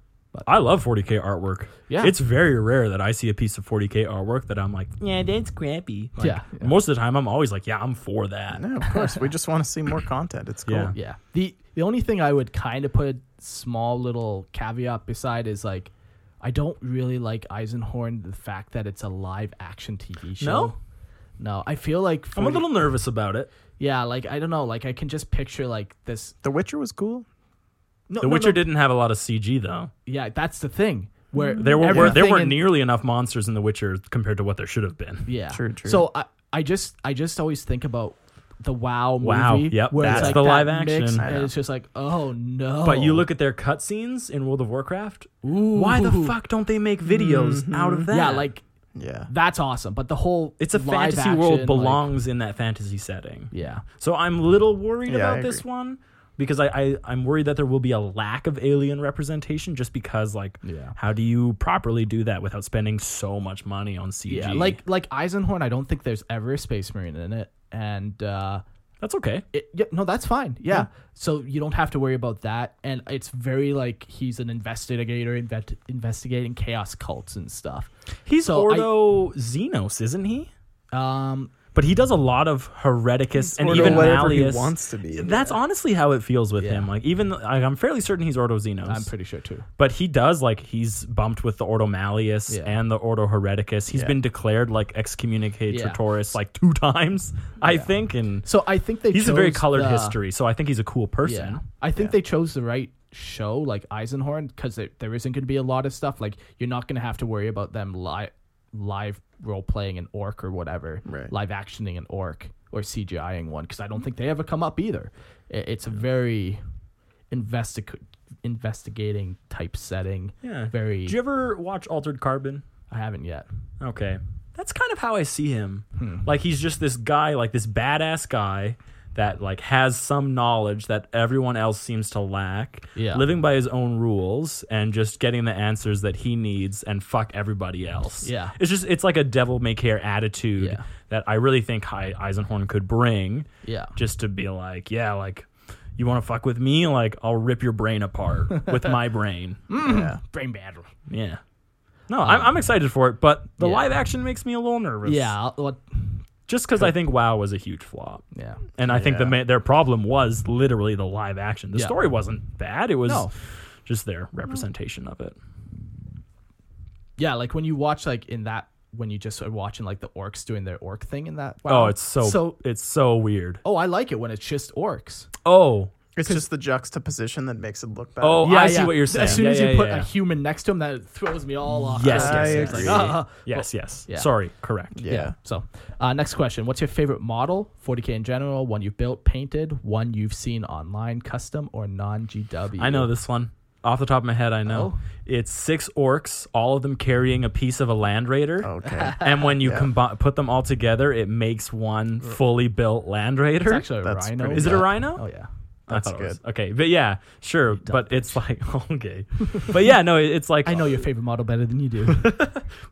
B: I love 40k artwork.
C: Yeah.
B: It's very rare that I see a piece of 40k artwork that I'm like, yeah, that's crappy. Like,
C: Yeah, yeah.
B: Most of the time, I'm always like, yeah, I'm for that.
D: No, of course. we just want to see more content. It's cool.
B: Yeah.
C: yeah the the only thing i would kind of put a small little caveat beside is like i don't really like eisenhorn the fact that it's a live action tv show
B: No?
C: no i feel like
B: I'm a
C: 40K
B: little nervous about it.
C: Yeah, like I don't know, like I can just picture like this.
D: The Witcher was cool.
C: No,
B: The
C: no,
B: Witcher
C: no.
B: didn't have a lot of CG though.
C: Yeah, that's the thing. Where
B: There were, there
C: everything
B: weren't
C: in-
B: nearly enough monsters in The Witcher compared to what there should have been.
C: Yeah,
D: True, true.
C: So I, I just, I just always think about the WoW movie.
B: Wow, yep,
C: where
B: that's
C: it's like
B: the
C: that
B: live
C: mix,
B: action.
C: and it's just like, oh no.
B: But you look at their cutscenes in World of Warcraft.
C: Ooh. Mm-hmm.
B: Why the fuck don't they make videos out of that?
C: Yeah, like
D: yeah.
C: that's awesome. But the whole
B: it's a
C: live
B: fantasy
C: action,
B: world
C: like-
B: belongs in that fantasy setting.
C: yeah,
B: So I'm a little worried
D: Yeah, I
B: about
D: agree.
B: this one because I, I I'm worried that there will be a lack of alien representation just because like
C: Yeah.
B: how do you properly do that without spending so much money on CG?
C: yeah. Like like Eisenhorn, I don't think there's ever a space marine in it, and uh,
B: that's okay.
C: it, yeah, no, that's fine. Yeah. So you don't have to worry about that. And it's very like he's an investigator invet- investigating chaos cults and stuff.
B: He's
C: So I-
B: Ordo Xenos, isn't he?
C: Um,
B: But he does a lot of Hereticus and
D: Ordo
B: even
D: whatever he
B: Malleus.
D: wants to be.
B: That's honestly how it feels with
C: Yeah.
B: him. Like even I, I'm fairly certain he's Ordo Xenos.
C: I'm pretty sure too.
B: but he does like he's bumped with the Ordo Malleus
C: Yeah.
B: and the Ordo Hereticus. He's been declared like excommunicate
C: Yeah.
B: Tortoris like two times, I think, and
C: So I think they.
B: he's a very
C: chose
B: colored
C: the-
B: history. So I think he's a cool person.
C: Yeah. I think they chose the right show, like Eisenhorn, because there, there isn't going to be a lot of stuff. Like you're not going to have to worry about them live live role playing an orc or whatever,
D: Right.
C: live actioning an orc or CGIing one, because I don't think they ever come up either. I- it's a very investig- investigating type setting.
B: Yeah.
C: Very.
B: Did you ever watch Altered Carbon?
C: I haven't yet.
B: Okay. That's kind of how I see him.
C: Hmm.
B: Like he's just this guy, like this badass guy that like has some knowledge that everyone else seems to lack.
C: Yeah.
B: Living by his own rules and just getting the answers that he needs and fuck everybody else.
C: Yeah.
B: It's just it's like a devil may care attitude
C: Yeah.
B: that I really think Hei- Eisenhorn could bring.
C: Yeah.
B: Just to be like, yeah, like you want to fuck with me? Like I'll rip your brain apart with my brain.
D: yeah.
C: Brain battle.
B: Yeah. Um, No, I'm, I'm excited for it, but the
C: yeah.
B: live action makes me a little nervous.
C: Yeah. I'll- What?
B: Just because I think WoW was a huge flop.
C: Yeah.
B: And I think the
D: Yeah.
B: ma- their problem was literally the live action. The
C: Yeah.
B: story wasn't bad. It was
C: No.
B: just their representation of it.
C: Yeah, like when you watch like in that when you just are watching like the orcs doing their orc thing in that.
B: Oh, it's so,
C: so.
B: it's so weird.
C: Oh, I like it when it's just orcs.
B: Oh,
D: It's just the juxtaposition that makes it look bad.
B: oh, I see what you're saying.
C: As soon
B: Yeah,
C: as
B: yeah,
C: you put
B: yeah,
C: a
B: yeah.
C: human next to him, that throws me all off.
B: yes,
D: I
B: yes, yes,
D: agree.
B: yes,
C: Ah,
B: yes, yes.
C: yeah.
B: Sorry, correct.
D: yeah.
C: yeah. So, uh, next question: What's your favorite model? 40k in general, one you built, painted, one you've seen online, custom or non-GW.
B: I know this one off the top of my head. I know
C: Oh.
B: it's six orcs, all of them carrying a piece of a land raider.
D: Okay.
B: and when you combi- put them all together, it makes one fully built Land Raider.
C: It's actually a
D: That's
C: rhino.
D: pretty
B: Is it a
D: Yeah.
B: rhino?
C: Oh yeah.
B: I thought
D: that's
B: it was. Okay, but yeah, sure, but it's like okay, but yeah, no, it- it's like
C: I know your favorite model better than you do.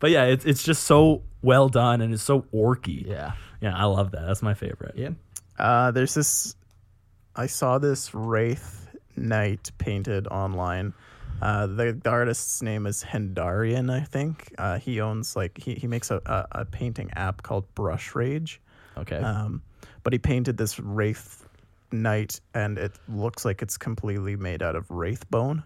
B: but yeah, it's it's just so well done and it's so orky.
C: yeah.
B: yeah, I love that. That's my favorite.
C: Yeah.
D: Uh, there's this. I saw this Wraith Knight painted online. Uh, the, the artist's name is Hendarian, I think. Uh, he owns like he, he makes a, a, a painting app called Brush Rage.
C: Okay.
D: Um, but he painted this wraith knight, and it looks like it's completely made out of wraith bone,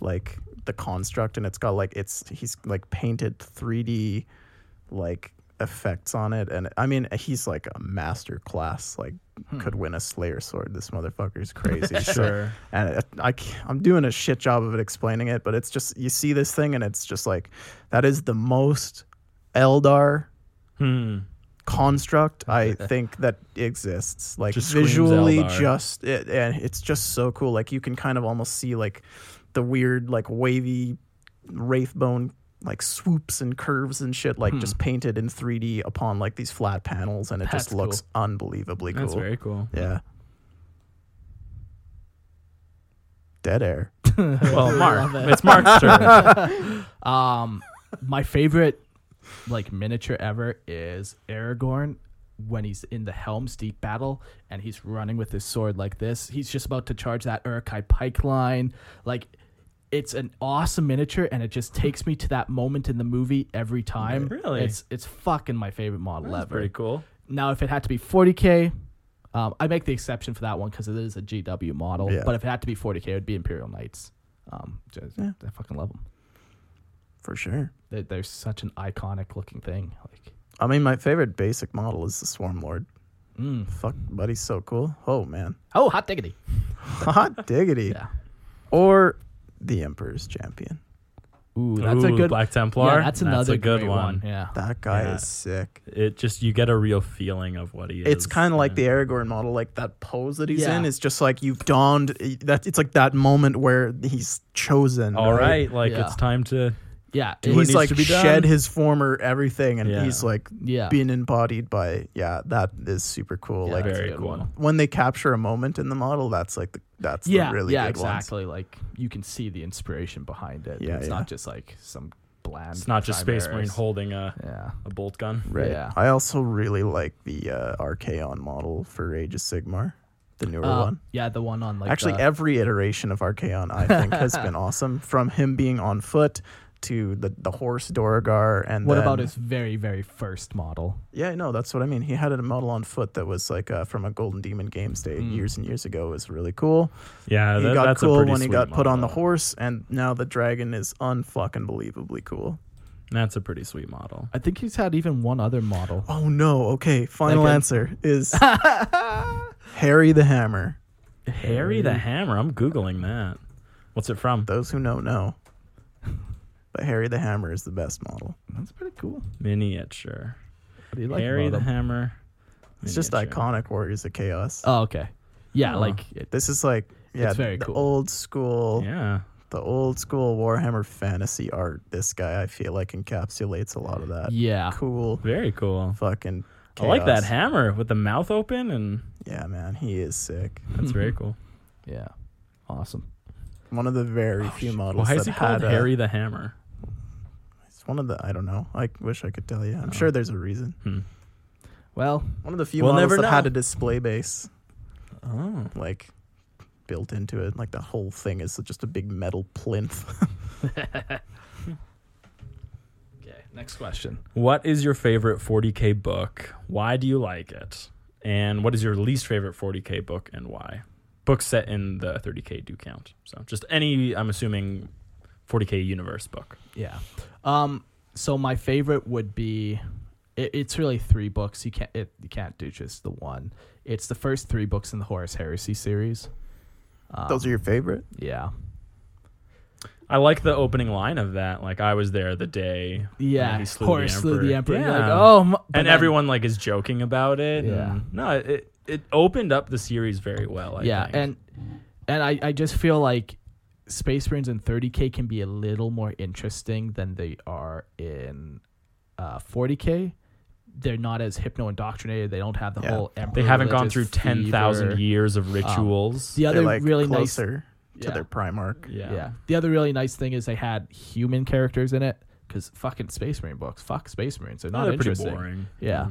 D: like the construct, and it's got like it's he's like painted three D, like effects on it, and I mean he's like a master class, like
B: Hmm.
D: could win a Slayer sword. This motherfucker's crazy. sure. And it, I c- I'm doing a shit job of it explaining it, but it's just you see this thing, and it's just like that is the most Eldar
B: Hmm.
D: construct I think that exists. Like
B: Just screams
D: visually,
B: Eldar.
D: just it, and it's just so cool. Like you can kind of almost see like the weird like wavy wraith bone like swoops and curves and shit like just painted in 3D upon like these flat panels and it
C: That's
D: just looks unbelievably cool.
B: That's very cool.
D: yeah. Dead air.
B: Well, Oh, Mark, it's Mark's turn.
C: Um, my favorite like miniature ever is Aragorn when he's in the Helm's Deep battle and he's running with his sword like this. He's just about to charge that Urukai pike line. Like it's an awesome miniature and it just takes me to that moment in the movie every time.
B: Really?
C: It's it's fucking my favorite model
B: That's
C: ever.
B: pretty cool.
C: Now, if it had to be 40k, um, I make the exception for that one because it is a GW model.
D: Yeah.
C: But if it had to be 40k, it would be Imperial Knights. Um, just-
D: Yeah.
C: I fucking love them.
D: For sure.
C: They're, they're such an iconic looking thing. Like,
D: I mean my favorite basic model is the Swarm Lord.
C: mm.
D: Fuck buddy's so cool. Oh man.
C: oh, hot diggity.
D: Hot diggity.
C: Yeah.
D: or the Emperor's Champion.
C: Ooh, that's a
B: Ooh,
C: good
B: Black Templar.
C: Yeah, that's another
B: a good
C: great
B: one.
C: Yeah.
D: That guy
B: Yeah.
D: is sick.
B: It just you get a real feeling of what he is.
D: It's kind of like the
B: yeah.
D: Aragorn model, like that pose that he's
C: Yeah.
D: in is just like you've donned. That it's like that moment where he's chosen.
B: All right, like
C: Yeah.
B: it's time to.
C: Yeah.
B: Do what
D: he's
B: needs
D: like
B: to be done.
D: shed his former everything, and
B: Yeah.
D: he's like
C: Yeah.
D: being embodied by. Yeah, that is super cool.
C: Yeah,
D: like
C: that's a
B: Very
C: good
B: cool.
C: one.
D: when they capture a moment in the model, that's like the, that's
C: yeah.
D: the really
C: yeah,
D: good ones.
C: exactly. Like you can see the inspiration behind it.
D: Yeah,
C: it's
D: yeah.
C: not just like some bland.
B: It's not just Space Marine
C: chimeras.
B: holding a,
C: Yeah.
B: a bolt gun.
D: Right.
C: Yeah.
D: I also really like the uh, Archaon model for Age of Sigmar, the newer
C: Uh,
D: one.
C: Yeah, the one on like
D: Actually,
C: the-
D: every iteration of Archaon, I think, has been awesome. From him being on foot to the, the horse Dorogar, and
C: What
D: then-
C: about his very, very first model?
D: Yeah, no, that's what I mean. He had a model on foot that was like uh, from a Golden Demon Games Day years and years ago. It was really cool.
B: Yeah,
D: he
B: that-
D: got
B: that's a
D: cool
B: pretty
D: when he
B: sweet
D: got put on the
B: model.
D: horse, and now the dragon is unfucking believably cool.
B: That's a pretty sweet model.
C: I think he's had even one other model.
D: Oh no! Okay, final
C: Like a-
D: answer is Harry the Hammer.
B: Harry the Hammer. I'm googling that. What's it from?
D: Those who know know. But Harry the Hammer is the best model.
C: That's pretty cool.
B: Miniature.
C: What do you like
B: Harry
C: about
B: the
C: him?
B: Hammer.
D: It's just
B: miniature.
D: iconic Warriors of Chaos.
C: Oh, okay. Yeah,
B: Oh.
C: like it,
D: this is like yeah,
C: It's very
D: the
C: cool.
D: old school,
B: Yeah.
D: the old school Warhammer fantasy art. This guy, I feel like, encapsulates a lot of that.
C: yeah.
D: Cool,
B: Very cool.
D: fucking.
B: I like that
D: chaos.
B: hammer with the mouth open, and
D: Yeah, man, he is sick.
B: that's very cool.
C: Yeah. Awesome.
D: One of the very few
B: Oh,
D: models
B: Why
D: that
B: is he
D: had
B: called
D: a-
B: Harry the Hammer?
D: It's one of the I don't know. I wish I could tell you. I'm
B: Oh.
D: sure there's a reason.
C: Well,
D: One of the few
B: Hmm. We'll
D: models
B: never
D: that had
B: know.
D: a display base.
B: Oh,
D: like built into it. Like the whole thing is just a big metal plinth.
C: okay. Next question.
B: What is your favorite 40k book? Why do you like it? And what is your least favorite 40k book and why? Books set in the 30k do count. So just any, I'm assuming, 40k universe book.
C: Yeah. Um. So my favorite would be, it, it's really three books. You can't it, you can't do just the one. It's the first three books in the Horus Heresy series. Um,
B: Oh.
D: Those are your favorite?
C: yeah.
B: I like the opening line of that. Like I was there the day.
C: Yeah.
B: when he slew
C: Horus
B: the
C: slew the emperor.
B: emperor.
C: You're like, oh. My,
B: and everyone like is joking about it.
C: Yeah.
B: and- no, it it opened up the series very well. I
C: yeah.
B: think.
C: And and I I just feel like Space Marines in 30k can be a little more interesting than they are in uh, 40k. They're not as hypno indoctrinated. They don't have the
D: Yeah.
C: whole emperor.
B: they haven't gone
C: religious
B: through ten
C: fever. Um,
B: thousand years of rituals.
C: The other
D: They're like
C: really nice
D: closer to
C: yeah.
D: their Primarch.
B: yeah.
C: Yeah. The other really nice thing is they had human characters in it because fucking Space Marine books, fuck Space Marines, they're
B: No,
C: not
B: they're pretty
C: interesting.
B: boring.
C: Yeah.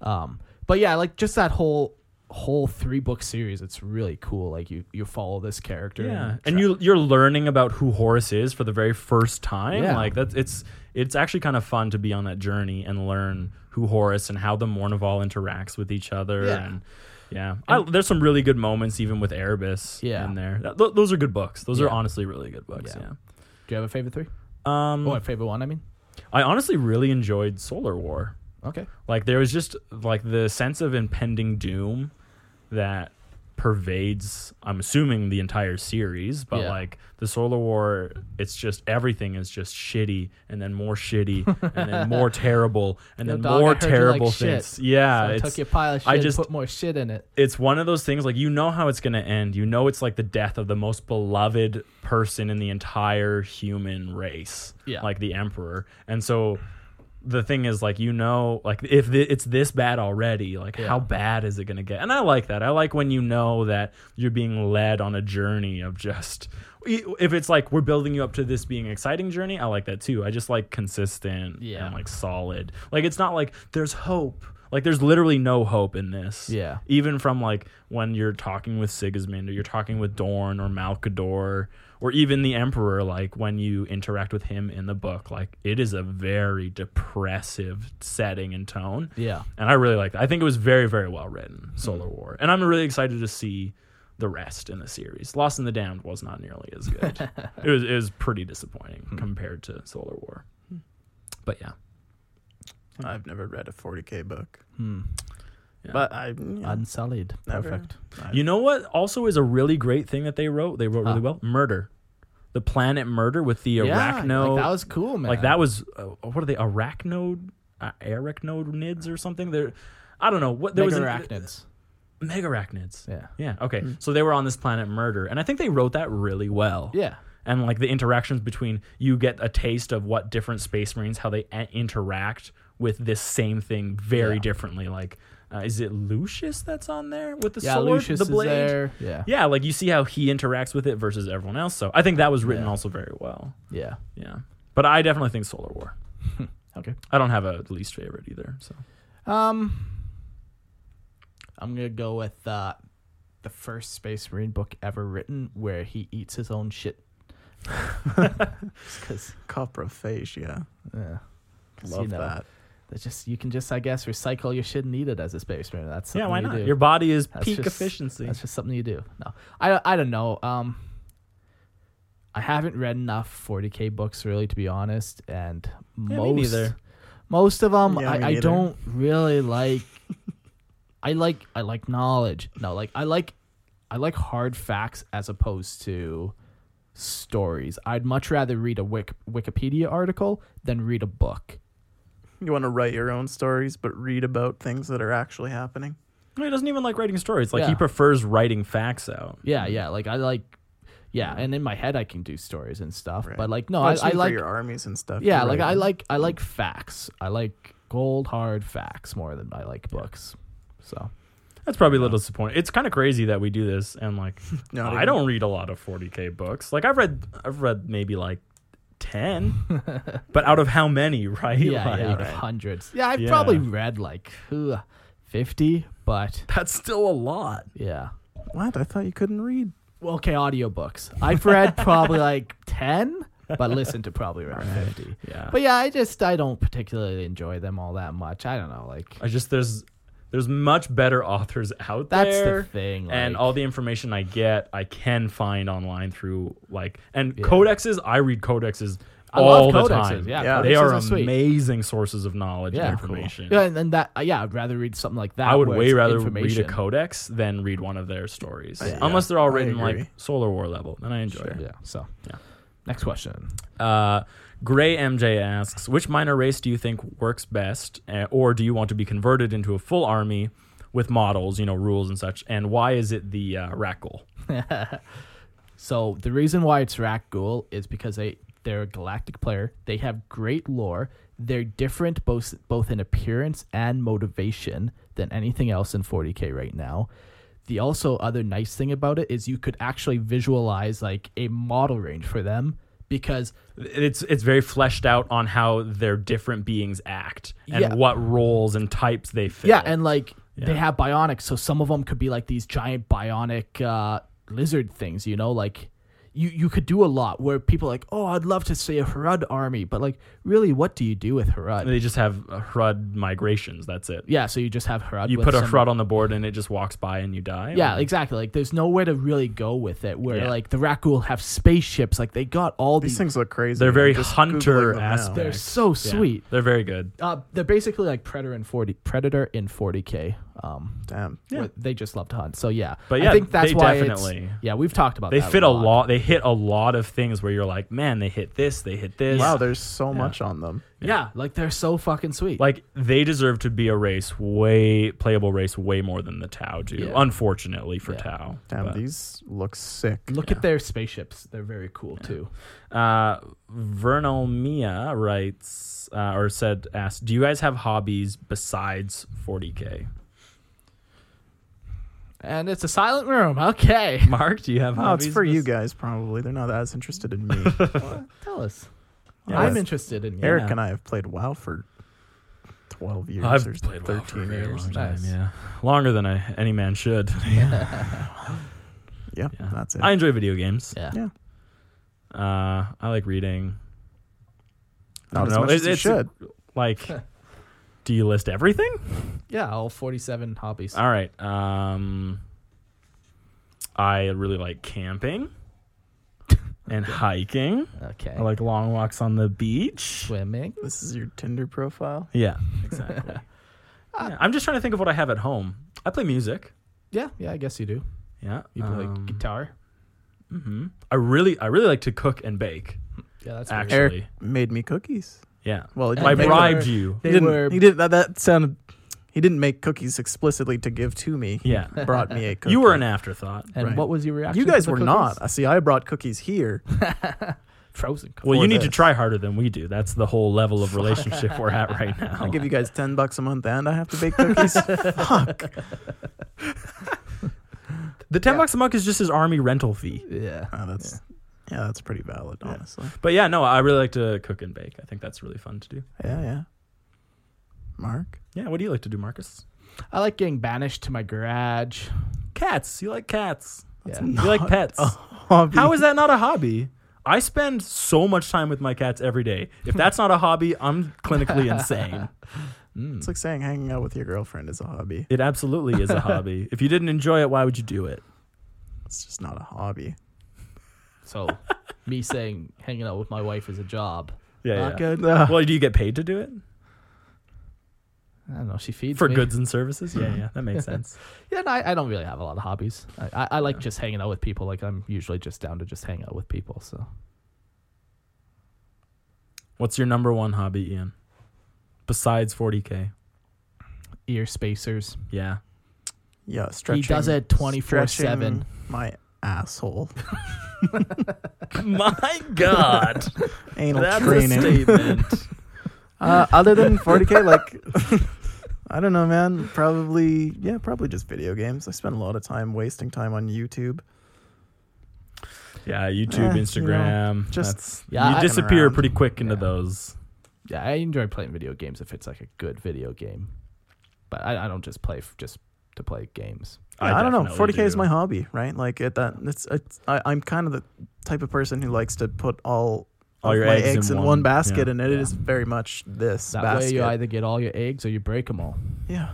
B: Mm-hmm.
C: Um. But yeah, like just that whole whole three book series, it's really cool. Like you you follow this character.
B: Yeah,
C: tra-
B: and you you're learning about who Horus is for the very first time.
C: Yeah.
B: Like that's it's it's actually kind of fun to be on that journey and learn who Horus and how the Mournival interacts with each other.
C: Yeah.
B: And yeah, I, there's some really good moments even with Erebus.
C: Yeah.
B: in there. Th- th- those are good books. Those are
C: Yeah.
B: honestly really good books.
C: Yeah.
B: Yeah.
C: Do you have a favorite three?
B: Um,
C: Or a favorite one? I mean.
B: I honestly really enjoyed Solar War.
C: Okay.
B: Like there was just like the sense of impending doom that pervades I'm assuming the entire series, but
C: Yeah.
B: like the Solar War, it's just everything is just shitty and then more shitty and then more terrible and
C: Yo,
B: then
C: dog, I
B: more
C: heard you like
B: terrible
C: shit,
B: things. Yeah.
C: so I
B: it's,
C: took your pile of shit
B: I
C: and
B: just-
C: put more shit in it.
B: it's one of those things like you know how it's going to end. You know it's like the death of the most beloved person in the entire human race,
C: Yeah.
B: like the emperor. And so the thing is like you know like if thi- it's this bad already, like
C: Yeah.
B: how bad is it going to get? And I like that. I like when you know that you're being led on a journey of just e, if it's like we're building you up to this being an exciting journey, I like that too. I just like consistent
C: Yeah.
B: and like solid. Like it's not like there's hope. Like there's literally no hope in this
C: Yeah.
B: even from like when you're talking with Sigismund or you're talking with Dorn or Malkador or even the Emperor, like when you interact with him in the book, like it is a very depressive setting and tone.
C: Yeah.
B: And I really like that. I think it was very, very well written, Solar War. And I'm really excited to see the rest in the series. Lost in the Damned was not nearly as good. it was it was pretty disappointing compared to Solar War. But yeah.
D: I've never read a 40k book,
C: Hmm.
D: but I yeah,
C: Unsullied.
D: never-
C: Perfect.
D: I-
B: You know what also is a really great thing that they wrote? They wrote really
C: Huh.
B: well? Murder. the Planet Murder with the
C: yeah,
B: arachno.
C: like, that was cool, man.
B: like that was uh, what are they arachnode uh, arachnoids or something? They're I don't know what there
C: Mega
B: was an-
C: arachnids.
B: megarachnids.
C: Yeah. Hmm.
B: Yeah. Okay. So they were on this planet Murder, and I think they wrote that really well.
C: Yeah.
B: And like the interactions between you get a taste of what different space marines how they a- interact with this same thing very
C: Yeah.
B: differently. Like, uh, is it Lucius that's on there with the
C: Yeah,
B: sword,
C: Lucius
B: the
C: is
B: blade?
C: there. Yeah.
B: Yeah, like you see how he interacts with it versus everyone else. So I think that was written also very well.
C: Yeah.
B: Yeah. But I definitely think Solar War.
C: Okay.
B: I don't have a least favorite either. So
C: Um, I'm gonna go with uh, the first Space Marine book ever written, where he eats his own shit. Because
D: Coprophagia.
C: yeah, 'Cause,
D: Love
C: you know,
D: that.
C: that's just you can just I guess recycle your shit and eat it as a Space Marine. That's
B: yeah,
C: something
B: why
C: you
B: not?
C: do.
B: Your body is
C: That's
B: peak
C: just-
B: efficiency.
C: That's just something you do. No, I I don't know. Um, I haven't read enough 40k books really, to be honest, and
B: me
C: most
B: neither.
C: most of them
D: Yeah, me
C: I, I
D: neither.
C: don't really like. I like I like knowledge. No, like I like I like hard facts as opposed to stories. I'd much rather read a Wik- Wikipedia article than read a book.
D: You want to write your own stories, but read about things that are actually happening.
B: No, he doesn't even like writing stories. Like he
C: Yeah.
B: prefers writing facts out.
D: Mm.
C: Yeah, yeah. Like I like, yeah. And in my head, I can do stories and stuff.
D: Right.
C: But like, no,
D: Watch
C: I, I
D: them for
C: like
D: your armies and stuff.
C: Yeah,
D: You're
C: like
D: right.
C: I like I like facts. I like gold hard facts more than I like books. So
B: That's probably a little disappointing. It's kind of crazy that we do this and like
D: Not
B: I
D: even-
B: don't read a lot of 40k books. Like I've read I've read maybe like 10. but out of how many, right?
C: yeah,
B: Like,
C: yeah out of hundreds. Yeah, I've
B: Yeah.
C: probably read like ugh, fifty, but
B: That's still a lot.
C: yeah.
D: What? I thought you couldn't read.
C: Well, okay, audiobooks. I've read probably like ten, but listened to probably around fifty.
B: Yeah.
C: But yeah, I just I don't particularly enjoy them all that much. I don't know, like
B: I just there's there's much better authors out
C: That's the
B: there.
C: thing,
B: and
C: like-
B: all the information I get, I can find online through like and
C: Yeah.
B: codexes. I read codexes
C: I
B: all
C: love
B: the
C: codexes.
B: time.
C: Yeah,
D: Yeah.
B: they
C: codexes
B: are
C: are sweet.
B: amazing sources of knowledge
C: yeah,
B: and
C: cool.
B: information.
C: Yeah, and then that uh, yeah, I'd rather read something like that.
B: I would
C: where
B: way
C: it's
B: rather read a
C: information.
B: codex than read one of their stories,
D: Yeah.
B: unless they're all
D: I
B: written like
D: agree.
B: Solar War level. Then I enjoy it.
C: Yeah. So
B: Yeah.
C: next question.
B: Uh, Gray MJ asks, which minor race do you think works best, eh, or do you want to be converted into a full army with models, you know, rules and such? And why is it the uh, Rackle?
C: So the reason why it's Rakgul is because they they're a galactic player. They have great lore. They're different both both in appearance and motivation than anything else in 40k right now. The also other nice thing about it is you could actually visualize like a model range for them because
B: It's it's very fleshed out on how their different beings act and
C: Yeah.
B: what roles and types they fill.
C: Yeah, and like they
B: Yeah.
C: have bionics, so some of them could be like these giant bionic uh, lizard things. You know, like you you could do a lot where people are like, oh, I'd love to see a Harad army, but like really, what do you do with Harad?
B: they just have uh, Hrud migrations. That's it.
C: yeah, so you just have Harad.
B: You
C: with
B: put a
C: some-
B: Hrud on the board and it just walks by and you die.
C: Yeah,
B: Or-
C: exactly. Like there's nowhere to really go with it. Where
B: Yeah.
C: like the Rakul have spaceships, like they got all
D: These
C: these.
D: things look crazy.
B: They're
D: I'm
B: very
D: just Googling
B: hunter
D: them now.
B: aspect.
C: they're so
B: Yeah.
C: sweet.
B: They're very good.
C: Uh, they're basically like predator in forty predator in forty k. Um,
D: Damn.
B: Yeah.
C: where they just love to hunt. So yeah,
B: But
C: I
B: yeah,
C: think that's
B: they
C: why it's-
B: definitely-
C: yeah we've talked about
B: They
C: that
B: fit a lot. They hit a lot of things where you're like, man, they hit this, they hit this.
D: Wow, there's so much on them.
C: Yeah, like they're so fucking sweet.
B: like they deserve to be a race way playable race way more than the Tau do.
C: Yeah.
B: Unfortunately for Tau.
D: Damn,
B: But-
D: these look sick.
C: look at their spaceships; they're very cool too.
B: Uh, Vernal Mia writes uh, or said, asked, "Do you guys have hobbies besides 40k?"
C: And it's a silent room. Okay,
B: Mark, do you have
D: Oh,
B: hobbies?
D: it's for you
B: bes-
D: guys probably. They're not as interested in me.
C: tell us.
D: Yeah,
C: I'm
D: that's-
C: interested in you.
D: Eric and I have played WoW for twelve years
B: I've
D: or
B: played
D: thirteen
B: WoW for a very
D: years.
B: long time,
C: Nice.
B: yeah, longer than I, any man should.
D: Yeah,
B: Yeah.
D: that's it.
B: I enjoy video games.
C: Yeah.
D: yeah,
B: Uh, I like reading. I
D: not
B: don't
D: as
B: know.
D: much
B: It-
D: as you
B: it's-
D: should.
B: Like, do you list everything?
C: yeah, all 47 hobbies.
B: All right. Um, I really like camping and hiking.
C: Okay,
B: I like long walks on the beach.
C: swimming.
D: This is your Tinder profile.
B: Yeah, exactly. Yeah, I'm just trying to think of what I have at home. I play music.
C: Yeah, yeah, I guess you do.
B: Yeah,
C: You play
B: um,
C: guitar.
B: I really, I really like to cook and bake.
C: Yeah, that's
B: Actually,
D: Eric made me cookies.
B: yeah.
D: Well, he didn't
B: I
D: make
B: bribed
D: them.
B: you.
D: He
C: They
D: didn't,
C: were-
D: he did that, that sounded he didn't make cookies explicitly to give to me. He
B: Yeah.
D: brought me a cookie.
B: You were an afterthought.
C: And
D: Right.
C: what was your reaction?
D: You
C: to
D: guys
C: the
D: were
C: cookies?
D: not. I see I brought cookies here.
C: frozen. cookies.
B: Well, you
D: for
B: need to
D: this.
B: try harder than we do. That's the whole level of relationship we're at right now.
D: I give you guys 10 bucks a month and I have to bake cookies. Fuck.
B: the ten bucks a month is just his army rental fee.
C: Yeah.
D: Oh, that's yeah. that's pretty valid, honestly.
B: But yeah, no, I really like to cook and bake. I think that's really fun to do.
D: Yeah, yeah. Mark.
B: Yeah, what do you like to do, Marcus?
C: I like getting banished to my garage.
B: Cats. You like cats.
C: Yeah.
B: You like
D: Not
B: pets.
D: a hobby.
B: How is that not a hobby? I spend so much time with my cats every day. If that's not a hobby, I'm clinically insane.
D: It's like saying hanging out with your girlfriend is a hobby.
B: It absolutely is a hobby. If you didn't enjoy it, why would you do it?
D: It's just not a hobby.
C: So, me saying hanging out with my wife is a job.
B: Yeah.
D: Not
B: yeah.
D: good. Ugh.
B: Well, do you get paid to do it
C: I don't know. She feeds
B: for
C: me.
B: goods and services?
D: Mm-hmm.
B: Yeah, yeah, that makes sense.
C: Yeah, no, I, I don't really have a lot of hobbies. I, I, I like just hanging out with people. Like I'm usually just down to just hang out with people. So
B: What's your number one hobby, Ian? Besides 40k?
C: ear spacers.
B: Yeah.
D: yeah, stretching.
C: does it 24/7.
D: stretching My asshole.
B: My God,
D: Anal
B: that's a
D: training.
B: statement.
D: Uh, other than 40k, like I don't know, man. Probably yeah, probably just video games. I spend a lot of time wasting time on YouTube.
B: Yeah,
D: Eh, you
B: YouTube,
D: know,
B: Instagram.
D: just-
B: that's,
C: Yeah,
B: you
C: I-
B: disappear
D: around.
B: pretty quick into
C: Yeah.
B: those.
C: Yeah, I enjoy playing video games if it's like a good video game. But I, I don't just play f- just to play games.
D: Yeah, I, don't know.
B: definitely
D: 40k is
B: do.
D: my hobby, right? Like it, that. It's, it's I, I'm kind of the type of person who likes to put all.
B: All
D: of
B: your
D: my
B: eggs in
D: in
B: one-
D: one, basket,
B: yeah,
D: and it is
C: yeah.
D: very much this
C: That
D: basket.
C: way you either get all your eggs or you break them all.
D: yeah,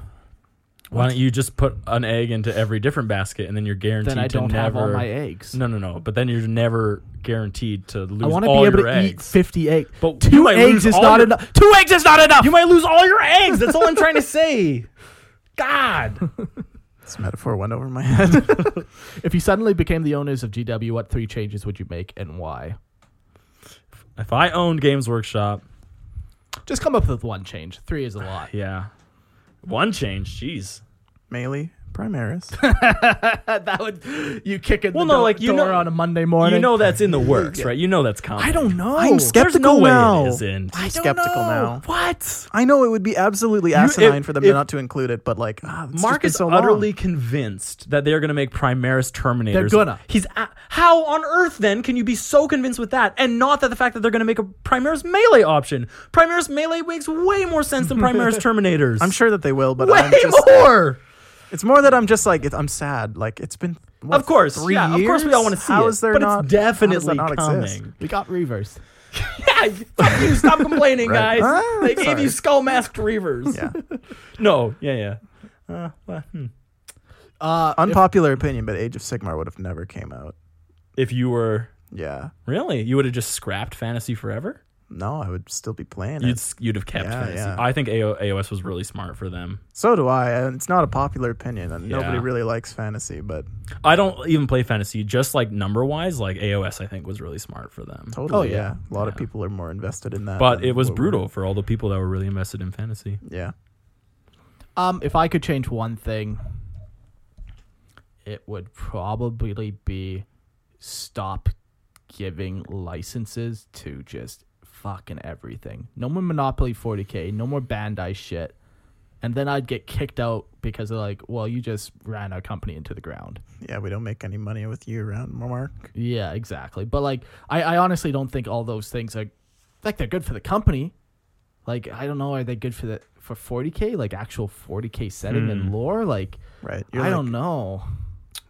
B: Why don't you just put an egg into every different basket, and then you're guaranteed
C: Then I
B: to
C: don't
B: never.
C: have all my eggs.
B: No, no, no. But then you're never guaranteed to lose
C: I want to
B: all
C: be able
B: your
C: to eat
B: eggs.
C: 50 eggs.
B: But you
C: two
B: might lose
C: eggs is
B: all
C: not
B: your-
C: enough. Two eggs is not enough.
B: you might lose all your eggs. That's all I'm trying to say. God.
D: this metaphor went over my head.
C: if you suddenly became the owners of GW, what three changes would you make and why?
B: If I owned Games Workshop,
C: Just come up with one change. Three is a lot.
B: yeah, one change. Jeez.
D: Melee, Primaris.
C: that would you kick in
B: Well,
C: the
B: no,
C: door,
B: like, you
C: door
B: know-
C: on a Monday morning.
B: You know that's in the works, right? You know that's coming.
C: I don't know.
D: I'm
B: There's
D: skeptical
B: no way
D: now.
B: it isn't.
D: I'm skeptical now.
B: What?
D: I know it would be absolutely asinine for them
B: if-
D: not to include it, but like, ah, it's just
B: Mark
D: been
B: is
D: so long.
B: utterly convinced that they're going to make Primaris Terminators.
C: They're gonna.
B: He's a- how on earth then can you be so convinced with that, and not that the fact that they're going to make a Primaris melee option? Primaris melee makes way more sense than Primaris Terminators.
D: I'm sure that they will, but
B: Way
D: I'm just,
B: more.
D: It's more that I'm just like it- I'm sad. Like it's been what,
B: of course,
D: three
B: yeah,
D: years.
B: Of course, we all want to see
D: How
B: it,
D: is there
B: but
D: not,
B: it's
D: how does that
B: definitely
D: not
B: coming.
D: Exist?
C: we got reavers.
B: Yeah, fuck you. Stop complaining,
D: Right.
B: guys.
D: Ah,
B: they gave
D: sorry.
B: you skull masked reavers.
D: Yeah,
B: No, yeah, yeah. Uh, well, hmm.
C: Uh,
D: unpopular opinion, but Age of Sigmar would have never came out.
B: If you were
D: Yeah,
B: really, you would have just scrapped Fantasy Forever.
D: no, I would still be playing
B: You'd
D: it.
B: s- you'd have kept
D: Yeah,
B: Fantasy.
D: yeah.
B: I think AO, AOS was really smart for them.
D: So do I. and It's not a popular opinion, and nobody
B: Yeah.
D: really likes fantasy, but
B: I don't even play Fantasy, just like number wise. Like AOS, I think was really smart for them.
D: totally.
C: Oh,
D: yeah.
C: yeah.
D: a lot of
B: Yeah.
D: people are more invested in that.
B: But
D: than
B: it was
D: what we're-
B: brutal for all the people that were really invested in Fantasy.
D: Yeah,
C: Um, if I could change one thing, it would probably be stop giving licenses to just fucking everything. No more Monopoly 40k. No more Bandai shit. And then I'd get kicked out because they're like, "Well, you just ran our company into the ground."
D: yeah. We don't make any money with you around, Mark.
C: Yeah, exactly. But like, I, I honestly don't think all those things are like they're good for the company. Like, I don't know, are they good for the for 40k? Like actual 40k setting
D: Hmm.
C: and lore? Like,
D: Right.
C: I don't know.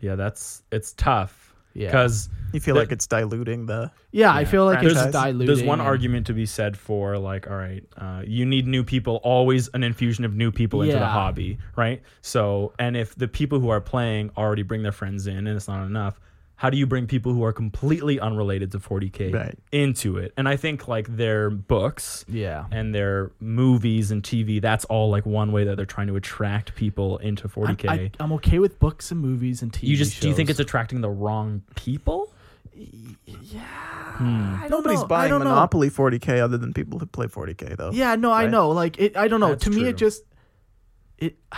B: Yeah, that's it's tough.
C: Yeah.
B: because
D: You feel
B: The-
D: like it's diluting the.
C: Yeah, I feel like it's
D: franchise.
C: diluting.
B: There's one
C: and-
B: argument to be said for like, all right, uh, you need new people, always an infusion of new people into the
C: Yeah.
B: hobby, right? So, and if the people who are playing already bring their friends in, and it's not enough, how do you bring people who are completely unrelated to 40k
D: Right.
B: into it? And I think like their books.
C: Yeah.
B: And their movies and TV, that's all like one way that they're trying to attract people into
C: I'm,
B: 40k.
C: I, am okay with books and movies and TV.
B: you just do you think
C: shows.
B: it's attracting the wrong people?
D: I don't
C: Nobody's
D: know. I
C: buying
D: don't know.
C: Monopoly
D: 40k other than people who play 40k though.
C: Yeah, no, I
D: Right?
C: know. Like it, I don't know.
B: That's
C: to me,
B: true.
C: it just it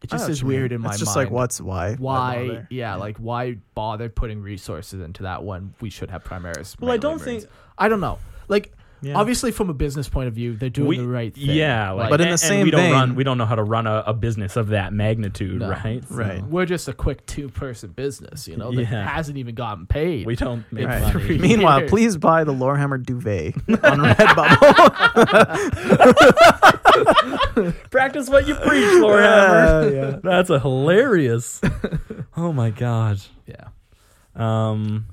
C: it
D: I know
C: just
D: what
C: is
D: you mean.
C: weird in my
D: It's just
C: mind.
D: like what's why?
C: Why?
D: bother?
C: yeah, like why bother putting resources into that when we should have Primaris?
B: Well, I
C: Mega
B: don't
C: Libraries?
B: think-
C: I don't know. Like
D: Yeah.
C: obviously, from a business point of view, they're doing the right thing.
B: Yeah, like,
D: But in
B: and-
D: the
B: and
D: same
B: we don't
D: vein-
B: run, we don't know how to run a, a business of that magnitude,
C: No.
B: right? So
D: Right.
C: we're just a quick two-person business, you know, that
B: Yeah.
C: hasn't even gotten paid.
B: We don't make
C: Right.
B: money.
C: Three.
D: Meanwhile,
C: Years.
D: please buy the Lorehammer duvet on Redbubble.
B: Practice what you preach, Lord Hammer. That's a hilarious. oh my god.
C: yeah.
B: Um,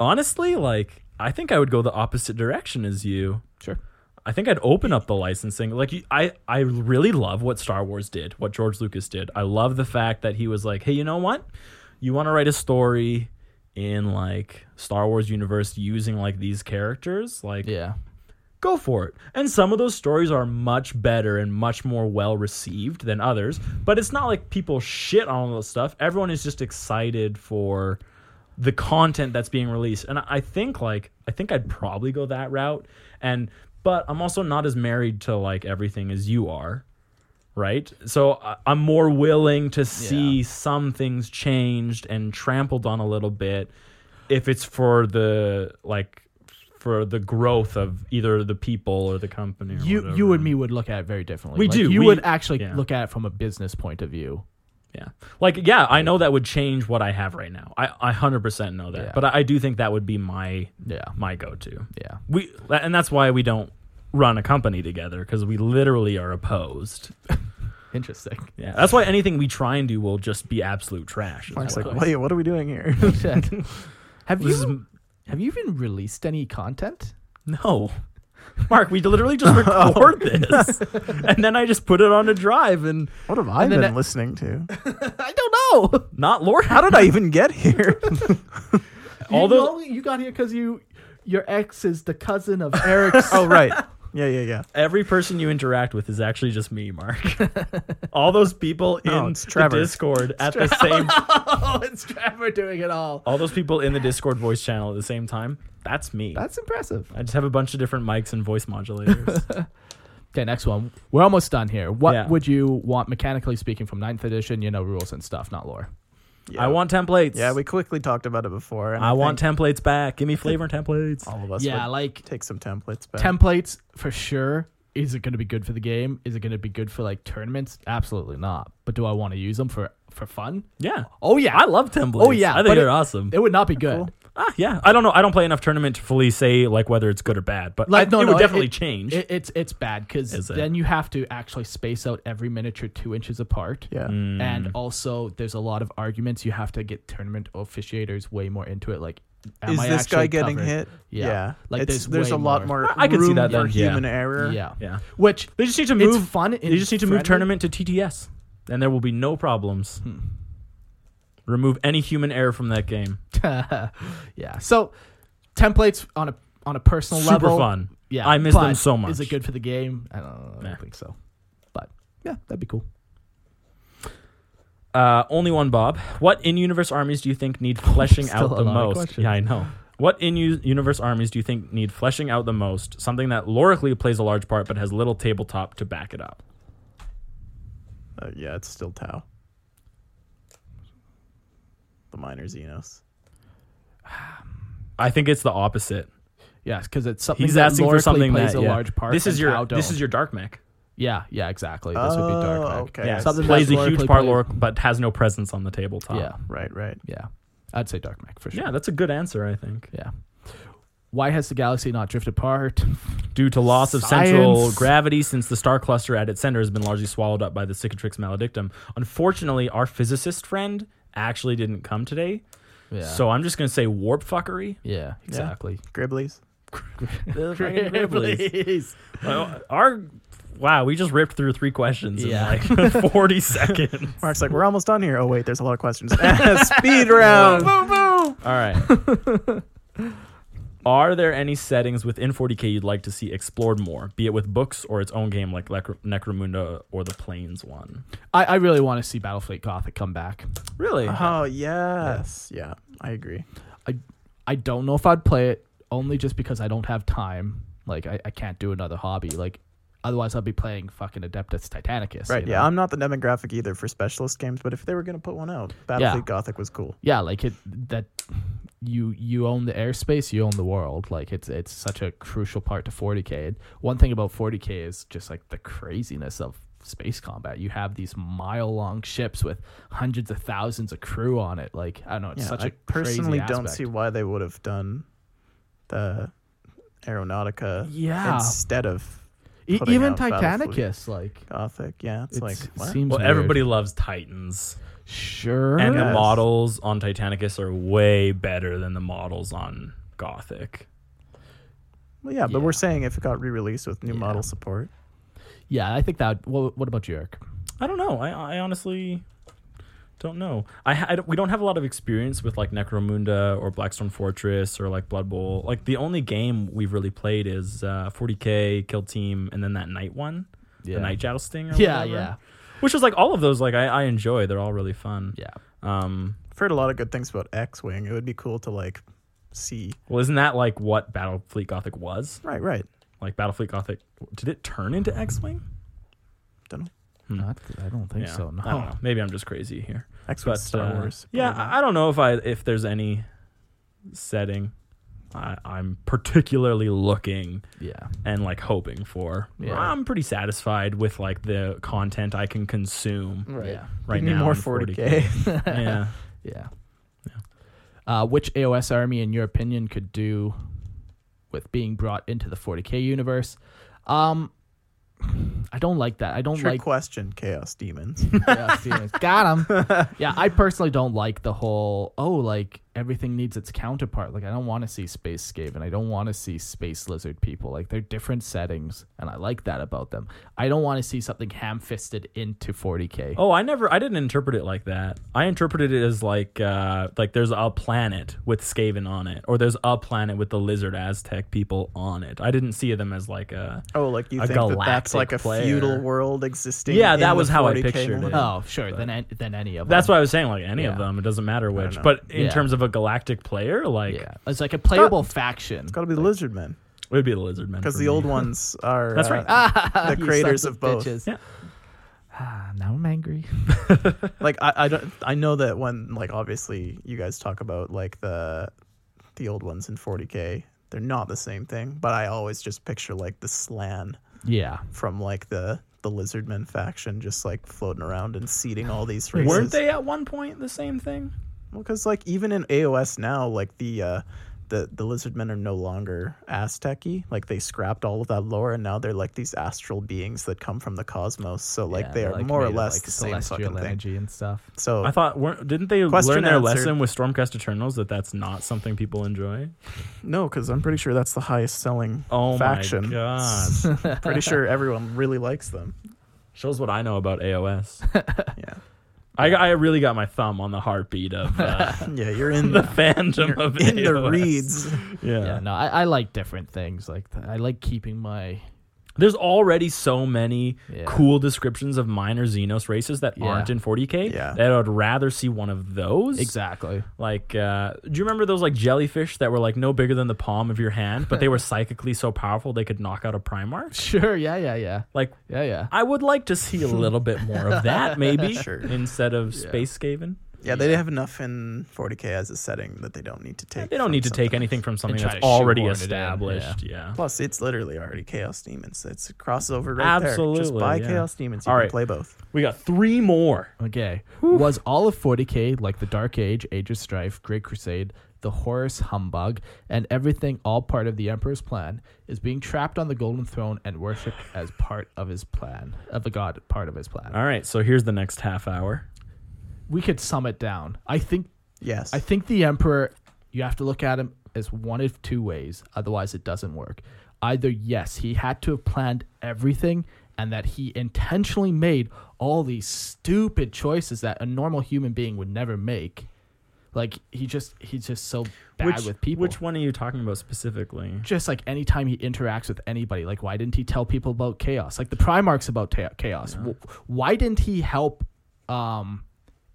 B: honestly, like I think I would go the opposite direction as you.
C: Sure.
B: I think I'd open up the licensing. Like you, I, I really love what Star Wars did, what George Lucas did. I love the fact that he was like, hey, you know what? You want to write a story in like Star Wars universe using like these characters? Like,
C: Yeah.
B: go for it. And some of those stories are much better and much more well received than others. But it's not like people shit on all this stuff. Everyone is just excited for the content that's being released. And I- I think like I think I'd probably go that route. And but I'm also not as married to like everything as you are. Right? So I- I'm more willing to see
C: Yeah.
B: some things changed and trampled on a little bit if it's for the like for the growth of either the people or the company. Or
C: You
B: whatever.
C: you and me would look at it very differently.
B: We
C: Like,
B: do.
C: You
B: We-
C: would actually
B: yeah.
C: look at it from a business point of view.
B: yeah, like yeah, I know that would change what I have right now. I I hundred percent know that,
C: Yeah.
B: but I, I do think that would be my
C: Yeah.
B: my go to.
C: Yeah.
B: We and that's why we don't run a company together because we literally are opposed.
C: Interesting.
B: Yeah, that's why anything we try and do will just be absolute trash. is
D: Mark's
B: what
D: like,
B: I-
D: wait, what are we doing here?
C: Shit. have
B: This
C: you have you even released any content?
B: no. Mark, we literally just record this, and then I just put it on a drive, and
D: What have I
C: And then
D: been
C: I-
D: listening to?
C: I don't know.
B: not Lord.
D: How did I even get here?
B: All
C: you
B: those-
C: know, you got here because you your ex is the cousin of Eric's.
D: oh right. Yeah, yeah, yeah.
B: every person you interact with is actually just me, Mark. All those people in
D: No, it's
B: the
D: Trevor.
B: Discord at the same
C: oh, it's Trevor doing it all.
B: all those people in the Discord voice channel at the same time. That's me.
C: That's impressive.
B: I just have a bunch of different mics and voice modulators.
C: Okay, next one. We're almost done here. What
B: Yeah.
C: would you want, mechanically speaking, from ninth edition? You know, rules and stuff, not lore.
D: Yeah.
B: I want templates.
D: Yeah, we quickly talked about it before. And
B: I, want
D: think
B: templates back. Give me flavor templates.
D: all of us.
C: yeah,
D: would
C: like
D: take some templates back.
C: templates for sure. Is it going to be good for the game? Is it going to be good for like tournaments? Absolutely not. But do I want to use them for for fun?
B: Yeah.
C: Oh yeah,
B: I love templates.
C: Oh yeah,
B: I
C: but
B: think they're
C: it-
B: awesome.
C: It would not be good.
B: ah, yeah. I don't know. I don't play enough tournament to fully say like whether it's good or bad, but
C: Like
B: I,
C: no,
B: it
C: no,
B: would definitely
C: it-
B: change.
C: It, it's it's bad because
B: Is it?
C: then you have to actually space out every miniature two inches apart.
D: Yeah.
B: Mm.
C: And also, there's a lot of arguments. You have to get tournament officiators way more into it. Like, am
D: Is
C: I
D: this guy
C: actually
D: getting
C: covered?
D: hit?
C: Yeah. Like,
D: It's-
C: there's
D: there's
C: way
D: a lot
C: more.
D: more.
B: I could see
D: room
B: that
D: for
B: then, yeah.
D: human error.
C: Yeah.
B: yeah.
C: Which
B: They just need to
C: It's
B: move
C: fun and
B: They just need to move
C: friendly. Hmm.
B: tournament to TTS, and there will be no problems. Remove any human error from that game.
C: yeah. So templates on a on a personal
B: Super
C: level.
B: fun.
C: Yeah.
B: I miss them
C: but
B: so
C: Is
B: much.
C: it good for the game? I don't, know, I don't
B: Nah.
C: think so. But yeah, that'd be cool.
B: Uh, only one, Bob. What in-universe armies do you think need fleshing
C: Still
B: out the
C: a lot of
B: most?
C: questions.
B: Yeah, I know. What in-universe armies do you think need fleshing out the most? Something that lorically plays a large part but has little tabletop to back it up.
D: Uh, yeah, it's still Tau. The minor Xenos.
B: I think it's the opposite.
C: Yes, because it's something.
B: He's
C: that
B: asking for
C: lorically
B: something
C: plays
B: that
C: a
B: yeah.
C: large part.
B: This is
C: and
B: your
C: Tau
B: this
C: don't.
B: is your dark mech.
C: Yeah, yeah, exactly. This would be dark.
D: Oh,
C: mech.
D: okay.
B: Yeah,
D: I
C: Something
D: see.
B: plays
C: that's
B: a huge
C: lorically
B: part
C: played-
B: loric but has no presence on the tabletop.
C: Yeah,
D: Right, right.
C: yeah. I'd say dark mech for sure.
B: yeah, that's a good answer. I think.
C: Yeah. Why has the galaxy not drifted apart?
B: due to loss of central
C: Science.
B: gravity since the star cluster at its center has been largely swallowed up by the Cicatrix maledictum. Unfortunately, our physicist friend actually didn't come today.
C: Yeah.
B: So I'm just going to say warp fuckery.
C: yeah, exactly.
D: Gribblies.
B: Well, our wow, we just ripped through three questions
C: Yeah.
B: in like 40 seconds.
D: Mark's like, we're almost done here. Oh wait, there's a lot of questions. Speed round.
B: All right. Are there any settings within 40k you'd like to see explored more, be it with books or its own game like Lec- Necromunda or the Plains one?
C: I, I really want to see Battlefleet Gothic come back.
B: Really?
D: Oh yes, yeah, I agree.
C: I I don't know if I'd play it only just because I don't have time. Like I, I can't do another hobby. Like otherwise I'd be playing fucking Adeptus Titanicus.
D: Right,
C: you
D: yeah,
C: know?
D: I'm not the demographic either for specialist games, but if they were gonna put one out, Battlefield Gothic was cool.
C: yeah, like it that you you own the airspace, you own the world. Like it's it's such a crucial part to 40k. And one thing about 40k is just like the craziness of space combat. You have these mile long ships with hundreds of thousands of crew on it. Like I don't know, it's
D: Yeah,
C: such
D: I
C: a
D: personally
C: crazy
D: don't
C: aspect.
D: see why they would have done the Aeronautica
C: Yeah.
D: instead of
C: E-
D: putting
C: even
D: out Battlefleet
C: Titanicus. Like
D: Gothic. Yeah, it's,
C: it
D: like what?
C: seems
B: Well,
C: weird.
B: everybody loves Titans,
C: sure
B: and the
D: Yes.
B: models on Titanicus are way better than the models on Gothic.
D: well, yeah, but we're
C: Yeah.
D: saying if it got re-released with new
C: Yeah.
D: model support,
C: Yeah, I think that. What, what about you, Eric?
B: I don't know. I, I honestly don't know. I, ha- I don't- we don't have a lot of experience with like Necromunda or Blackstone Fortress or like Blood Bowl. Like the only game we've really played is uh, 40k, Kill Team, and then that night one,
C: Yeah.
B: the night jousting. Or
C: Yeah,
B: whatever.
C: yeah,
B: Which is like all of those. Like I, I enjoy. They're all really fun.
C: yeah.
B: Um.
D: I've heard a lot of good things about X-wing. It would be cool to like see.
B: Well, isn't that like what Battlefleet Gothic was?
D: Right, right.
B: Like Battlefleet Gothic, did it turn into X-wing?
D: Don't know.
C: Not, I don't think
B: Yeah.
C: so. No.
B: I don't know. Maybe I'm just crazy here.
D: X-wing
B: but
D: Star
B: uh,
D: Wars.
B: yeah,
D: but-
B: I I don't know if I if there's any setting I, I'm particularly looking
C: Yeah.
B: and like hoping for.
C: Yeah.
B: I'm pretty satisfied with like the content I can consume
C: Right. Yeah.
B: right
D: Give me
B: now.
D: more
B: in
D: 40K.
B: yeah,
C: Yeah. Uh, which AOS army, in your opinion, could do with being brought into the 40k universe? Um, I don't like that. I don't
D: Trick
C: like.
D: question, Chaos Demons.
C: Yeah, Steelers. Got him. Yeah, I personally don't like the whole oh, like everything needs its counterpart. Like I don't want to see space scaven. I don't want to see space lizard people. Like they're different settings, and I like that about them. I don't want to see something ham fisted into 40k.
B: Oh, I never. I didn't interpret it like that. I interpreted it as like uh, like there's a planet with Skaven on it, or there's a planet with the lizard Aztec people on it. I didn't see them as like a.
D: Oh, like you
B: A
D: think that that's
B: galactic
D: like a
B: player.
D: feudal world existing?
B: Yeah, that
D: in the
B: was how I
D: 40K
B: pictured
D: world?
B: it.
C: Oh, sure. Then an- then any of
B: That's
C: them.
B: why I was saying like any of
C: Yeah.
B: them. It doesn't matter which.
D: know.
B: But in
C: Yeah.
B: terms of a galactic player, like
C: Yeah, it's like a playable faction.
D: It's got to be the lizard men
B: It would be the lizard men.
D: because
B: for
D: the
B: me.
D: old ones are.
B: That's right.
D: uh,
C: the
D: creators of both.
B: Yeah.
C: Ah, now I'm angry.
D: like I, I don't. I know that when like obviously you guys talk about like the the old ones in 40k, they're not the same thing. But I always just picture like the slan
C: Yeah.
D: from like the the lizardmen faction just like floating around and seeding all these races.
B: Weren't they at one point the same thing?
D: Well, because like even in AOS now, like the uh, the the lizardmen are no longer Aztec-y. Like they scrapped all of that lore, and now they're like these astral beings that come from the cosmos. So like
C: Yeah,
D: they
C: they're,
D: are more or
C: made of,
D: less
C: like,
D: the same
C: celestial
D: fucking thing.
C: energy and stuff.
D: So
B: I thought weren't, didn't they
D: Question
B: learn their
D: answered.
B: lesson with Stormcast Eternals that that's not something people enjoy?
D: no, because I'm pretty sure that's the highest selling
B: Oh my
D: faction.
B: god!
D: pretty sure everyone really likes them.
B: Shows what I know about AOS.
D: Yeah,
B: I, I really got my thumb on the heartbeat of uh,
D: yeah, you're in
B: the
D: the
B: fandom of
D: in
B: AOS.
D: the reeds.
B: Yeah.
C: Yeah, no, I, I like different things. Like th- I like keeping my
B: There's already so many
C: Yeah.
B: cool descriptions of minor Xenos races that
C: Yeah.
B: aren't in 40k.
D: Yeah.
B: That I'd rather see one of those.
C: exactly.
B: Like, uh, do you remember those like jellyfish that were like no bigger than the palm of your hand, but they were psychically so powerful they could knock out a Primarch?
C: Sure. Yeah. Yeah. Yeah.
B: Like,
C: Yeah. Yeah.
B: I would like to see a little bit more of that, maybe, instead of Space Skaven.
D: Yeah, they have enough in 40k as a setting that they don't need to take.
B: They don't
D: from
B: need to take
D: something.
B: anything from something
C: try
B: that's
C: to
B: already
C: shoehorn it in,
B: established. Yeah.
D: Plus, it's literally already Chaos Demons. It's a crossover right there. Just
B: Absolutely,
D: buy
B: yeah.
D: Chaos Demons. You
B: All
D: can
B: right.
D: play both.
B: We got three more.
C: Okay. Was all of 40k like the Dark Age, Age of Strife, Great Crusade, the Horus Humbug, and everything all part of the Emperor's plan? Is being trapped on the Golden Throne and worshipped as part of his plan, of the god part of his plan?
B: All right, so here's the next half hour.
C: We could sum it down. I think
D: Yes.
C: I think the emperor, you have to look at him as one of two ways. Otherwise, it doesn't work. Either, yes, he had to have planned everything and that he intentionally made all these stupid choices that a normal human being would never make. Like he just he's just so bad
B: which,
C: with people.
B: Which one are you talking about specifically?
C: just like anytime he interacts with anybody, like why didn't he tell people about chaos? Like the Primarch's about ta- chaos. Wh- Why didn't he help um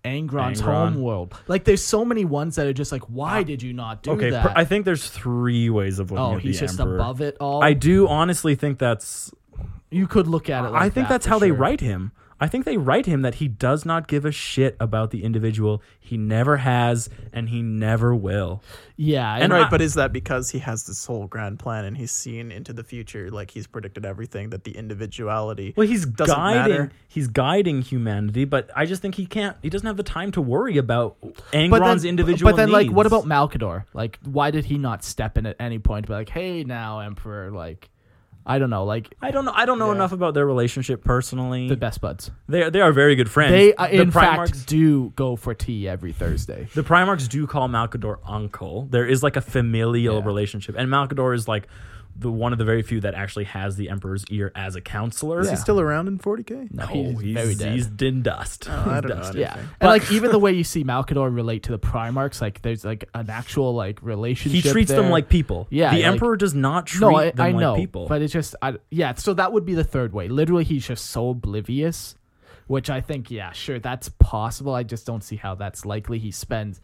C: Angron's
B: Angron. Ah.
C: homeworld? Like there's so many ones that are just like, why did you not do
B: okay, per-
C: that?
B: I think there's three ways of looking
C: oh,
B: at
C: he's
B: the
C: just
B: Emperor.
C: above it all.
B: I do honestly think that's.
C: you could look at it. Like
B: I think
C: that
B: that's
C: for
B: how they
C: sure.
B: write him. I think they write him that he does not give a shit about the individual. He never has, and he never will.
C: Yeah,
B: And
C: and
D: right,
B: I-
D: but is that because he has this whole grand plan and he's seen into the future, like he's predicted everything that the individuality
B: Well, he's
D: doesn't
B: guiding.
D: matter?
B: He's guiding humanity, but I just think he can't. He doesn't have the time to worry about Angron's individual.
C: But then, like, what
B: needs.
C: about Malkador? Like, why did he not step in at any point? But like, hey, now Emperor, like, I don't know, like
B: I don't know. I don't know enough about their relationship personally.
C: the best buds.
B: They they are very good friends.
C: They uh,
B: the
C: in
B: Primarchs-
C: fact do go for tea every Thursday.
B: the Primarchs do call Malkador uncle. There is like a familial
C: Yeah.
B: relationship, and Malkador is like the one of the very few that actually has the Emperor's ear as a counselor.
D: Is he still around in 40k?
B: No,
C: No, Oh, he's,
B: he's,
C: very dead. Oh,
B: he's in dust.
D: I
B: He's
D: don't know.
B: dust.
C: yeah, and
B: But-
C: like even the way you see Malkador relate to the Primarchs, like there's like an actual like
B: He
C: relationship.
B: treats them
C: there.
B: like people.
C: Yeah,
B: the
C: like-
B: Emperor does not treat
C: no, I,
B: them
C: I
B: like
C: know,
B: people.
C: but it's just I, yeah. So that would be the third way. Literally, he's just so oblivious, which I think yeah, sure, that's possible. I just don't see how that's likely. He spends,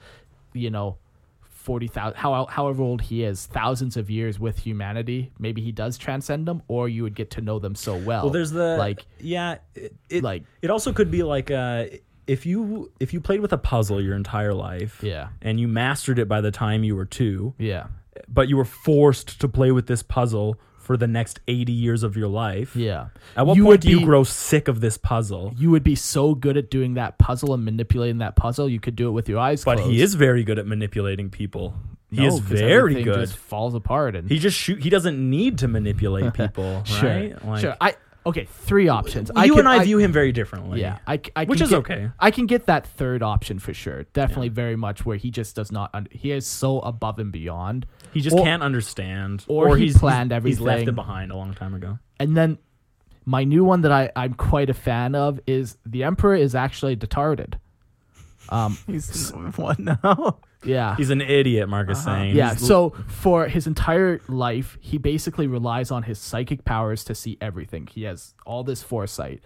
C: you know, forty thousand, how however old he is, thousands of years with humanity. Maybe he does transcend them, or you would get to know them so well.
B: Well, there's the
C: like
B: yeah, it, it-
C: like-
B: it also could be like uh, if you if you played with a puzzle your entire life,
C: Yeah.
B: and you mastered it by the time you were two,
C: yeah,
B: but you were forced to play with this puzzle for the next eighty years of your life.
C: yeah.
B: At what
C: You
B: point
C: would
B: do you
C: be-
B: grow sick of this puzzle?
C: You would be so good at doing that puzzle and manipulating that puzzle. You could do it with your eyes
B: But
C: closed.
B: he is very good at manipulating people. He
C: No,
B: is
C: 'cause
B: very
C: everything
B: good.
C: Just falls apart and
B: he just shoot. He doesn't need to manipulate people,
C: Sure.
B: right? Like,
C: sure. I okay. Three options.
B: you
C: can-
B: and I, view him very differently.
C: Yeah, I, c- I
B: Which
C: can
B: is
C: get-
B: okay.
C: I can get that third option for sure. Definitely, very much where he just does not. Un- he is so above and beyond.
B: He just
C: Or-
B: can't understand,
C: or he
B: he's he's-
C: planned
B: He's left it
C: everything.
B: behind a long time ago.
C: And then my new one that I I'm quite a fan of is the emperor is actually retarded. Um.
D: He's what now?
C: Yeah.
B: He's an idiot, Marcus saying.
C: yeah,
B: He's-
C: so for his entire life, he basically relies on his psychic powers to see everything. He has all this foresight.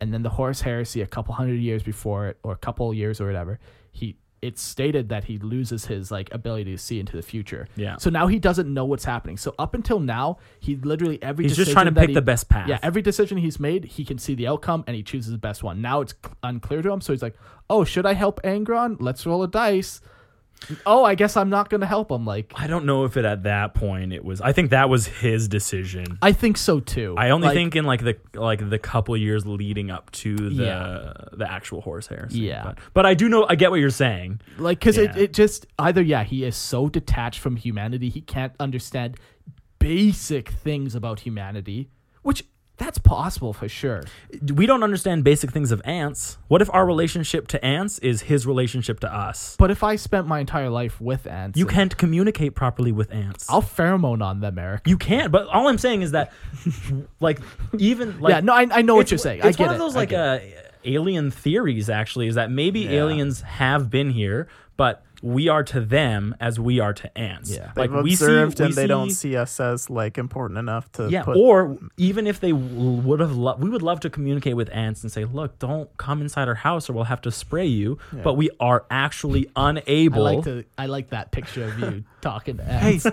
C: And then the Horus Heresy, a couple hundred years before it, or a couple years or whatever, he it's stated that he loses his like ability to see into the future.
B: Yeah.
C: So now he doesn't know what's happening. So up until now, he literally every
B: He's just
C: decision
B: trying to
C: that
B: pick
C: he-
B: the best path.
C: Yeah, every decision he's made, he can see the outcome and he chooses the best one. Now it's cl- unclear to him, so he's like, "Oh, should I help Angron? Let's roll a dice." Oh, I guess I'm not going to help him. Like,
B: I don't know if it at that point it was. I think that was his decision.
C: I think so too.
B: I only
C: Like,
B: think in like the like the couple years leading up to the
C: Yeah.
B: the actual horse hair.
C: Yeah.
B: but, but I do know. I get what you're saying.
C: like because it,
B: Yeah.
C: it just either yeah he is so detached from humanity he can't understand basic things about humanity, which that's possible for sure.
B: We don't understand basic things of ants. What if our relationship to ants is his relationship to us?
C: But if I spent my entire life with ants,
B: You
C: and-
B: can't communicate properly with ants.
C: I'll pheromone on them, Eric.
B: you can't. But all I'm saying is that, like, even like
C: yeah, no, I, I know what
B: It's-
C: you're saying.
B: It's
C: I get
B: one
C: it.
B: of those
C: I
B: like
C: get it.
B: uh, alien theories. Actually, is that maybe aliens have been here, but we are to them as we are to ants.
C: Yeah.
D: They've
B: like we see,
D: observed
B: we
D: and they don't see us as like important enough to
B: Yeah,
D: put
B: or even if they w- would have, lo- we would love to communicate with ants and say, "Look, don't come inside our house, or we'll have to spray you." But we are actually
C: I
B: unable.
C: like to. I like that picture of you talking to
D: Hey,
C: ants.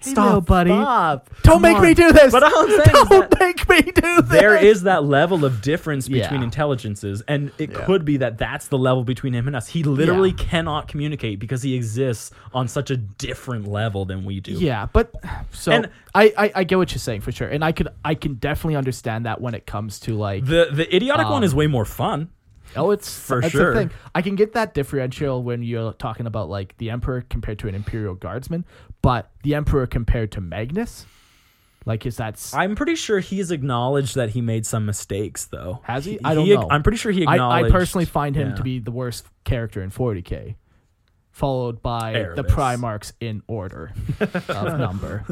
D: stop,
C: buddy.
D: Stop.
C: Don't make me do this.
B: But all I'm saying is
C: don't
B: that-
C: make me do this.
B: there is that level of difference between
C: Yeah.
B: intelligences and it
D: Yeah.
B: could be that that's the level between him and us he literally cannot communicate because he exists on such a different level than we do
C: Yeah, but so
B: And-
C: I, I I get what you're saying for sure, and I could I can definitely understand that when it comes to like
B: the the idiotic one
C: Um,
B: is way more fun
C: oh it's
B: for
C: that's
B: sure.
C: the thing I can get that differential when you're talking about like the emperor compared to an imperial guardsman, but the emperor compared to Magnus, like is that s-
B: i'm pretty sure he's acknowledged that he made some mistakes though
C: has he?
B: He-
C: I don't
B: he-
C: know.
B: i'm pretty sure he
C: I,
B: acknowledged
C: I personally find him
B: yeah.
C: to be the worst character in 40k, followed by the
B: Erebus.
C: Primarchs in order of number,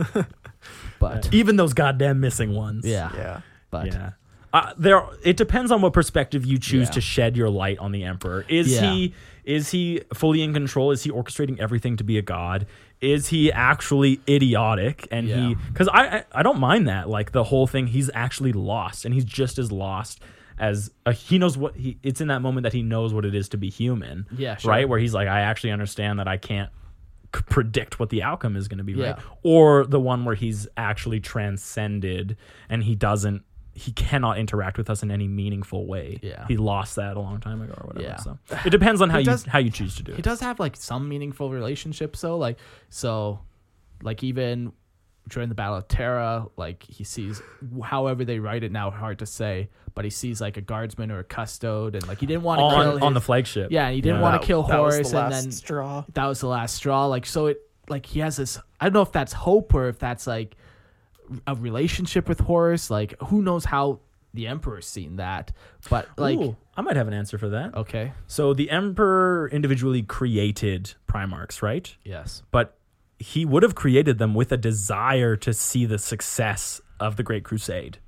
C: but
B: even those goddamn missing ones
C: yeah,
D: Yeah.
C: but
B: yeah uh, there it depends on what perspective you choose
C: Yeah.
B: to shed your light on the emperor is
C: Yeah.
B: he is he fully in control is he orchestrating everything to be a god is he actually idiotic and he
C: Yeah.
B: because I, I i don't mind that like the whole thing he's actually lost and he's just as lost as a, he knows what he it's in that moment that he knows what it is to be human
C: Yeah, sure.
B: right where he's like i actually understand that i can't c- predict what the outcome is going to be right
C: Yeah.
B: or the one where he's actually transcended and he doesn't he cannot interact with us in any meaningful way
C: Yeah.
B: he lost that a long time ago or whatever
C: Yeah.
B: so it depends on how
C: He
B: you
C: does-
B: how you choose to do
C: he
B: it
C: does have like some meaningful relationships though like so like even during the battle of terra like he sees however they write it now hard to say but he sees like a guardsman or a custode and like he didn't want to kill
B: on,
C: his,
B: on the flagship
C: yeah he didn't
B: Yeah.
C: want
D: That-
C: to kill
D: that was the
C: horus and
D: last
C: then
D: straw.
C: that was the last straw like so it like he has this i don't know if that's hope or if that's like a relationship with horus like who knows how the emperor's seen that but like Oh.
B: Ooh, i might have an answer for that
C: okay
B: so the emperor individually created primarchs right
C: yes
B: but he would have created them with a desire to see the success of the great crusade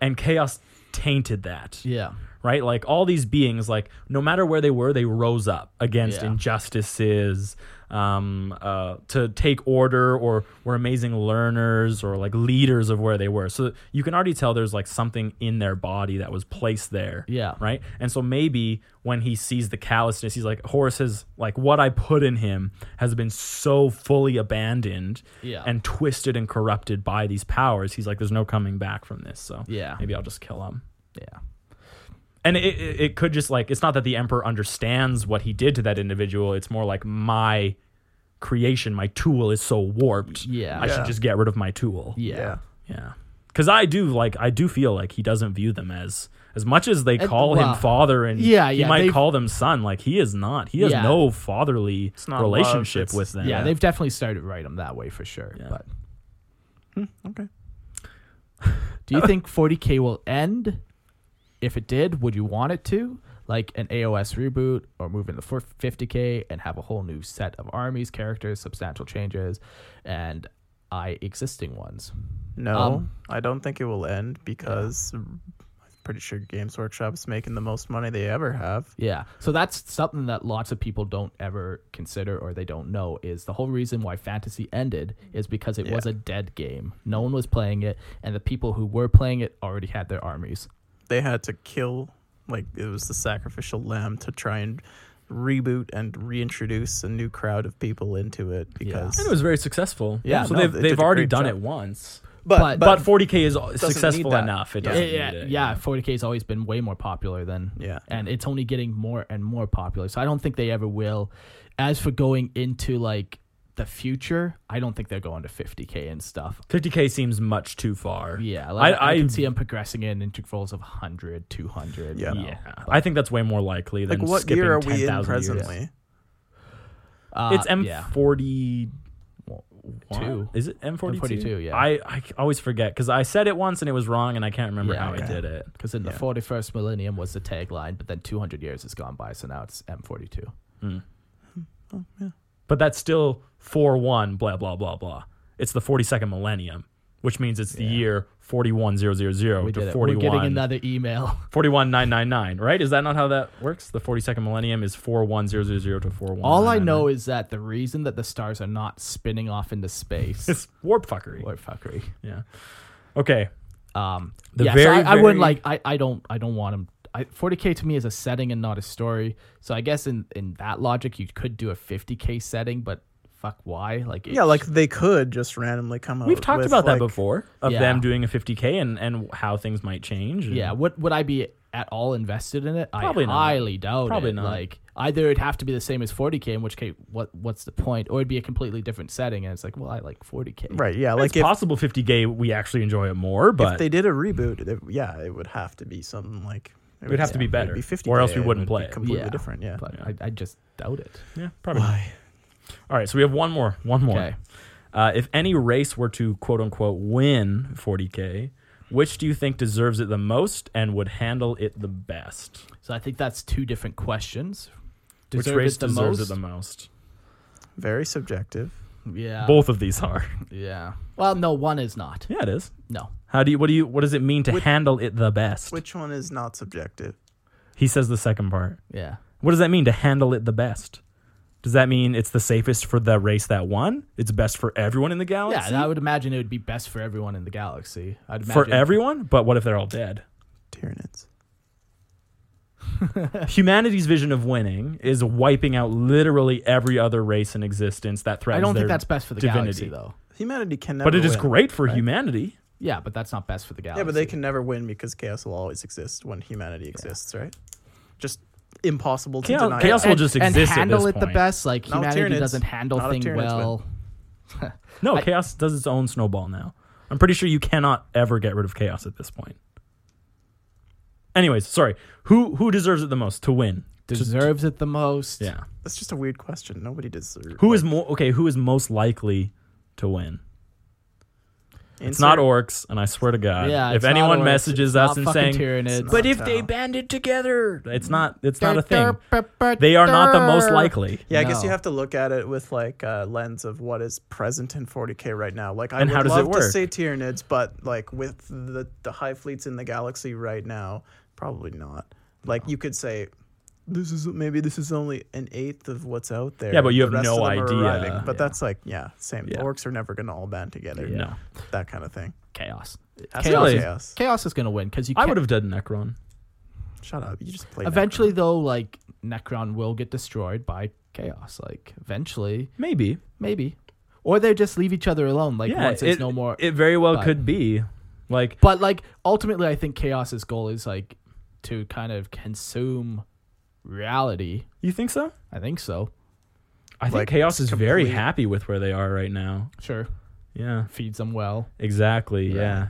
B: and chaos tainted that
C: yeah
B: right? Like all these beings, like no matter where they were, they rose up against
C: Yeah.
B: injustices, um, uh, to take order, or were amazing learners, or like leaders of where they were. So you can already tell there's like something in their body that was placed there.
C: Yeah.
B: Right. And so maybe when he sees the callousness, he's like, Horus has like what I put in him has been so fully abandoned
C: Yeah.
B: and twisted and corrupted by these powers. He's like, there's no coming back from this. So
C: Yeah.
B: maybe I'll just kill him
C: yeah
B: and it, it, it could just like it's not that the emperor understands what he did to that individual it's more like my creation my tool is so warped
C: Yeah.
B: i
D: Yeah.
B: should just get rid of my tool
C: yeah.
B: yeah because i do like i do feel like he doesn't view them as as much as they
C: And-
B: call
C: well,
B: him father and
C: yeah,
B: he
C: yeah,
B: might
C: they've-
B: call them son like he is not he has
C: Yeah.
B: no fatherly
D: not
B: relationship
D: love, it's-
B: with them
C: yeah, they've definitely started to write them that way for sure.
B: Yeah.
C: But
D: Okay.
C: do you think 40k will end? If it did, would you want it to? Like an AOS reboot or move into 4- 50k and have a whole new set of armies, characters, substantial changes, and I existing ones.
D: No,
C: Um,
D: I don't think it will end because I'm pretty sure Games Workshop's making the most money they ever have.
C: Yeah. So that's something that lots of people don't ever consider or they don't know is the whole reason why fantasy ended is because it was a dead game. No one was playing it and the people who were playing it already had their armies.
D: They had to kill, like, it was the sacrificial lamb to try and reboot and reintroduce a new crowd of people into it because.
B: and it was very successful
D: Yeah,
B: so
D: no,
B: they've,
D: they
B: they've
D: did a
B: already
D: great
B: done
D: job.
B: it once
C: but-
B: but, 40k is
D: Uh, need
B: successful
D: that.
B: enough it
D: Yeah.
B: doesn't
C: yeah,
B: need it
C: yeah, 40k has always been way more popular than
D: Yeah.
C: and it's only getting more and more popular. So I don't think they ever will. As for going into like the future, I don't think they're going to 50k and stuff.
B: 50k seems much too far.
C: Yeah, like, I,
B: I,
C: can see them progressing in intervals of 100, 200.
D: Yeah.
C: you know.
B: yeah, I think that's way more likely than
D: Like, what
B: skipping
D: year are we
B: 10,000 years.
D: in presently?
C: Uh,
B: It's
C: yeah.
B: M40.
C: Two.
B: Is it M42?
C: M42, yeah.
B: I, I always forget because I said it once and it was wrong and I can't remember
C: Yeah,
B: how I
C: okay.
B: did it.
C: Because in the 41st millennium was the tagline, but then 200 years has gone by, so now it's M42.
B: But that's still 41, blah, blah, blah, blah. It's the 42nd millennium, which means it's the year 41000
C: We did
B: to
C: it. We're
B: 41.
C: getting another email.
B: 41999, right? Is that not how that works? The 42nd millennium is 41000 to 41.
C: All I know is that the reason that the stars are not spinning off into space
B: it's warp fuckery.
C: or fuckery.
B: Yeah. Okay.
C: Um,
B: The
C: yeah,
B: very,
C: so I, I wouldn't
B: very-
C: like. I, I don't. I don't want them. I, 40k to me is a setting and not a story. So I guess in in that logic, you could do a 50k setting, but fuck, why? Like,
D: Yeah,
C: it's-
D: like, they could just randomly come out
B: We've talked
D: with,
B: about that
D: like-
B: before of
C: Yeah.
B: them doing a 50k and and how things might change. and-
C: Yeah, would would I be at all invested in it?
B: Probably
C: I
B: not.
C: highly doubt
B: Probably
C: it.
B: not.
C: Like either it'd have to be the same as 40k, in which case, what what's the point? Or it'd be a completely different setting, and it's like, well, I like 40k.
D: Right, yeah.
B: it's
D: Like, if,
B: possible 50k we actually enjoy it more, but
D: if they did a reboot, it, yeah, it would have to be something like.
B: It would have to be better,
D: It'd be 50
B: or else we
D: it
B: wouldn't
D: would
B: play
D: Be
B: it.
D: completely different, yeah.
C: But I, I just doubt it.
B: yeah, probably. not. All right, so we have one more, one more.
C: Okay.
B: Uh, if any race were to quote unquote win 40k, which do you think deserves it the most and would handle it the best?
C: So I think that's two different questions.
B: which
C: Deserve
B: race
C: it the
B: deserves
C: most?
B: it the most?
D: Very subjective.
C: Yeah.
B: Both of these are.
C: Yeah. Well, no, one is not.
B: Yeah, it is.
C: No.
B: How do you? What do you? What does it mean to handle it the best?
D: Which one is not subjective?
B: he says the second part.
C: Yeah.
B: What does that mean to handle it the best? Does that mean it's the safest for the race that won? It's best for everyone in the galaxy.
C: Yeah, and I would imagine it would be best for everyone in the galaxy. I'd imagine
B: for everyone. But what if they're all dead?
D: Tyranids.
B: Humanity's vision of winning is wiping out literally every other race in existence that
C: I
B: threatens.
C: don't think
B: their
C: that's best for the
B: divinity.
C: galaxy, though.
D: Humanity can never
B: But it is
D: win.
B: great for humanity.
C: Yeah, but that's not best for the galaxy.
D: Yeah, but they can never win because chaos will always exist when humanity exists, right? Just impossible to
B: Chaos-
D: deny.
B: chaos will
C: and,
B: will just
C: and
B: exist at
C: handle
B: this
C: it the
B: point.
C: best. Like
D: No,
C: humanity
D: Tyranids.
C: doesn't handle
D: Not if
C: things
D: Tyranids
C: well.
B: No, chaos does its own snowball now. I'm pretty sure you cannot ever get rid of chaos at this point. Anyways, sorry. Who who deserves it the most to win?
C: Deserves it the most.
B: Yeah.
D: That's just a weird question. Nobody deserves.
B: Who is more okay, who is most likely to win? It's not orcs, and I swear to God.
C: Yeah.
B: if
C: it's not
B: anyone
C: orcs,
B: messages
C: it's
B: us
C: not
B: and
C: fucking
B: saying
C: Tyranids.
B: But if they banded together it's not it's not a thing. They are not the most likely.
D: Yeah, I guess you
C: No.
D: have to look at it with like a lens of what is present in 40k right now. Like, I
B: And
D: would
B: how does it
D: love to
B: work?
D: say Tyranids, but like with the the high fleets in the galaxy right now, probably not. Like, you could say this is maybe this is only an eighth of what's out there.
B: Yeah, but you
D: The
B: have
D: rest
B: no
D: of them are
B: idea.
D: arriving. But
B: Yeah.
D: that's like yeah, same. The
B: Yeah.
D: Orcs are never gonna all band together.
B: No.
D: that kind of thing.
C: chaos.
D: That's
C: Chaos.
B: Really?
C: Is,
D: chaos.
C: chaos is gonna win because you.
B: I
C: can't-
B: would have done Necron.
D: Shut up. You just play.
C: Eventually, though, like Necron will get destroyed by chaos. Like eventually,
B: Maybe.
C: maybe, or they just leave each other alone. Like
B: yeah,
C: once it's
B: it-
C: no more.
B: It very well
C: but-
B: could be. Like
C: but like ultimately, I think chaos's goal is like to kind of consume reality.
B: you think so?
C: I think so.
B: I think
D: Like,
B: Chaos is very
D: complete-
B: happy with where they are right now.
C: Sure,
B: Yeah.
C: feeds them well.
B: Exactly. Yeah.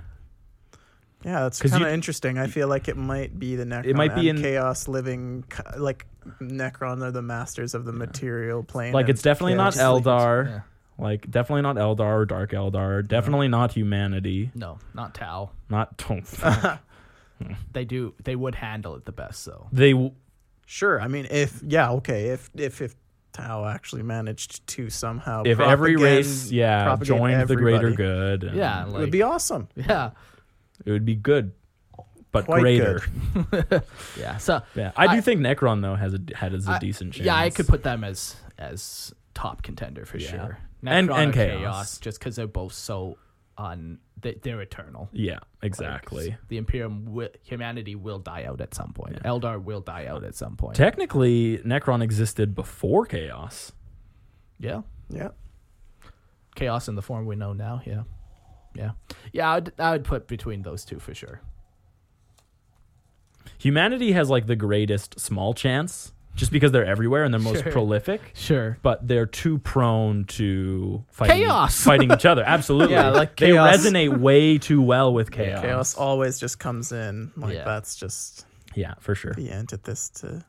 D: Yeah, that's
B: 'Cause
D: kind of
B: you-
D: interesting. I feel like it might be the Necron.
B: It might be
D: and
B: in-
D: chaos living, c- like Necron are the masters of the material plane.
B: Like
D: and
B: it's definitely not
D: chaos lives-
B: Eldar.
C: Yeah.
B: Like definitely not Eldar or Dark Eldar. Definitely not humanity.
C: No, not Tau.
B: Not
C: They do. They would handle it the best, though.
B: they. w-
D: Sure, I mean, if yeah, okay, if if if Tao actually managed to somehow
B: If every
D: propagand-
B: race, yeah,
D: propagate
B: joined the greater
D: everybody,
B: good. and
C: Yeah,
D: it
C: like,
D: would be awesome.
C: yeah,
B: it would be good, but
D: Quite
B: greater.
C: yeah. So
B: Yeah, I, do
C: I-
B: think Necron though has a had has a
C: I-
B: decent chance.
C: Yeah, I could put them as as top contender for
B: Yeah.
C: sure.
B: And-
C: Necron
B: and
C: or
B: Chaos.
C: just because they're both so on. They, they're eternal.
B: Yeah,
C: Like,
B: exactly.
C: the Imperium, wi- humanity will die out at some point. Eldar will die out at some point.
B: Technically, Necron existed before Chaos.
C: yeah,
D: Yeah,
C: Chaos in the form we know now. Yeah, yeah, yeah. I would, I would put between those two for sure.
B: Humanity has like the greatest small chance, just because they're everywhere and they're most
C: Sure.
B: prolific.
C: Sure.
B: but they're too prone to fighting,
C: Chaos.
B: fighting each other. Absolutely,
D: Yeah, like
B: they
D: chaos.
B: resonate way too well with chaos.
D: chaos always just comes in. Like
C: Yeah.
D: that's just
B: Yeah, for sure.
D: the antithesis to.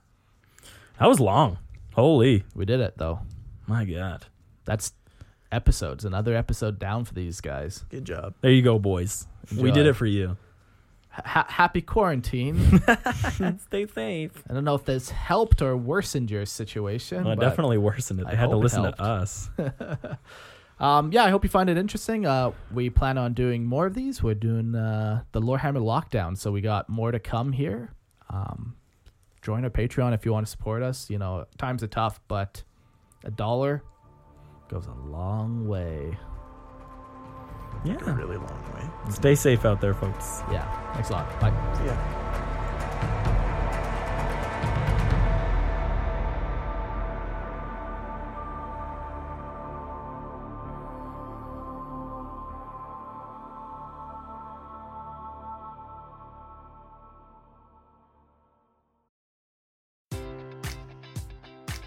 B: That was long. Holy,
C: We did it though.
B: my god!
C: That's episodes. Another episode down for these guys.
D: Good job.
B: There you go, boys. We
C: Enjoy.
B: did it for you.
C: ha- happy quarantine.
B: Stay safe.
C: I don't know if this helped or worsened your situation.
B: Well, it
C: but,
B: definitely worsened it. They
C: I
B: had to
C: hope it
B: listen
C: helped.
B: to us.
C: Um, yeah, I hope you find it interesting. Uh, we plan on doing more of these. We're doing uh, the Lorehammer lockdown, so we got more to come here. Um, join our Patreon if you want to support us. You know, times are tough, but a dollar goes a long way.
D: A
B: Yeah.
D: really long way.
B: Stay safe out there, folks.
C: Yeah, thanks a lot. Bye.
D: Yeah.